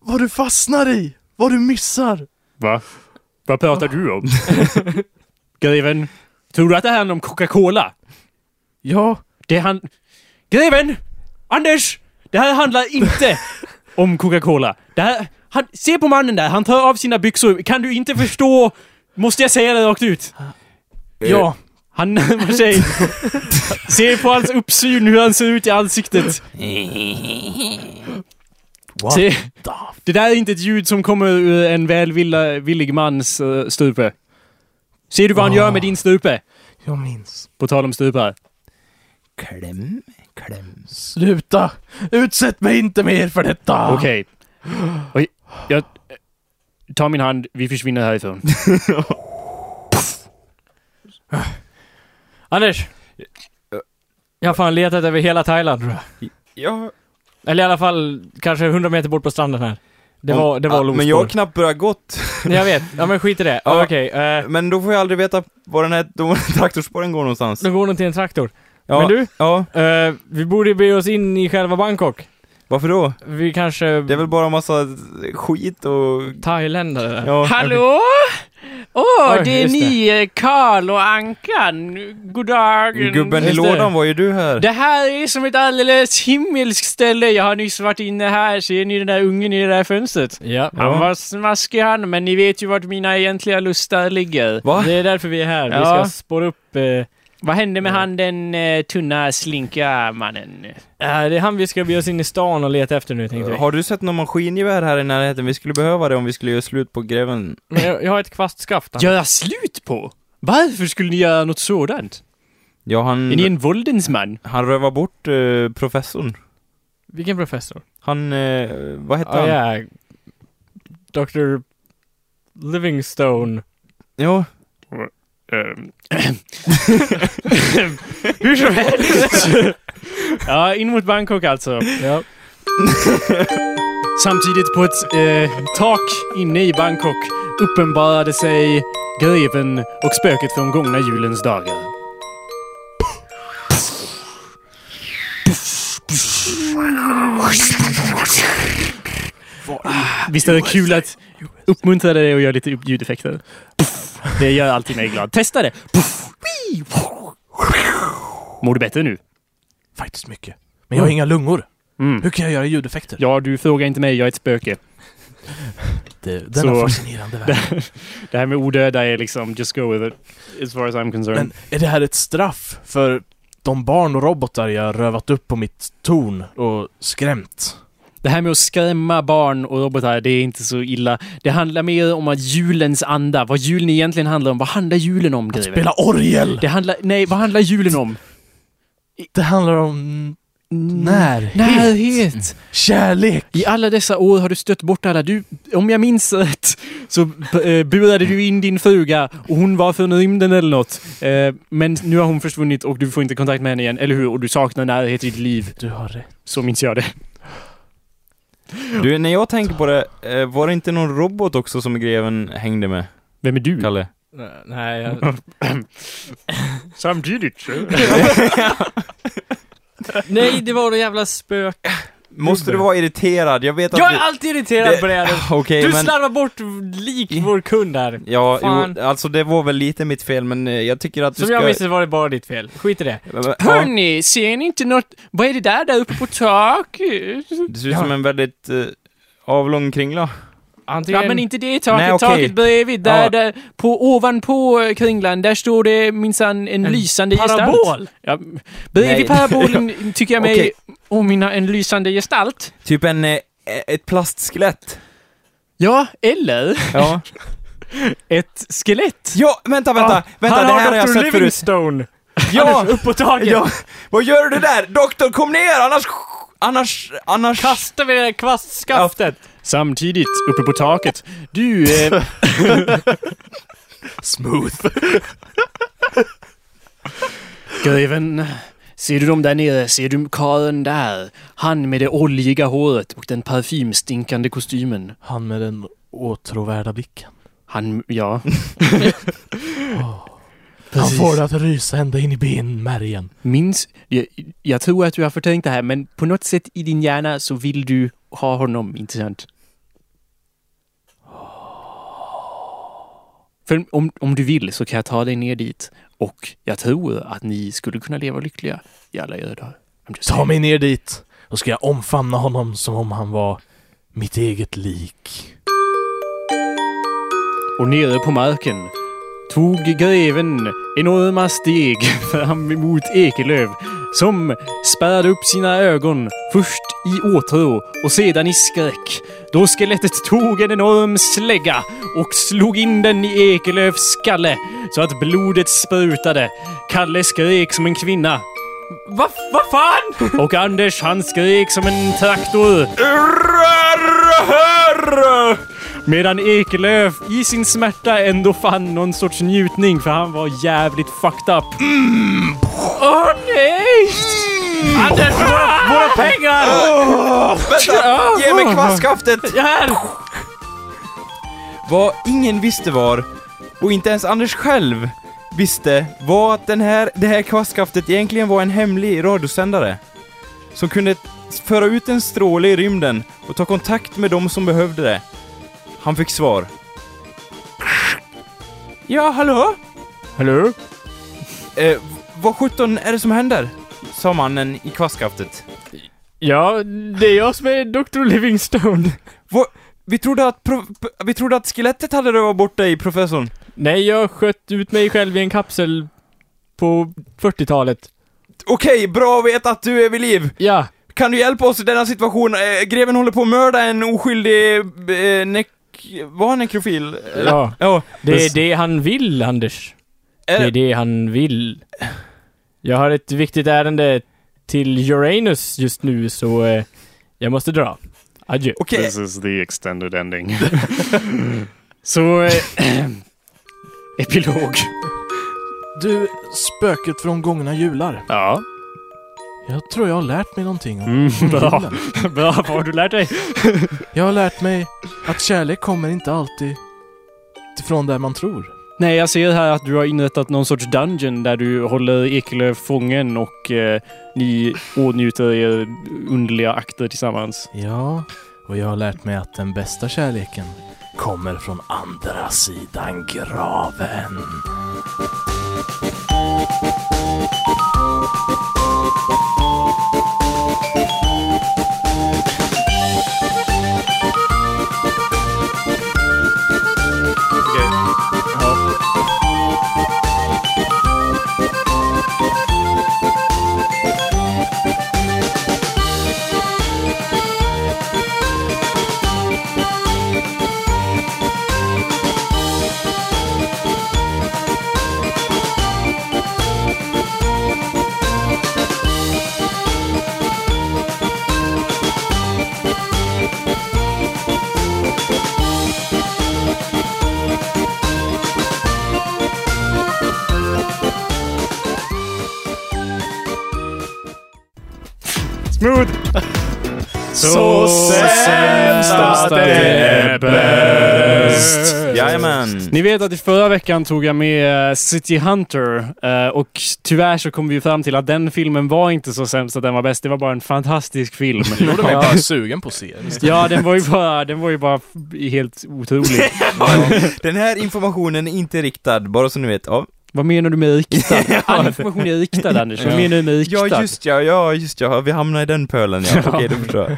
Vad du fastnar i! Vad du missar! Va? Vad pratar du om? Greven, tror du att det handlar om Coca-Cola? Ja. Det han... Greven! Anders! Det här handlar inte om Coca-Cola. Det här... Han... Se på mannen där, han tar av sina byxor. Kan du inte förstå? Måste jag säga det rakt ut? Ja, Han närmar sig. Se på hans uppsyn, hur han ser ut i ansiktet. What? Se. Det där är inte ett ljud som kommer ur en välvillig mans eh, strupe. Ser du vad han gör med din strupe? jag minns. På tal om strupar. Kläm, kläm. Sluta! Utsätt mig inte mer för detta! Okej. Oj, Jag... Ta min hand, vi försvinner härifrån. Anders! Jag har fan letat över hela Thailand tror jag. Ja, Eller i alla fall kanske 100 meter bort på stranden här. Det om- var, det var ah, ah, Men jag har knappt börjat gått. Jag vet. Ja men skit i det. Ja. Okej. eh, Men då får jag aldrig veta var den här, de traktorspåren går någonstans. då går de till en traktor. Ja, Men du? Ja, eh, vi borde be oss in i själva Bangkok. varför då? Vi kanske... Det är väl bara massa skit och... Thailändare där. Ja, Hallå? Åh, Oj, det är just ni, eh, Karl och Ankan. God dagen. Gubben i Just det. lådan var ju du här. Det här är som ett alldeles himmelskt ställe. Jag har nyss varit inne här. Ser ni den där ungen i det där fönstret? Ja. Han var smaskig han, men ni vet ju vart mina egentliga lustar ligger. Va? Det är därför vi är här. Vi Ja. ska spåra upp... eh, eh, Vad hände med han den eh, tunna slinka mannen? det är han vi ska be oss in i stan och leta efter nu tänkte vi. Har du sett någon maskingevär här i närheten? Vi skulle behöva det om vi skulle göra slut på greven. Men jag, jag har ett kvastskaft. här. Göra slut på? Varför skulle ni göra något sådant? Ja, han, Är ni en våldens man? han rövar bort eh, professorn. Vilken professor? Han, eh, vad hette Ja, han? ja. Dr. Livingstone. Ja, Hur som helst. ja, in mot Bangkok alltså. Ja. Samtidigt på ett eh, tak inne i Bangkok uppenbarade sig greven och spöket från gångna julens dagar. Visst är det kul att uppmuntra dig och göra lite ljudeffekter? Puff. Det gör alltid mig glad. Testa det! Puff. Wii. Mår du bättre nu? Faktiskt mycket. Men jag har inga lungor. Mm. Hur kan jag göra ljudeffekter? Ja, du frågar inte mig. Jag är ett spöke. Det, denna Så- fascinerande värld. Det här med odöda är liksom just go with it. As far as I'm concerned. Men är det här ett straff för de barn och robotar jag rövat upp på mitt torn och skrämt? Det här med att skrämma barn och robotar, det är inte så illa. Det handlar mer om att julens anda, vad julen egentligen handlar om. Vad handlar julen om, Att Greve? spela orgel! Det handlar, nej, vad handlar julen om? Det handlar om närhet. Närhet! Kärlek! I alla dessa år har du stött bort alla. Du, om jag minns rätt så eh, burade du in din fruga och hon var från rymden eller något. Eh, men nu har hon försvunnit och du får inte kontakt med henne igen, eller hur? Och du saknar närhet i ditt liv. Du har rätt. Så minns jag det. Du, när jag tänker på det, eh, var det inte någon robot också som greven hängde med? Vem är du? Kalle? Nej, jag... Samtidigt. så. Nej, det var någon jävla spök. Måste du vara irriterad? Jag vet att Jag är du... alltid irriterad på det här. Okej, Du men... slarvar bort lik vår kund här. Ja, Fan. jo, alltså det var väl lite mitt fel, men eh, jag tycker att du Som ska... Äh, jag minns det var det bara ditt fel. Skit i det. Ja, Hörni, ser ni inte något? Vad är det där där uppe på taket? det ser ut som en väldigt eh, avlång kringla. Antingen... Ja, men inte det taket. Nej, okej. Taket bredvid, där, Ja. där på, ovanpå eh, kringlan, där står det minsann en, lysande gestalt. Parabol! Ja, bredvid Nej. parabolen tycker jag mig Okej. omminna en lysande gestalt. Typ en, eh, ett plastskelett. Ja, eller Ja. ett skelett. ja, vänta, vänta, vänta, det här Ah, har jag sett förut. Livingstone! Ja, Upp på taget! ja, vad gör du där? Doktor, kom ner, annars... Annars, annars... Kastar vi det där kvastskaftet! Samtidigt, uppe på taket. Du, eh, Smooth. Greven, ser du dem där nere? Ser du karlen där? Han med det oljiga håret och den parfymstinkande kostymen. Han med den åtråvärda blicken. Han, ja. Han Precis. får det att rysa ända in i benmärgen. Minns, jag, jag tror att du har förträngt det här, men på något sätt i din hjärna så vill du ha honom, inte sant? För om, om du vill så kan jag ta dig ner dit och jag tror att ni skulle kunna leva lyckliga i alla era dagar. I'm just Ta saying. mig ner dit, då ska jag omfamna honom som om han var mitt eget lik. och nere på marken tog greven enorma steg fram emot Ekelöv som spärrade upp sina ögon först i åtrå och sedan i skräck. Då skelettet tog en enorm slägga och slog in den i Ekelövs skalle så att blodet sprutade. Kalle skrek som en kvinna Vad va fan? och Anders han skrek som en traktor. Medan Ekelöf i sin smärta ändå fann någon sorts njutning för han var jävligt fucked up. Åh nej! Anders, våra, våra pengar! Vänta, ge mig kvastskaftet! Här! Vad ingen visste var, och inte ens Anders själv visste, var att den här, det här kvastskaftet egentligen var en hemlig radiosändare. Som kunde föra ut en stråle i rymden och ta kontakt med de som behövde det. Han fick svar. Ja, hallå? Hallå? Eh, vad sjutton är det som händer? Sa mannen i kvastskaftet. Ja, det är jag som är Dr. Livingstone. Vad- Vi trodde att, pro- vi trodde att skelettet hade rövat bort dig, professorn. Nej, jag sköt ut mig själv i en kapsel på 40-talet. Okej, bra att veta att du är vid liv. Ja. Kan du hjälpa oss i denna situation? Eh, greven håller på att mörda en oskyldig... Eh, nek... Var han nekrofil? Eh, Ja. ja. Det är det han vill, Anders. Det Eh, är det han vill. Jag har ett viktigt ärende till Uranus just nu, så eh, jag måste dra. Adjö. Okej, This is the extended ending. Så... Eh, epilog. Du, spöket från gångna jular. Ja. Jag tror jag har lärt mig någonting om Mm, bra. julen. Bra, vad har du lärt dig? Jag har lärt mig att kärlek kommer inte alltid ifrån där man tror. Nej, jag ser här att du har inrättat någon sorts dungeon där du håller Ekelöf fången och eh, ni åtnjuter er underliga akter tillsammans. Ja, och jag har lärt mig att den bästa kärleken kommer från andra sidan graven. Smooth! Så sämst att det är bäst. Jajamän! Ni vet att i förra veckan tog jag med eh, City Hunter eh, och tyvärr så kom vi ju fram till att den filmen var inte så sämst att den var bäst. Det var bara en fantastisk film. Det gjorde mig bara sugen på att se den. ja, den var ju bara, den var ju bara f- helt otrolig. Den här informationen är inte riktad, bara så ni vet. Ja, Vad menar du med riktad? All information är riktad Anders. Vad Ja. menar du med riktad? ja just ja, ja just ja, vi hamnar i den pölen ja. Okej, då förstår jag.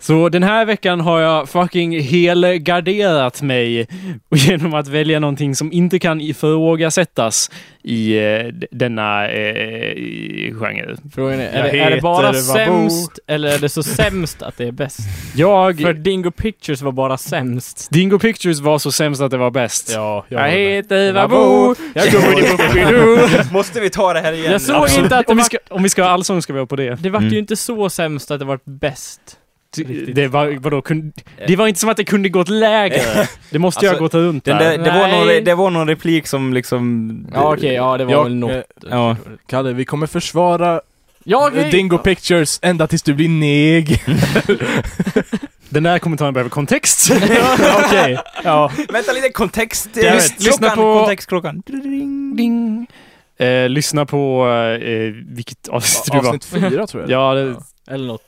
Så den här veckan har jag fucking helgarderat mig genom att välja någonting som inte kan ifrågasättas i eh, d- denna eh, i- genre. Frågan är, är, Jag det, är det bara heter Vabo. sämst eller är det så sämst att det är bäst? Jag... För Dingo Pictures var bara sämst. Dingo Pictures var så sämst att det var bäst. Ja, jag Jag håller med. heter Vabo. Vabo. Mm. Jag kommer till Bobbido. Måste vi ta det här igen? Jag såg inte att det om, vi var... ska, om vi ska ha allsång ska vi ha på det. Det vart Mm. ju inte så sämst att det vart bäst. Riktigt. Det var, vadå, kun, det var inte som att det kunde gått lägre. Det måste jag ha Alltså, gått runt Den där. där, det, var någon, re- Nej. det var någon replik som liksom... Ja okej, ja det var Jag- väl något. eh, Ja. Kalle, vi kommer försvara Ja, eh, Dingo Pictures ända tills du blir neg. Den där kommentaren behöver kontext. Okej. Ja. Vänta lite, kontext... Jag eh, vet. Lyssna klockan, på- Kontextklockan. Ding. Eh, lyssna på eh, vilket avsnitt det var. Avsnitt fyra tror jag. Ja, det, Eller något.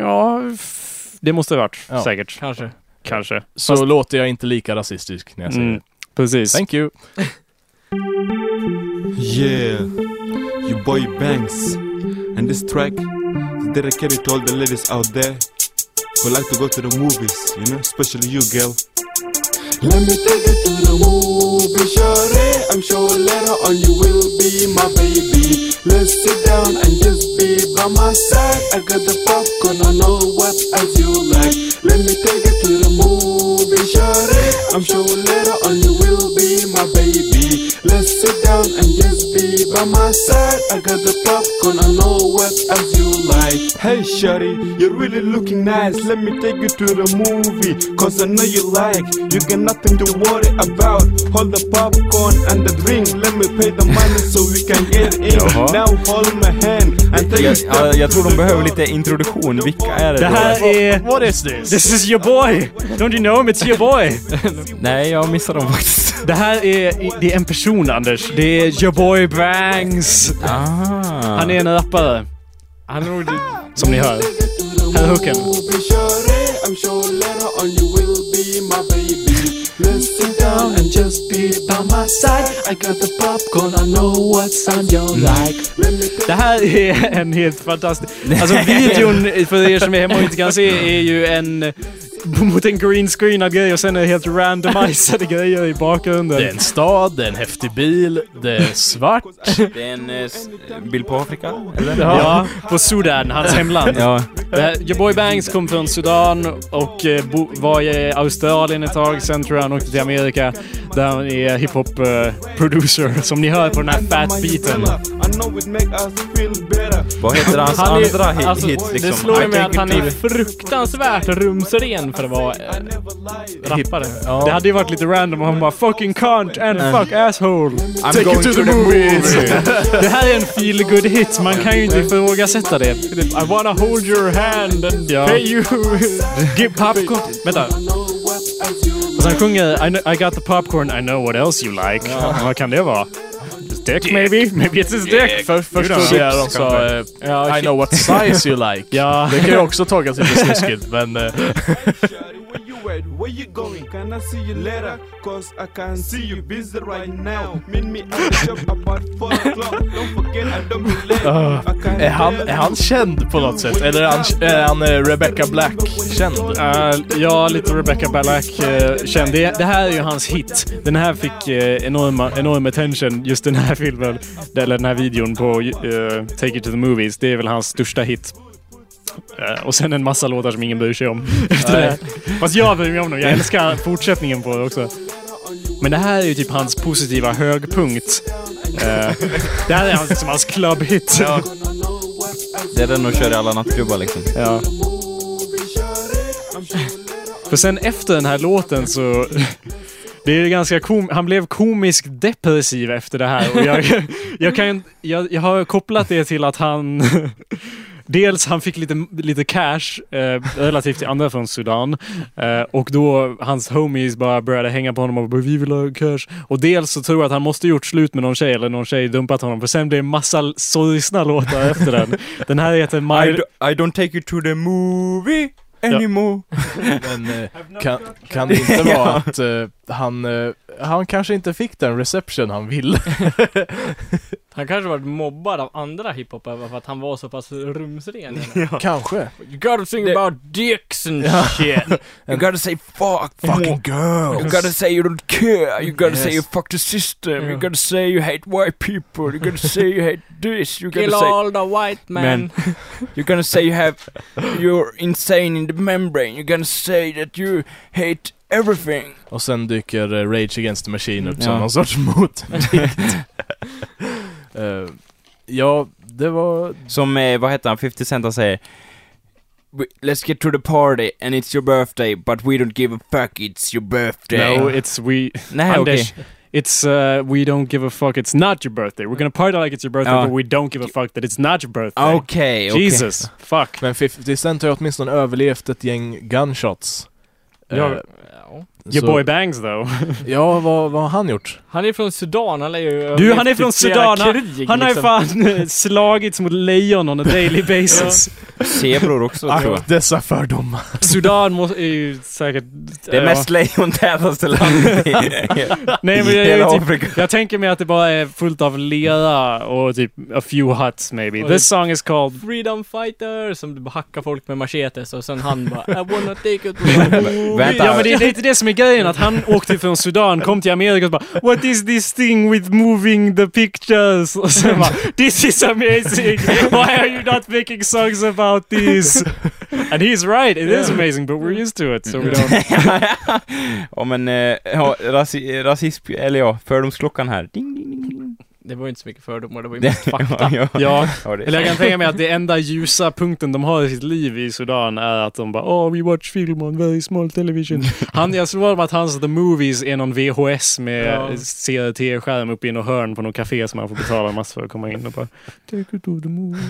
ja, f- det måste det ha varit. Ja. Säkert. Kanske. Kanske. Så låter jag inte lika rasistisk när jag säger Mm, det. precis. Thank you. Yeah, your boy Banks. And this track is dedicated to all the ladies out there who like to go to the movies, you know, especially you, girl. Let me take you to the movie, shorty. I'm sure later on you will be my baby. Let's sit down and just be by my side. I got the popcorn, I know what else you like. Let me take you to the movie, shorty. I'm sure later on you will be my baby. Let's sit down and just be by my side. I got the popcorn, I know what else you like. Hey, shorty, you're really looking nice. Let me take you to the movie, cause I know you like. You got nothing to worry about. Hold the popcorn and the drink. Let me pay the money so we can get in. Jaha. Now hold my hand and take a Jag, step ja, jag tror to de the behöver door. lite introduktion, vilka är det Det här då? är... What is this? This is your boy! Don't you know him? It's your boy! Nej, jag missade dem faktiskt. Det här är, det är en person, Anders. Det är your boy Bangs. Ah. Han är en rappare. Han är nog... Som ni hör. Här är hooken. I'm sure later on you will be my baby. Let's sit down and just be by my side. I got the popcorn, I know what sound you like. Let me Det här är en helt fantastisk... Alltså videon, för er som är hemma och inte kan se, är ju en... Mot en green screenad grej och sen är det helt randomiserade grejer i bakgrunden. Det är en stad, det är en häftig bil, det är svart. Det är en eh, s- bild på Afrika, eller? Ja, på Sudan, hans hemland. Ja. Det här- Your boy Bangs kom från Sudan och eh, bo, var i Australien ett tag. Sen tror jag han åkte till Amerika där han är hiphop-producer, som ni hör på den här fat-beaten. I know it make us feel better. Vad heter hans Han andra är, hit, alltså, hit liksom? det slår I mig take att han it är to- fruktansvärt rumsren för att vara eh, rappare. Det hade ju varit lite random om han bara “fucking cunt and fuck asshole”. I'm going to the movies! Det här är en feel good hit man kan ju inte ifrågasätta det. I wanna hold your hand and Ja. pay you. Give popcorn. Vänta. Och Fast han sjunger I, kn- I got the popcorn, I know what else you like. Vad kan det vara? His dick, maybe? Maybe it's his dick? För, först Jodå. trodde jag de sa eh, I know what size you like. Ja. Det kan ju också tolkas lite snuskigt, men... eh, Where you at? Where you going? Can I see you later? Cause I can't see you busy right now. Meet me at the shop about 4 o'clock. Don't forget I don't be late. I Ah, can't Är han, tell är han you. känd på något sätt? Eller är han, är han eh, Rebecca Black-känd? Eh, ja, lite Rebecca Black eh, känd. Det, det här är ju hans hit. Den här fick eh, enorma, enorm attention, just den här filmen, eller den här videon på eh, Take It To The Movies. Det är väl hans största hit. Eh, och sen en massa låtar som ingen bryr sig om. Efter det. Fast jag bryr mig om dem. Jag älskar fortsättningen på det också. Men det här är ju typ hans positiva högpunkt. Eh, det här är hans, liksom hans clubhit. Ja. Det är den de kör i alla nattklubbar liksom. Ja. För sen efter den här låten så... Det är ju ganska kom Han blev komiskt depressiv efter det här. Och jag, jag, kan, ju inte- jag, jag har kopplat det till att han... Dels han fick lite, lite cash eh, relativt till andra från Sudan eh, och då hans homies bara började hänga på honom och bara vi vill ha cash. Och dels så tror jag att han måste gjort slut med någon tjej eller någon tjej dumpat honom för sen blev det massa l- sorgsna låtar efter den. Den här heter I, My... do, I don't take you to the movie anymore. Men eh, kan, kan det inte vara att eh, han, eh, han kanske inte fick den reception han ville? Han kanske varit mobbad av andra hiphopare för att han var så pass rumsren. Kanske. You gotta sing about dicks and shit. You gotta say fuck, fucking girl. You gotta say you don't care. You gotta say you fuck the system. You gotta say you hate white people. You gotta say you hate this. You gotta Kill say all the white men. Men- You're gonna say you have, you're insane in the membrane. You're gonna say that you hate everything. Och sen dyker eh, Rage Against the Machine upp som Ja. någon sorts motvikt. Eh, ja, det var... Som, eh, vad heter han, 50 Cent han säger "We- Let's get to the party and it's your birthday but we don't give a fuck it's your birthday. No, it's we... Nej okej. Anders, it's uh, we don't give a fuck. It's not your birthday. We're gonna party like it's your birthday, Ja. but we don't give a fuck that it's not your birthday. Okej, okej. Jesus, fuck. Men 50 Cent har ju åtminstone överlevt ett gäng gunshots. Eh, Ja. Ja. Your så- boy bangs though. Ja, vad, vad har han gjort? Han är från Sudan, han är ju... Du, han är från Sudan, Han, krig, Han har ju liksom. fan eh, slagits mot lejon on a daily basis. Zebror också tror jag. Akt Ah, dessa fördomar. Sudan må, är ju säkert... Det är mest lejontätaste landet i, Nej, men i jag, hela jag, typ, Afrika. jag tänker mig att det bara är fullt av lera och typ a few huts maybe. Oj. This song is called... Freedom fighter, som bara hackar folk med machetes och sen han bara I wanna take it to the moon." Vänta. Ja men det är lite det som är grejen, att han åkte från Sudan, kom till Amerika och bara What is this thing with moving the pictures? Och sen bara This is amazing! Why are you not making songs about this? And he's right, it is amazing but we're used to it so we don't... ja men, eh, ja, rasi, rasism, eller ja, fördomsklockan här. Ding, ding, ding, ding. Det var ju inte så mycket fördomar, det var ju mest fakta. Ja, ja. Ja, Ja, det är eller jag kan tänka mig att det enda ljusa punkten de har i sitt liv i Sudan är att de bara Oh we watch film on very small television. Han, jag tror att hans The Movies är någon VHS med Ja. CRT-skärm uppe i något hörn på något café som man får betala massor för att komma in och bara Take it to the movie.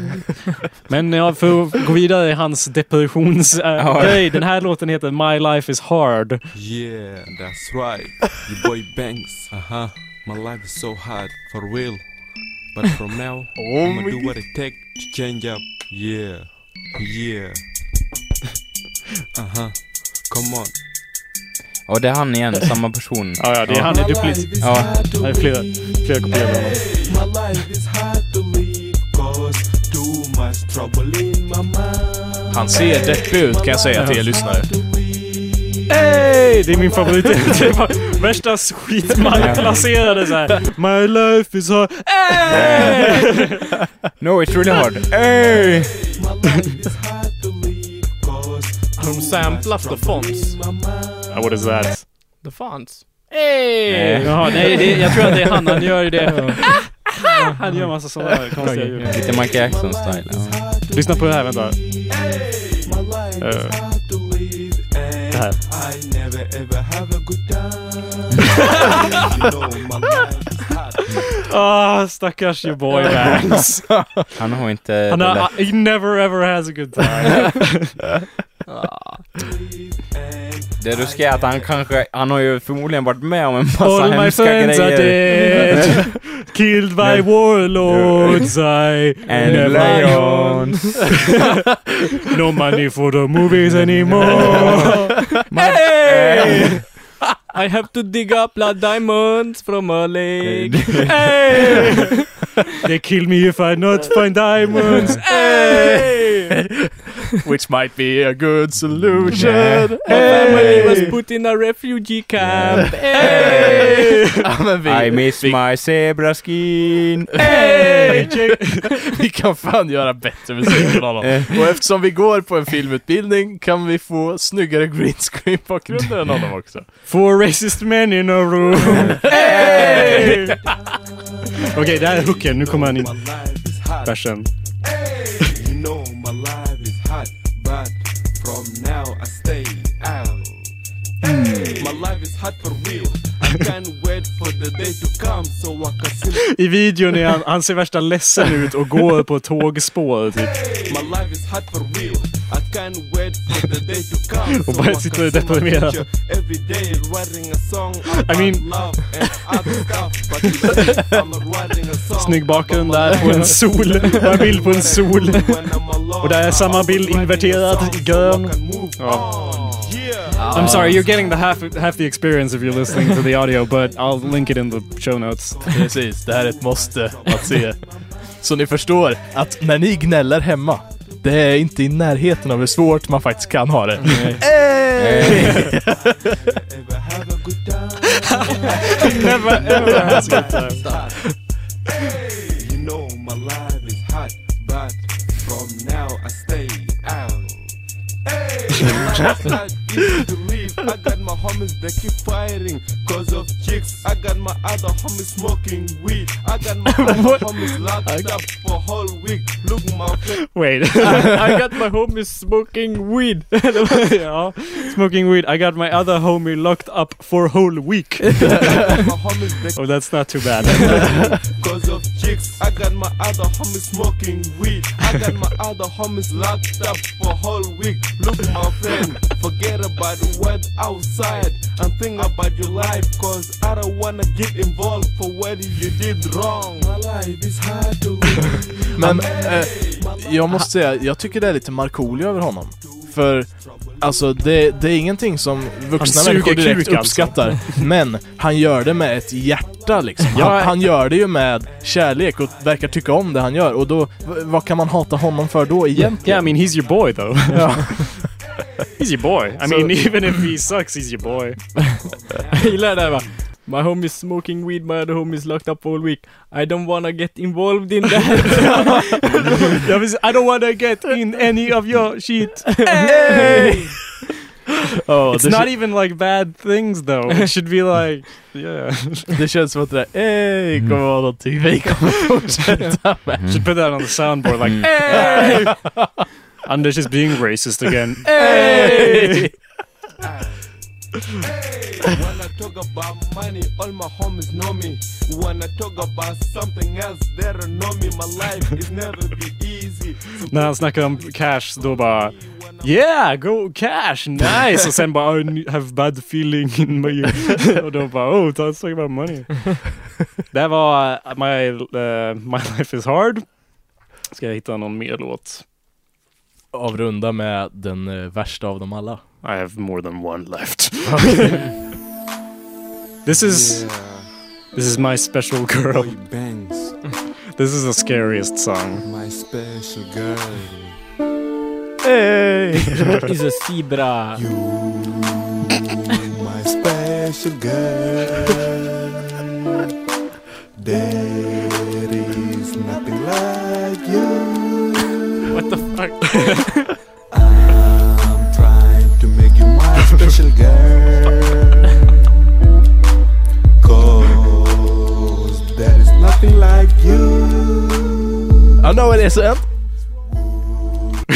Men ja, för att gå vidare i hans depressions... Äh, Ja. grej, Den här låten heter My Life Is Hard. Yeah, that's right. Your boy Banks. Uh huh. My life is so hard, for real. But from now, I'ma do what it take to change up. Yeah, yeah. Uh huh. Come on. Ja, det är han igen, samma person. Ja, ja, det är Ja. han är duplis. Ja. Det är flera, flera kopior av honom. My life is hard to leave, cause too much trouble in my mind. Han ser deppig ut kan jag säga till er lyssnare. Hey! Det är min favorit. Det er var värsta skit man placerade så här. er My life is hard. Hey! No, it's really hard. Hey! De samplar The Fonts. Ah, What is that? The Fonts. Hey! Jaha, nej, det, jag tror att det är han. Han gör ju det. Han gör massa sådana här konstiga ljud. Lite Michael Jackson-style. Ja. Lyssna på det här, vänta. Eh, det här. I never ever have a good time. you know my life is hard. Ah, stackars your boy Banks. Han har inte... Han det där- har, he never ever has a good time. Ah. Det ruskiga är att han kanske, han har ju förmodligen varit med om en massa All my hemska friends are grejer. dead. Killed by Nej. warlords. I And never lions. own no money for the movies anymore. Hey! I have to dig up blood diamonds from a lake. They kill me if I not find diamonds. Which might be a good solution. My family was put in a refugee camp. Hey! ja, men I vi, miss my zebra skin. vi kan fan göra bättre musik än honom. Och eftersom vi går på en filmutbildning kan vi få snyggare green screen bakgrunder än honom också. Four racist men in a room. Hey! Okej, det här är hooken. Nu kommer han in. Versen. You know my life is hot, but from now I stay out. Hey, my life is hot for real. I can't wait for the day to come so I can see. I videon är han, han ser värsta ledsen ut och går på tågspår typ. My life is hot for real. I can't wait for the day to come. Och bara sitter och deprimerad. picture Every day writing a song about I mean- love and other stuff. But today I'm writing a song Snygg bakgrund about där my på en life. sol. Och en bild på en sol. Och där är samma bild inverterad i grön. I'm sorry, you're getting the half, half the experience if you're listening to the audio, but I'll link it in the show notes. Precis, det här är ett måste att se. Så ni förstår att när ni gnäller hemma, det är inte i närheten av hur svårt man faktiskt kan ha det. Never ever has a good time. You know my life is hot, but from now I stay out. Hey, life is not easy to live. I got my homies that keep fighting cause of chicks. I got my other homies smoking weed. I got my other homies locked up for whole week. Look my face. Wait. I got my homies smoking weed. ja. Smoking weed, I got my other homie locked up for whole week. My homies that Oh, that's not too bad. cause of chicks. I got my other homies smoking weed. I got my other homies locked up for whole week. Look, my friend, forget about what outside and think about your life. Cause I don't wanna get involved for what you did wrong. My life is hard to Men eh, jag måste säga, jag tycker det är lite Markoolio över honom. För alltså, det, det är ingenting som vuxna Han suger människor direkt kuk, alltså. uppskattar. Men han gör det med ett hjärta liksom. Ja. Han, han gör det ju med kärlek och verkar tycka om det han gör. Och då, v- vad kan man hata honom för då egentligen? Yeah, I mean, he's your boy, though. he's your boy. I mean, even if he sucks, he's your boy. Jag gillar det här va. My homies smoking weed, my other homies locked up all week. I don't wanna get involved in that. Jag vill, I don't wanna get in any of your shit. Ja, It's det, not kän- even like bad things, though. It should be like, yeah. det känns som att det där, ey, Mm. kommer vara någonting vi kommer fortsätta med. Should put that on the soundboard, like, hey! Anders is being racist again. Ey! When I talk about money, all my homies know me. When I talk about something else, they don't know me. My life is never be easy. So När han snackar om cash, då bara Yeah, go cash, nice! Och sen bara I have bad feeling in my... Och då bara oh, that's talking about money. Det här var uh, my, uh, my Life Is Hard. Ska jag hitta någon mer låt? Avrunda med den eh, värsta av dem alla. I have more than one left. this is... This is my special girl. Boy bangs, This is the scariest song. my special girl. Is a zebra. You, my special girl. There is nothing like you. What the fuck? I'm trying to make you my special girl. Cause there is nothing like you. I know it isn't!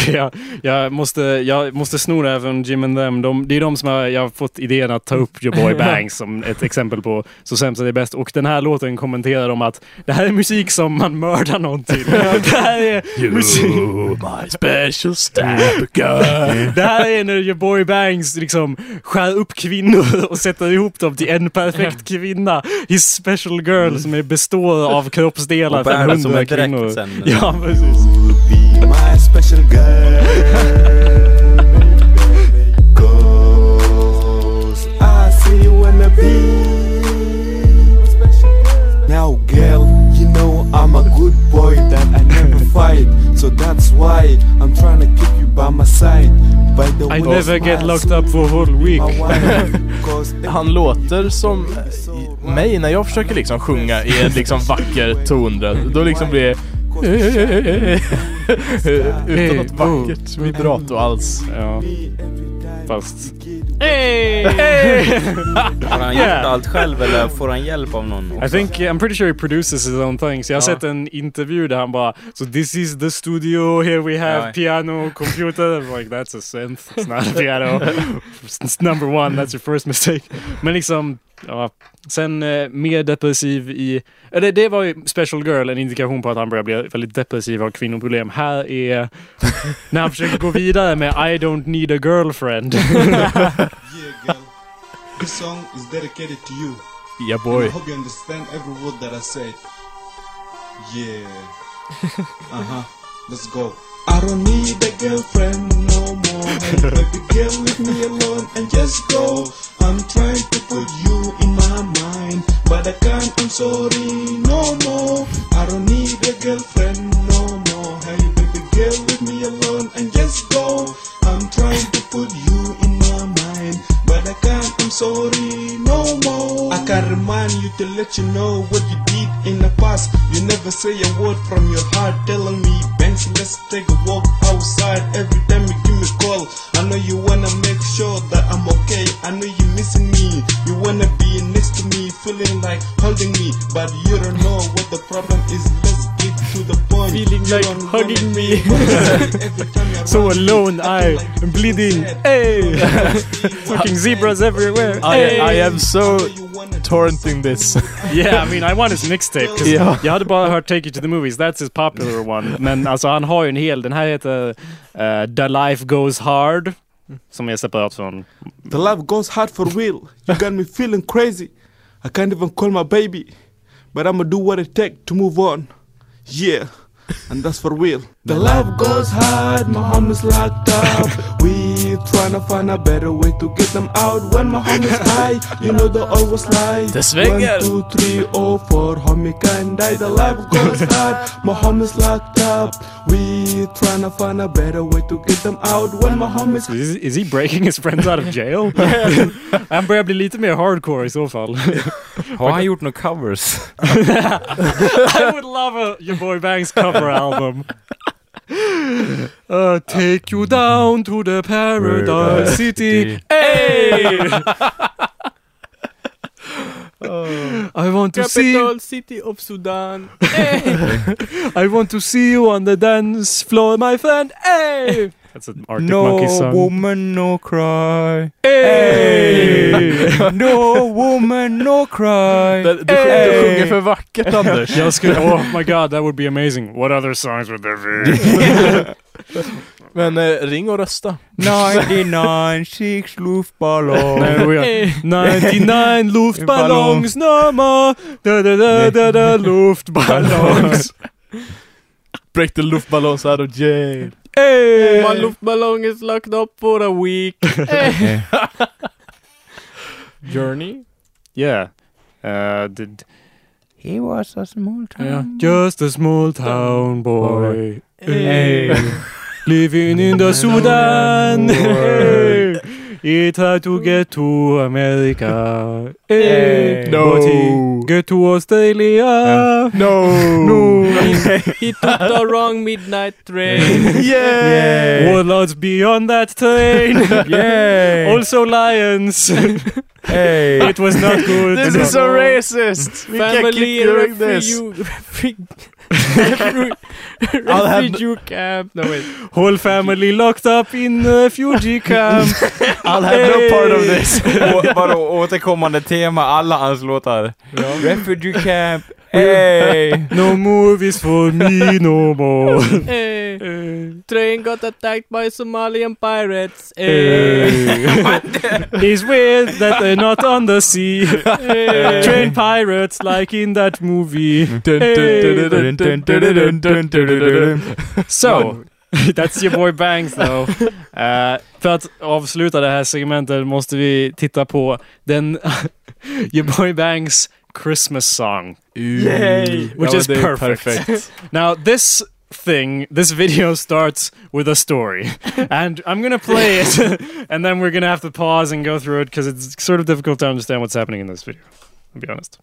jag, jag, måste, jag måste sno det här från Jim and them. De, det är de som har, jag har fått idén att ta upp Your Boy Bangs som ett exempel på Så sämst är det bäst. Och den här låten kommenterar de att det här är musik som man mördar någon till. det här är musik. my special stab gun. Det här är när your boy bangs liksom skär upp kvinnor och sätter ihop dem till en perfekt kvinna. His special girl som är består av kroppsdelar Och bär från det som hundra en dräkt kvinnor. sen. Ja, precis. Be my special girl. Cause I see you wanna be. Now, girl, you know I'm a good boy that I never fight. So that's why I'm trying to keep you by my side. By the I way, never get my locked up for whole my week. wife. 'Cause Eh, Han låter som eh, mig när jag försöker liksom sjunga i en liksom vacker ton. Då liksom blir det... Utan något oh. vackert vibrato alls. Ja. Fast... Har han gjort Yeah. allt själv eller får han hjälp av någon också? I think, I'm pretty sure he produces his own things. Jag har sett en intervju där han bara So this is the studio, here we have Ja. piano, computer. I'm like that's a synth, it's not a piano. It's number one, that's your first mistake. Men liksom, ja. Sen eh, mer depressiv i... Eller det var ju Special Girl, en indikation på att han börjar bli väldigt depressiv och har kvinnoproblem. Här är när han försöker gå vidare med I don't need a girlfriend. Yeah, girl. This song is dedicated to you. Yeah And I boy. hope you understand every word that I said. Yeah. uh huh. Let's go. I don't need a girlfriend no more. Baby girl, leave me alone and just go. I'm trying to put you in my mind, but I can't. I'm sorry no more. I don't need a girlfriend no more. Hey, baby girl, leave me alone and just go. I'm trying to put you in my mind, but I can't. I'm sorry no more. I can't remind you to let you know what you did in the past. You never say a word from your heart, telling me, Banks, let's take a walk outside. Every time you give me a call, I know you wanna make sure that I'm okay. I know you're missing me. You wanna be next to me, feeling like holding me, but you don't know what the problem is. Let's get to the point. Feeling You like don't hugging wanna me. be with Every time you're so around me, alone I acting like am you're bleeding. sad. Hey! Fucking zebras everywhere. I, I am so What you wanna do, torrenting this. Yeah, I mean I want his mixtape. 'cause Ja. Jag hade bara hört Take You To The Movies, that's his popular one. Men alltså han har ju en hel, den här heter eh, The Life Goes Hard. Som är separat från... The love goes hard for real. You got me feeling crazy. I can't even call my baby, but I'ma do what it takes to move on. Yeah, and that's for real. The love goes hard, my homies locked up. We tryna find a better way to get them out. When my homies high, you know they always lie. Det svänger. One, two, three, oh, four, homie can die. The life goes hard, my homies locked up. We tryna find a better way to get them out. When my homies Is, is he breaking his friends out of jail? han börjar bli lite mer hardcore i så fall. Har han gjort några covers? I would love a Your Boy Bangs cover album. Uh, take you down to the paradise Paradise city. city. Hey! I want to see Capital City of Sudan. I want to see you on the dance floor my friend. Hey! That's an Arctic Monkey song. woman, no cry. hey! no woman, no cry. Du, du, sj- du sjunger för vackert Anders. Jag skulle, oh my god, that would be amazing. What other songs would there be? Men eh, ring och rösta. 99 chicks luftballong. Nej, Oh, we are 99 luftballongs nummer. Da, da, da, da, da, luftballongs. Break the luftballons out of jail. Hey! My luftballong is locked up for a week. Journey? Yeah. Uh, did, He was a small town. Just a small town boy. Hey. Living in the Sudan. Hey. He tried to get to America. Hey. No. But he get to Australia. No! He took the wrong midnight train. Yeah! Warlords be on that train. Yeah! also lions. Hey. it was not good. This is so racist! We can't Family keep doing refu- this! you- refu- I'll have- Refugee camp. No wait. Whole family locked up in uh, refugee camp. I'll have no part of this. Å- Bara återkommande tema, alla hans låtar. Refugee camp, hey! No movies for me no more. Eh, train got attacked by Somalian pirates. Eh, Hey. it's weird that they're not on the sea. eh. Train pirates like in that movie. So, that's your boy Bangs though. Eh, för att avsluta det här segmentet måste vi titta på den your boy Bangs Christmas song. Yay! Which Ja, is det är perfect. Now this thing, this video starts with a story, and I'm gonna play it, and then we're gonna have to pause and go through it because it's sort of difficult to understand what's happening in this video. I'll be honest.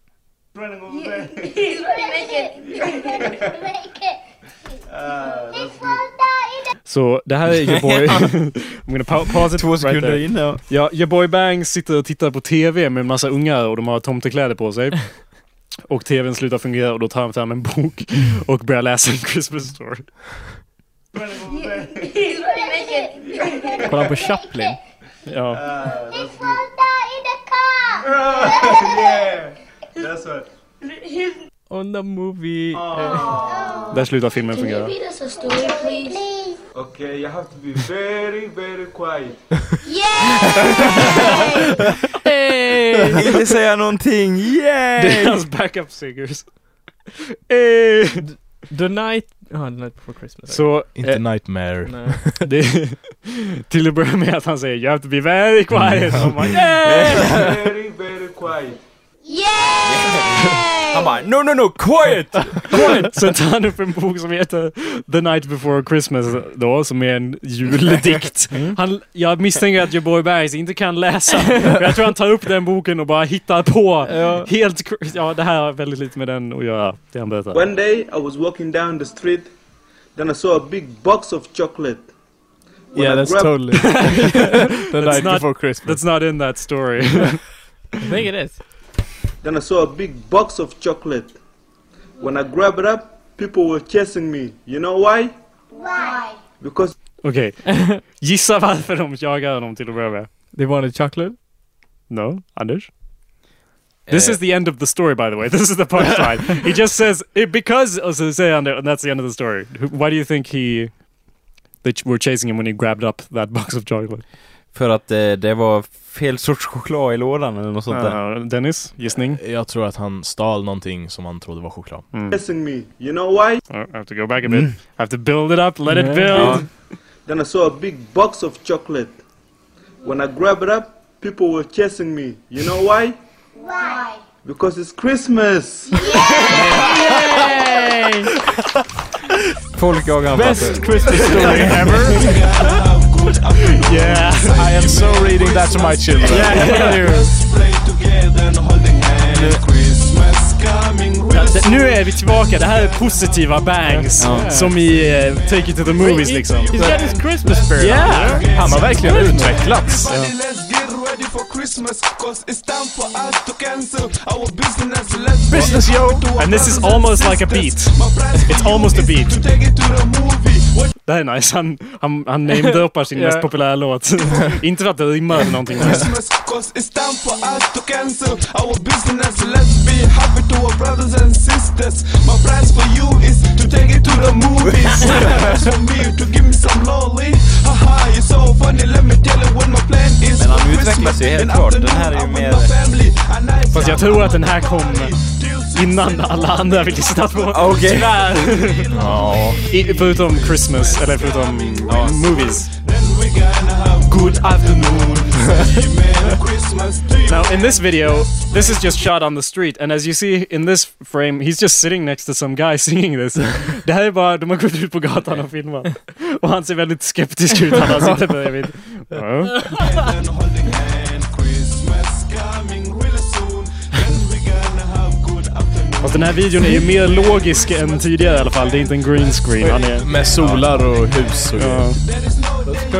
He's Ah, Så det här är your boy. I'm gonna pa- pause it Två right sekunder there. in ja. Ja, your boy Bang sitter och tittar på TV med en massa ungar och de har tomtekläder på sig. Och TVn slutar fungera och då tar han fram en bok och börjar läsa en Christmas story. Kollar han på Chaplin? Ja. On the movie. Där slutar filmen Can you fungera. read us a story, please? Okay, you have to be very, very quiet. Yay! Inte säga någonting, Det yay! är hans backup singers. Eh. The night... Ja, The night before Christmas. Så Inte eh, Nightmare. Nej. det, till att börja med att han säger You have to be very quiet. Och man, "Yeah!" Very, very quiet. Yay! Han bara, no no no, quiet! Sen tar han upp en bok som heter The Night Before Christmas då, som är en juldikt. Han, jag misstänker att Joboy Bergs inte kan läsa. Men jag tror han tar upp den boken och bara hittar på. Ja. Helt kr- Ja, det här har väldigt lite med den att göra, det han berättar. One day I was walking down the street, then I saw a big box of chocolate. When Yeah, I that's grabbed- totally... The night not- before Christmas. That's not in that story. I think it is. Then I saw a big box of chocolate. When I grabbed it up, people were chasing me. You know why? Why? Because Okej. Gissa varför de jagar honom till att börja med. They wanted chocolate? No, Anders? This is the end of the story, by the way. This is the punchline. he just says it because oh, so say under, and that's the end of the story. Who- Why do you think he they ch- were chasing him when he grabbed up that box of chocolate? För att eh, det var fel sorts choklad i lådan eller något sånt där. Uh, Dennis, gissning. Jag tror att han stal någonting som han trodde var choklad. chasing me. You know why? Oh, I have to go back a bit. I have to build it up. Let it build. Ja. Then I saw a big box of chocolate. When I grabbed it up, people were chasing me. You know why? Why? Because it's Christmas. Folk jagar honom framför. Christmas story ever. yeah, I am so reading that to my children. yeah, yeah. Ja, det- Alltså, Nu är vi tillbaka. Det här är positiva bangs. Som i eh, Take It To The Movies liksom. He's got his Christmas spirit. Yeah! Han har verkligen utvecklats. Let's get ready for Christmas, cause it's time for us to cancel our business. Let's Business yo! And this is almost like a beat. It's almost a beat. take it to the movie. Det här är nice. Han, han, han namedroppar sin mest populära låt. Inte för att det rimmar eller någonting. Christmas, cause it's time for us to cancel our business. Let's be happy to our brothers and sisters. My prize for you is to take it to the movies. My prize for me to give me some lolly. Haha, you're so funny. Let me tell you what my plan is. Men han for utvecklas ju Christmas. helt In klart. Den afternoon, här är ju I'm with mer- my family. A nice Fast jag tror att den här kom till innan alla andra vi lyssnat på. Okej. Tyvärr. I, förutom Christmas, eller förutom movies. Good afternoon. Say Merry Christmas to you. Now in this video, this is just shot on the street and as you see in this frame, he's just sitting next to some guy singing this. Det här är bara, de har gått ut på gatan och filmat. Och han ser väldigt skeptisk ut. Han sitter bredvid. Ja. and holding hand. Christmas coming really soon. Then we gonna have good afternoon. Fast den här videon är ju mer logisk än tidigare i alla fall. Det är inte en green screen. Han är... Med solar och hus och grejer. Ja.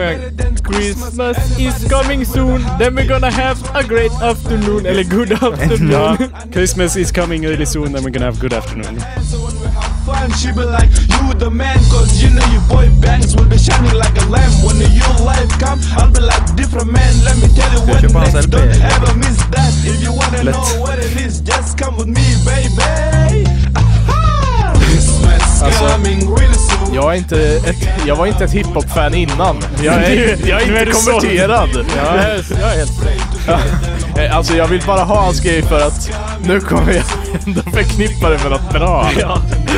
Christmas is coming soon. Then we're gonna have a great afternoon. Eller good afternoon. Ja. Christmas is coming really soon and we're gonna have good afternoon. So when we have fun, she be like, you the man, cause you know your boy bangs will be shining like a lamp. When your life come, I'll be like different man. Let me tell you what köpa hans next, LP. don't ever miss that. If you wanna Lätt. know what it is, just come with me, baby. Aha! Christmas Alltså, coming real soon. Jag, är inte ett, jag var inte ett hiphop-fan innan. Jag är, jag är inte konverterad. Jag är, jag är helt... Eh, Alltså jag vill bara ha hans grej för att nu kommer jag ändå förknippa det med något bra.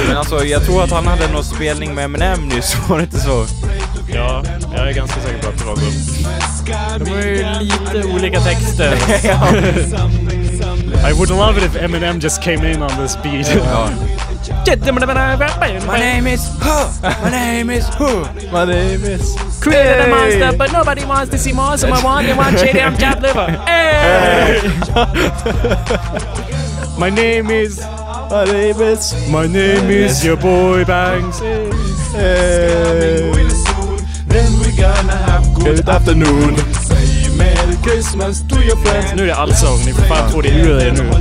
Men alltså, jag tror att han hade någon spelning med Eminem nyss, var det inte så? Ja, jag är ganska säker på att det var guld. De har ju lite olika texter. I would love it if Eminem just came in on this beat. My name is Huh! My name is Huh! My name is... Created a monster, but nobody wants to see more, so I want to watch it. I'm Jack Liver. Hey! My name is... My name is... My name is your boy Bangs. eh, Real soon, then we gonna have good Good afternoon. Say Merry Christmas to your friends. Nu är det allsång, ni får fan få det ur er nu.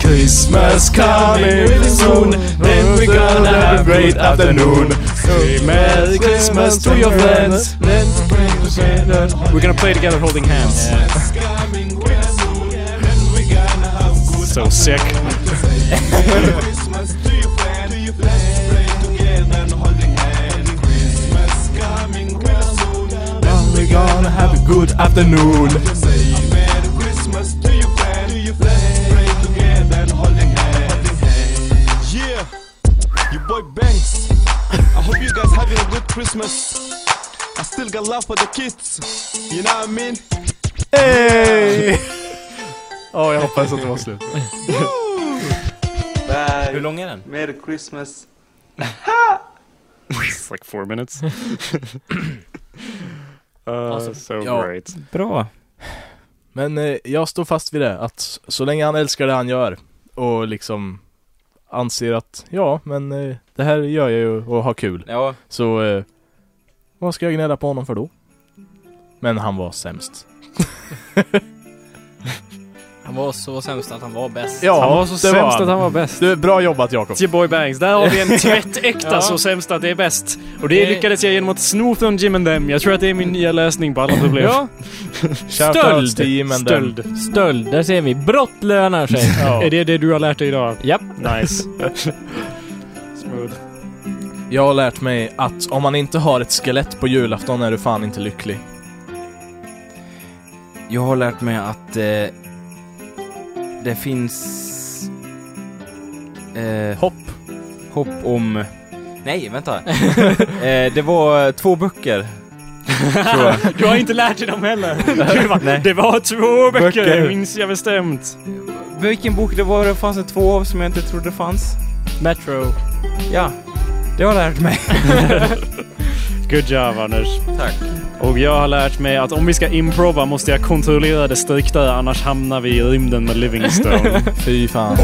Christmas coming really soon. Then we gonna have a great afternoon. Say Merry Christmas to your friends. Let's bring together. We're gonna play together holding hands. Coming really soon. Then we gonna have good So sick. Christmas to your friends. Let's bring together and holding hands. Christmas coming really soon. Then we gonna have a good afternoon. Say Merry Christmas to your friends. Let's bring together and holding hands. Yeah. Your boy Banks. I hope you guys having a good Christmas. I still got love for the kids. You know what I mean? Hey! Åh, jag hoppas att det var slut. Hur lång är den? Merry Christmas. It's like four minutes. uh, so Alltså, Ja. great. Bra. Men eh, jag står fast vid det, att så länge han älskar det han gör och liksom anser att ja, men eh, det här gör jag ju och har kul. Ja. Så eh, vad ska jag gnälla på honom för då? Men han var sämst. Han var så sämst att han var bäst. Ja, Han var så det sämst var att han. han var bäst. Du, bra jobbat Jakob. Your boy Bangs. Där har vi en tvättäkta Ja. så sämst att det är bäst. Och det Eh. lyckades jag genom att sno från Jim and Them. Jag tror att det är min nya lösning på alla problem. Ja. Shout Stöld. out till Jim and them. Stöld. Stöld, där ser vi. Brott lönar sig. Är det det du har lärt dig idag? Japp. Nice. Smooth. Jag har lärt mig att om man inte har ett skelett på julafton är du fan inte lycklig. Jag har lärt mig att eh, det finns eh, Hopp. hopp om... Nej, vänta. eh, det var eh, två böcker. Tror jag. Du har inte lärt dig dem heller. Du bara, Nej. det var två böcker, Böcker. minns jag bestämt. Vilken bok det var det fanns det två av som jag inte trodde fanns? Metro. Ja, det har jag lärt mig. Good job Anders. Tack. Och jag har lärt mig att om vi ska improva måste jag kontrollera det striktare annars hamnar vi i rymden med Livingstone. Fy fan.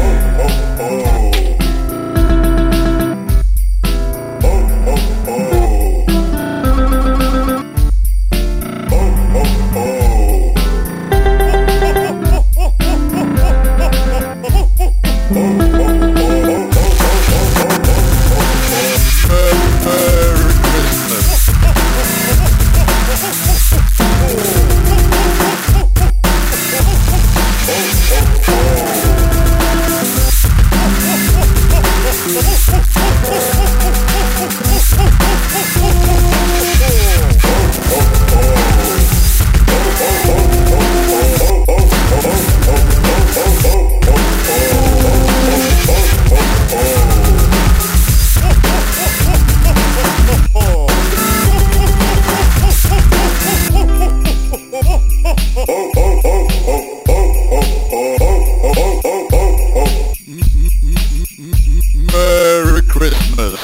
Merry Christmas.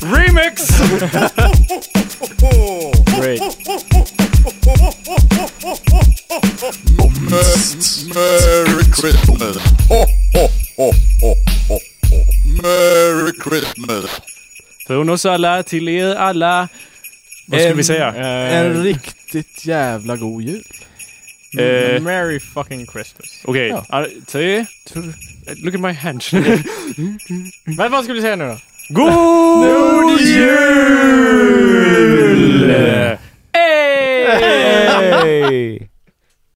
Remix! Great. Merry Christmas. Merry Christmas. För från oss alla till er alla. Vad skulle En- vi säga? En riktigt jävla god jul. Eh, Merry fucking Christmas. Okej, Ja. ar- tre, två, look at my hand. Men vad ska vi säga nu då? God jul! Hey! Eh. Eh. Hey!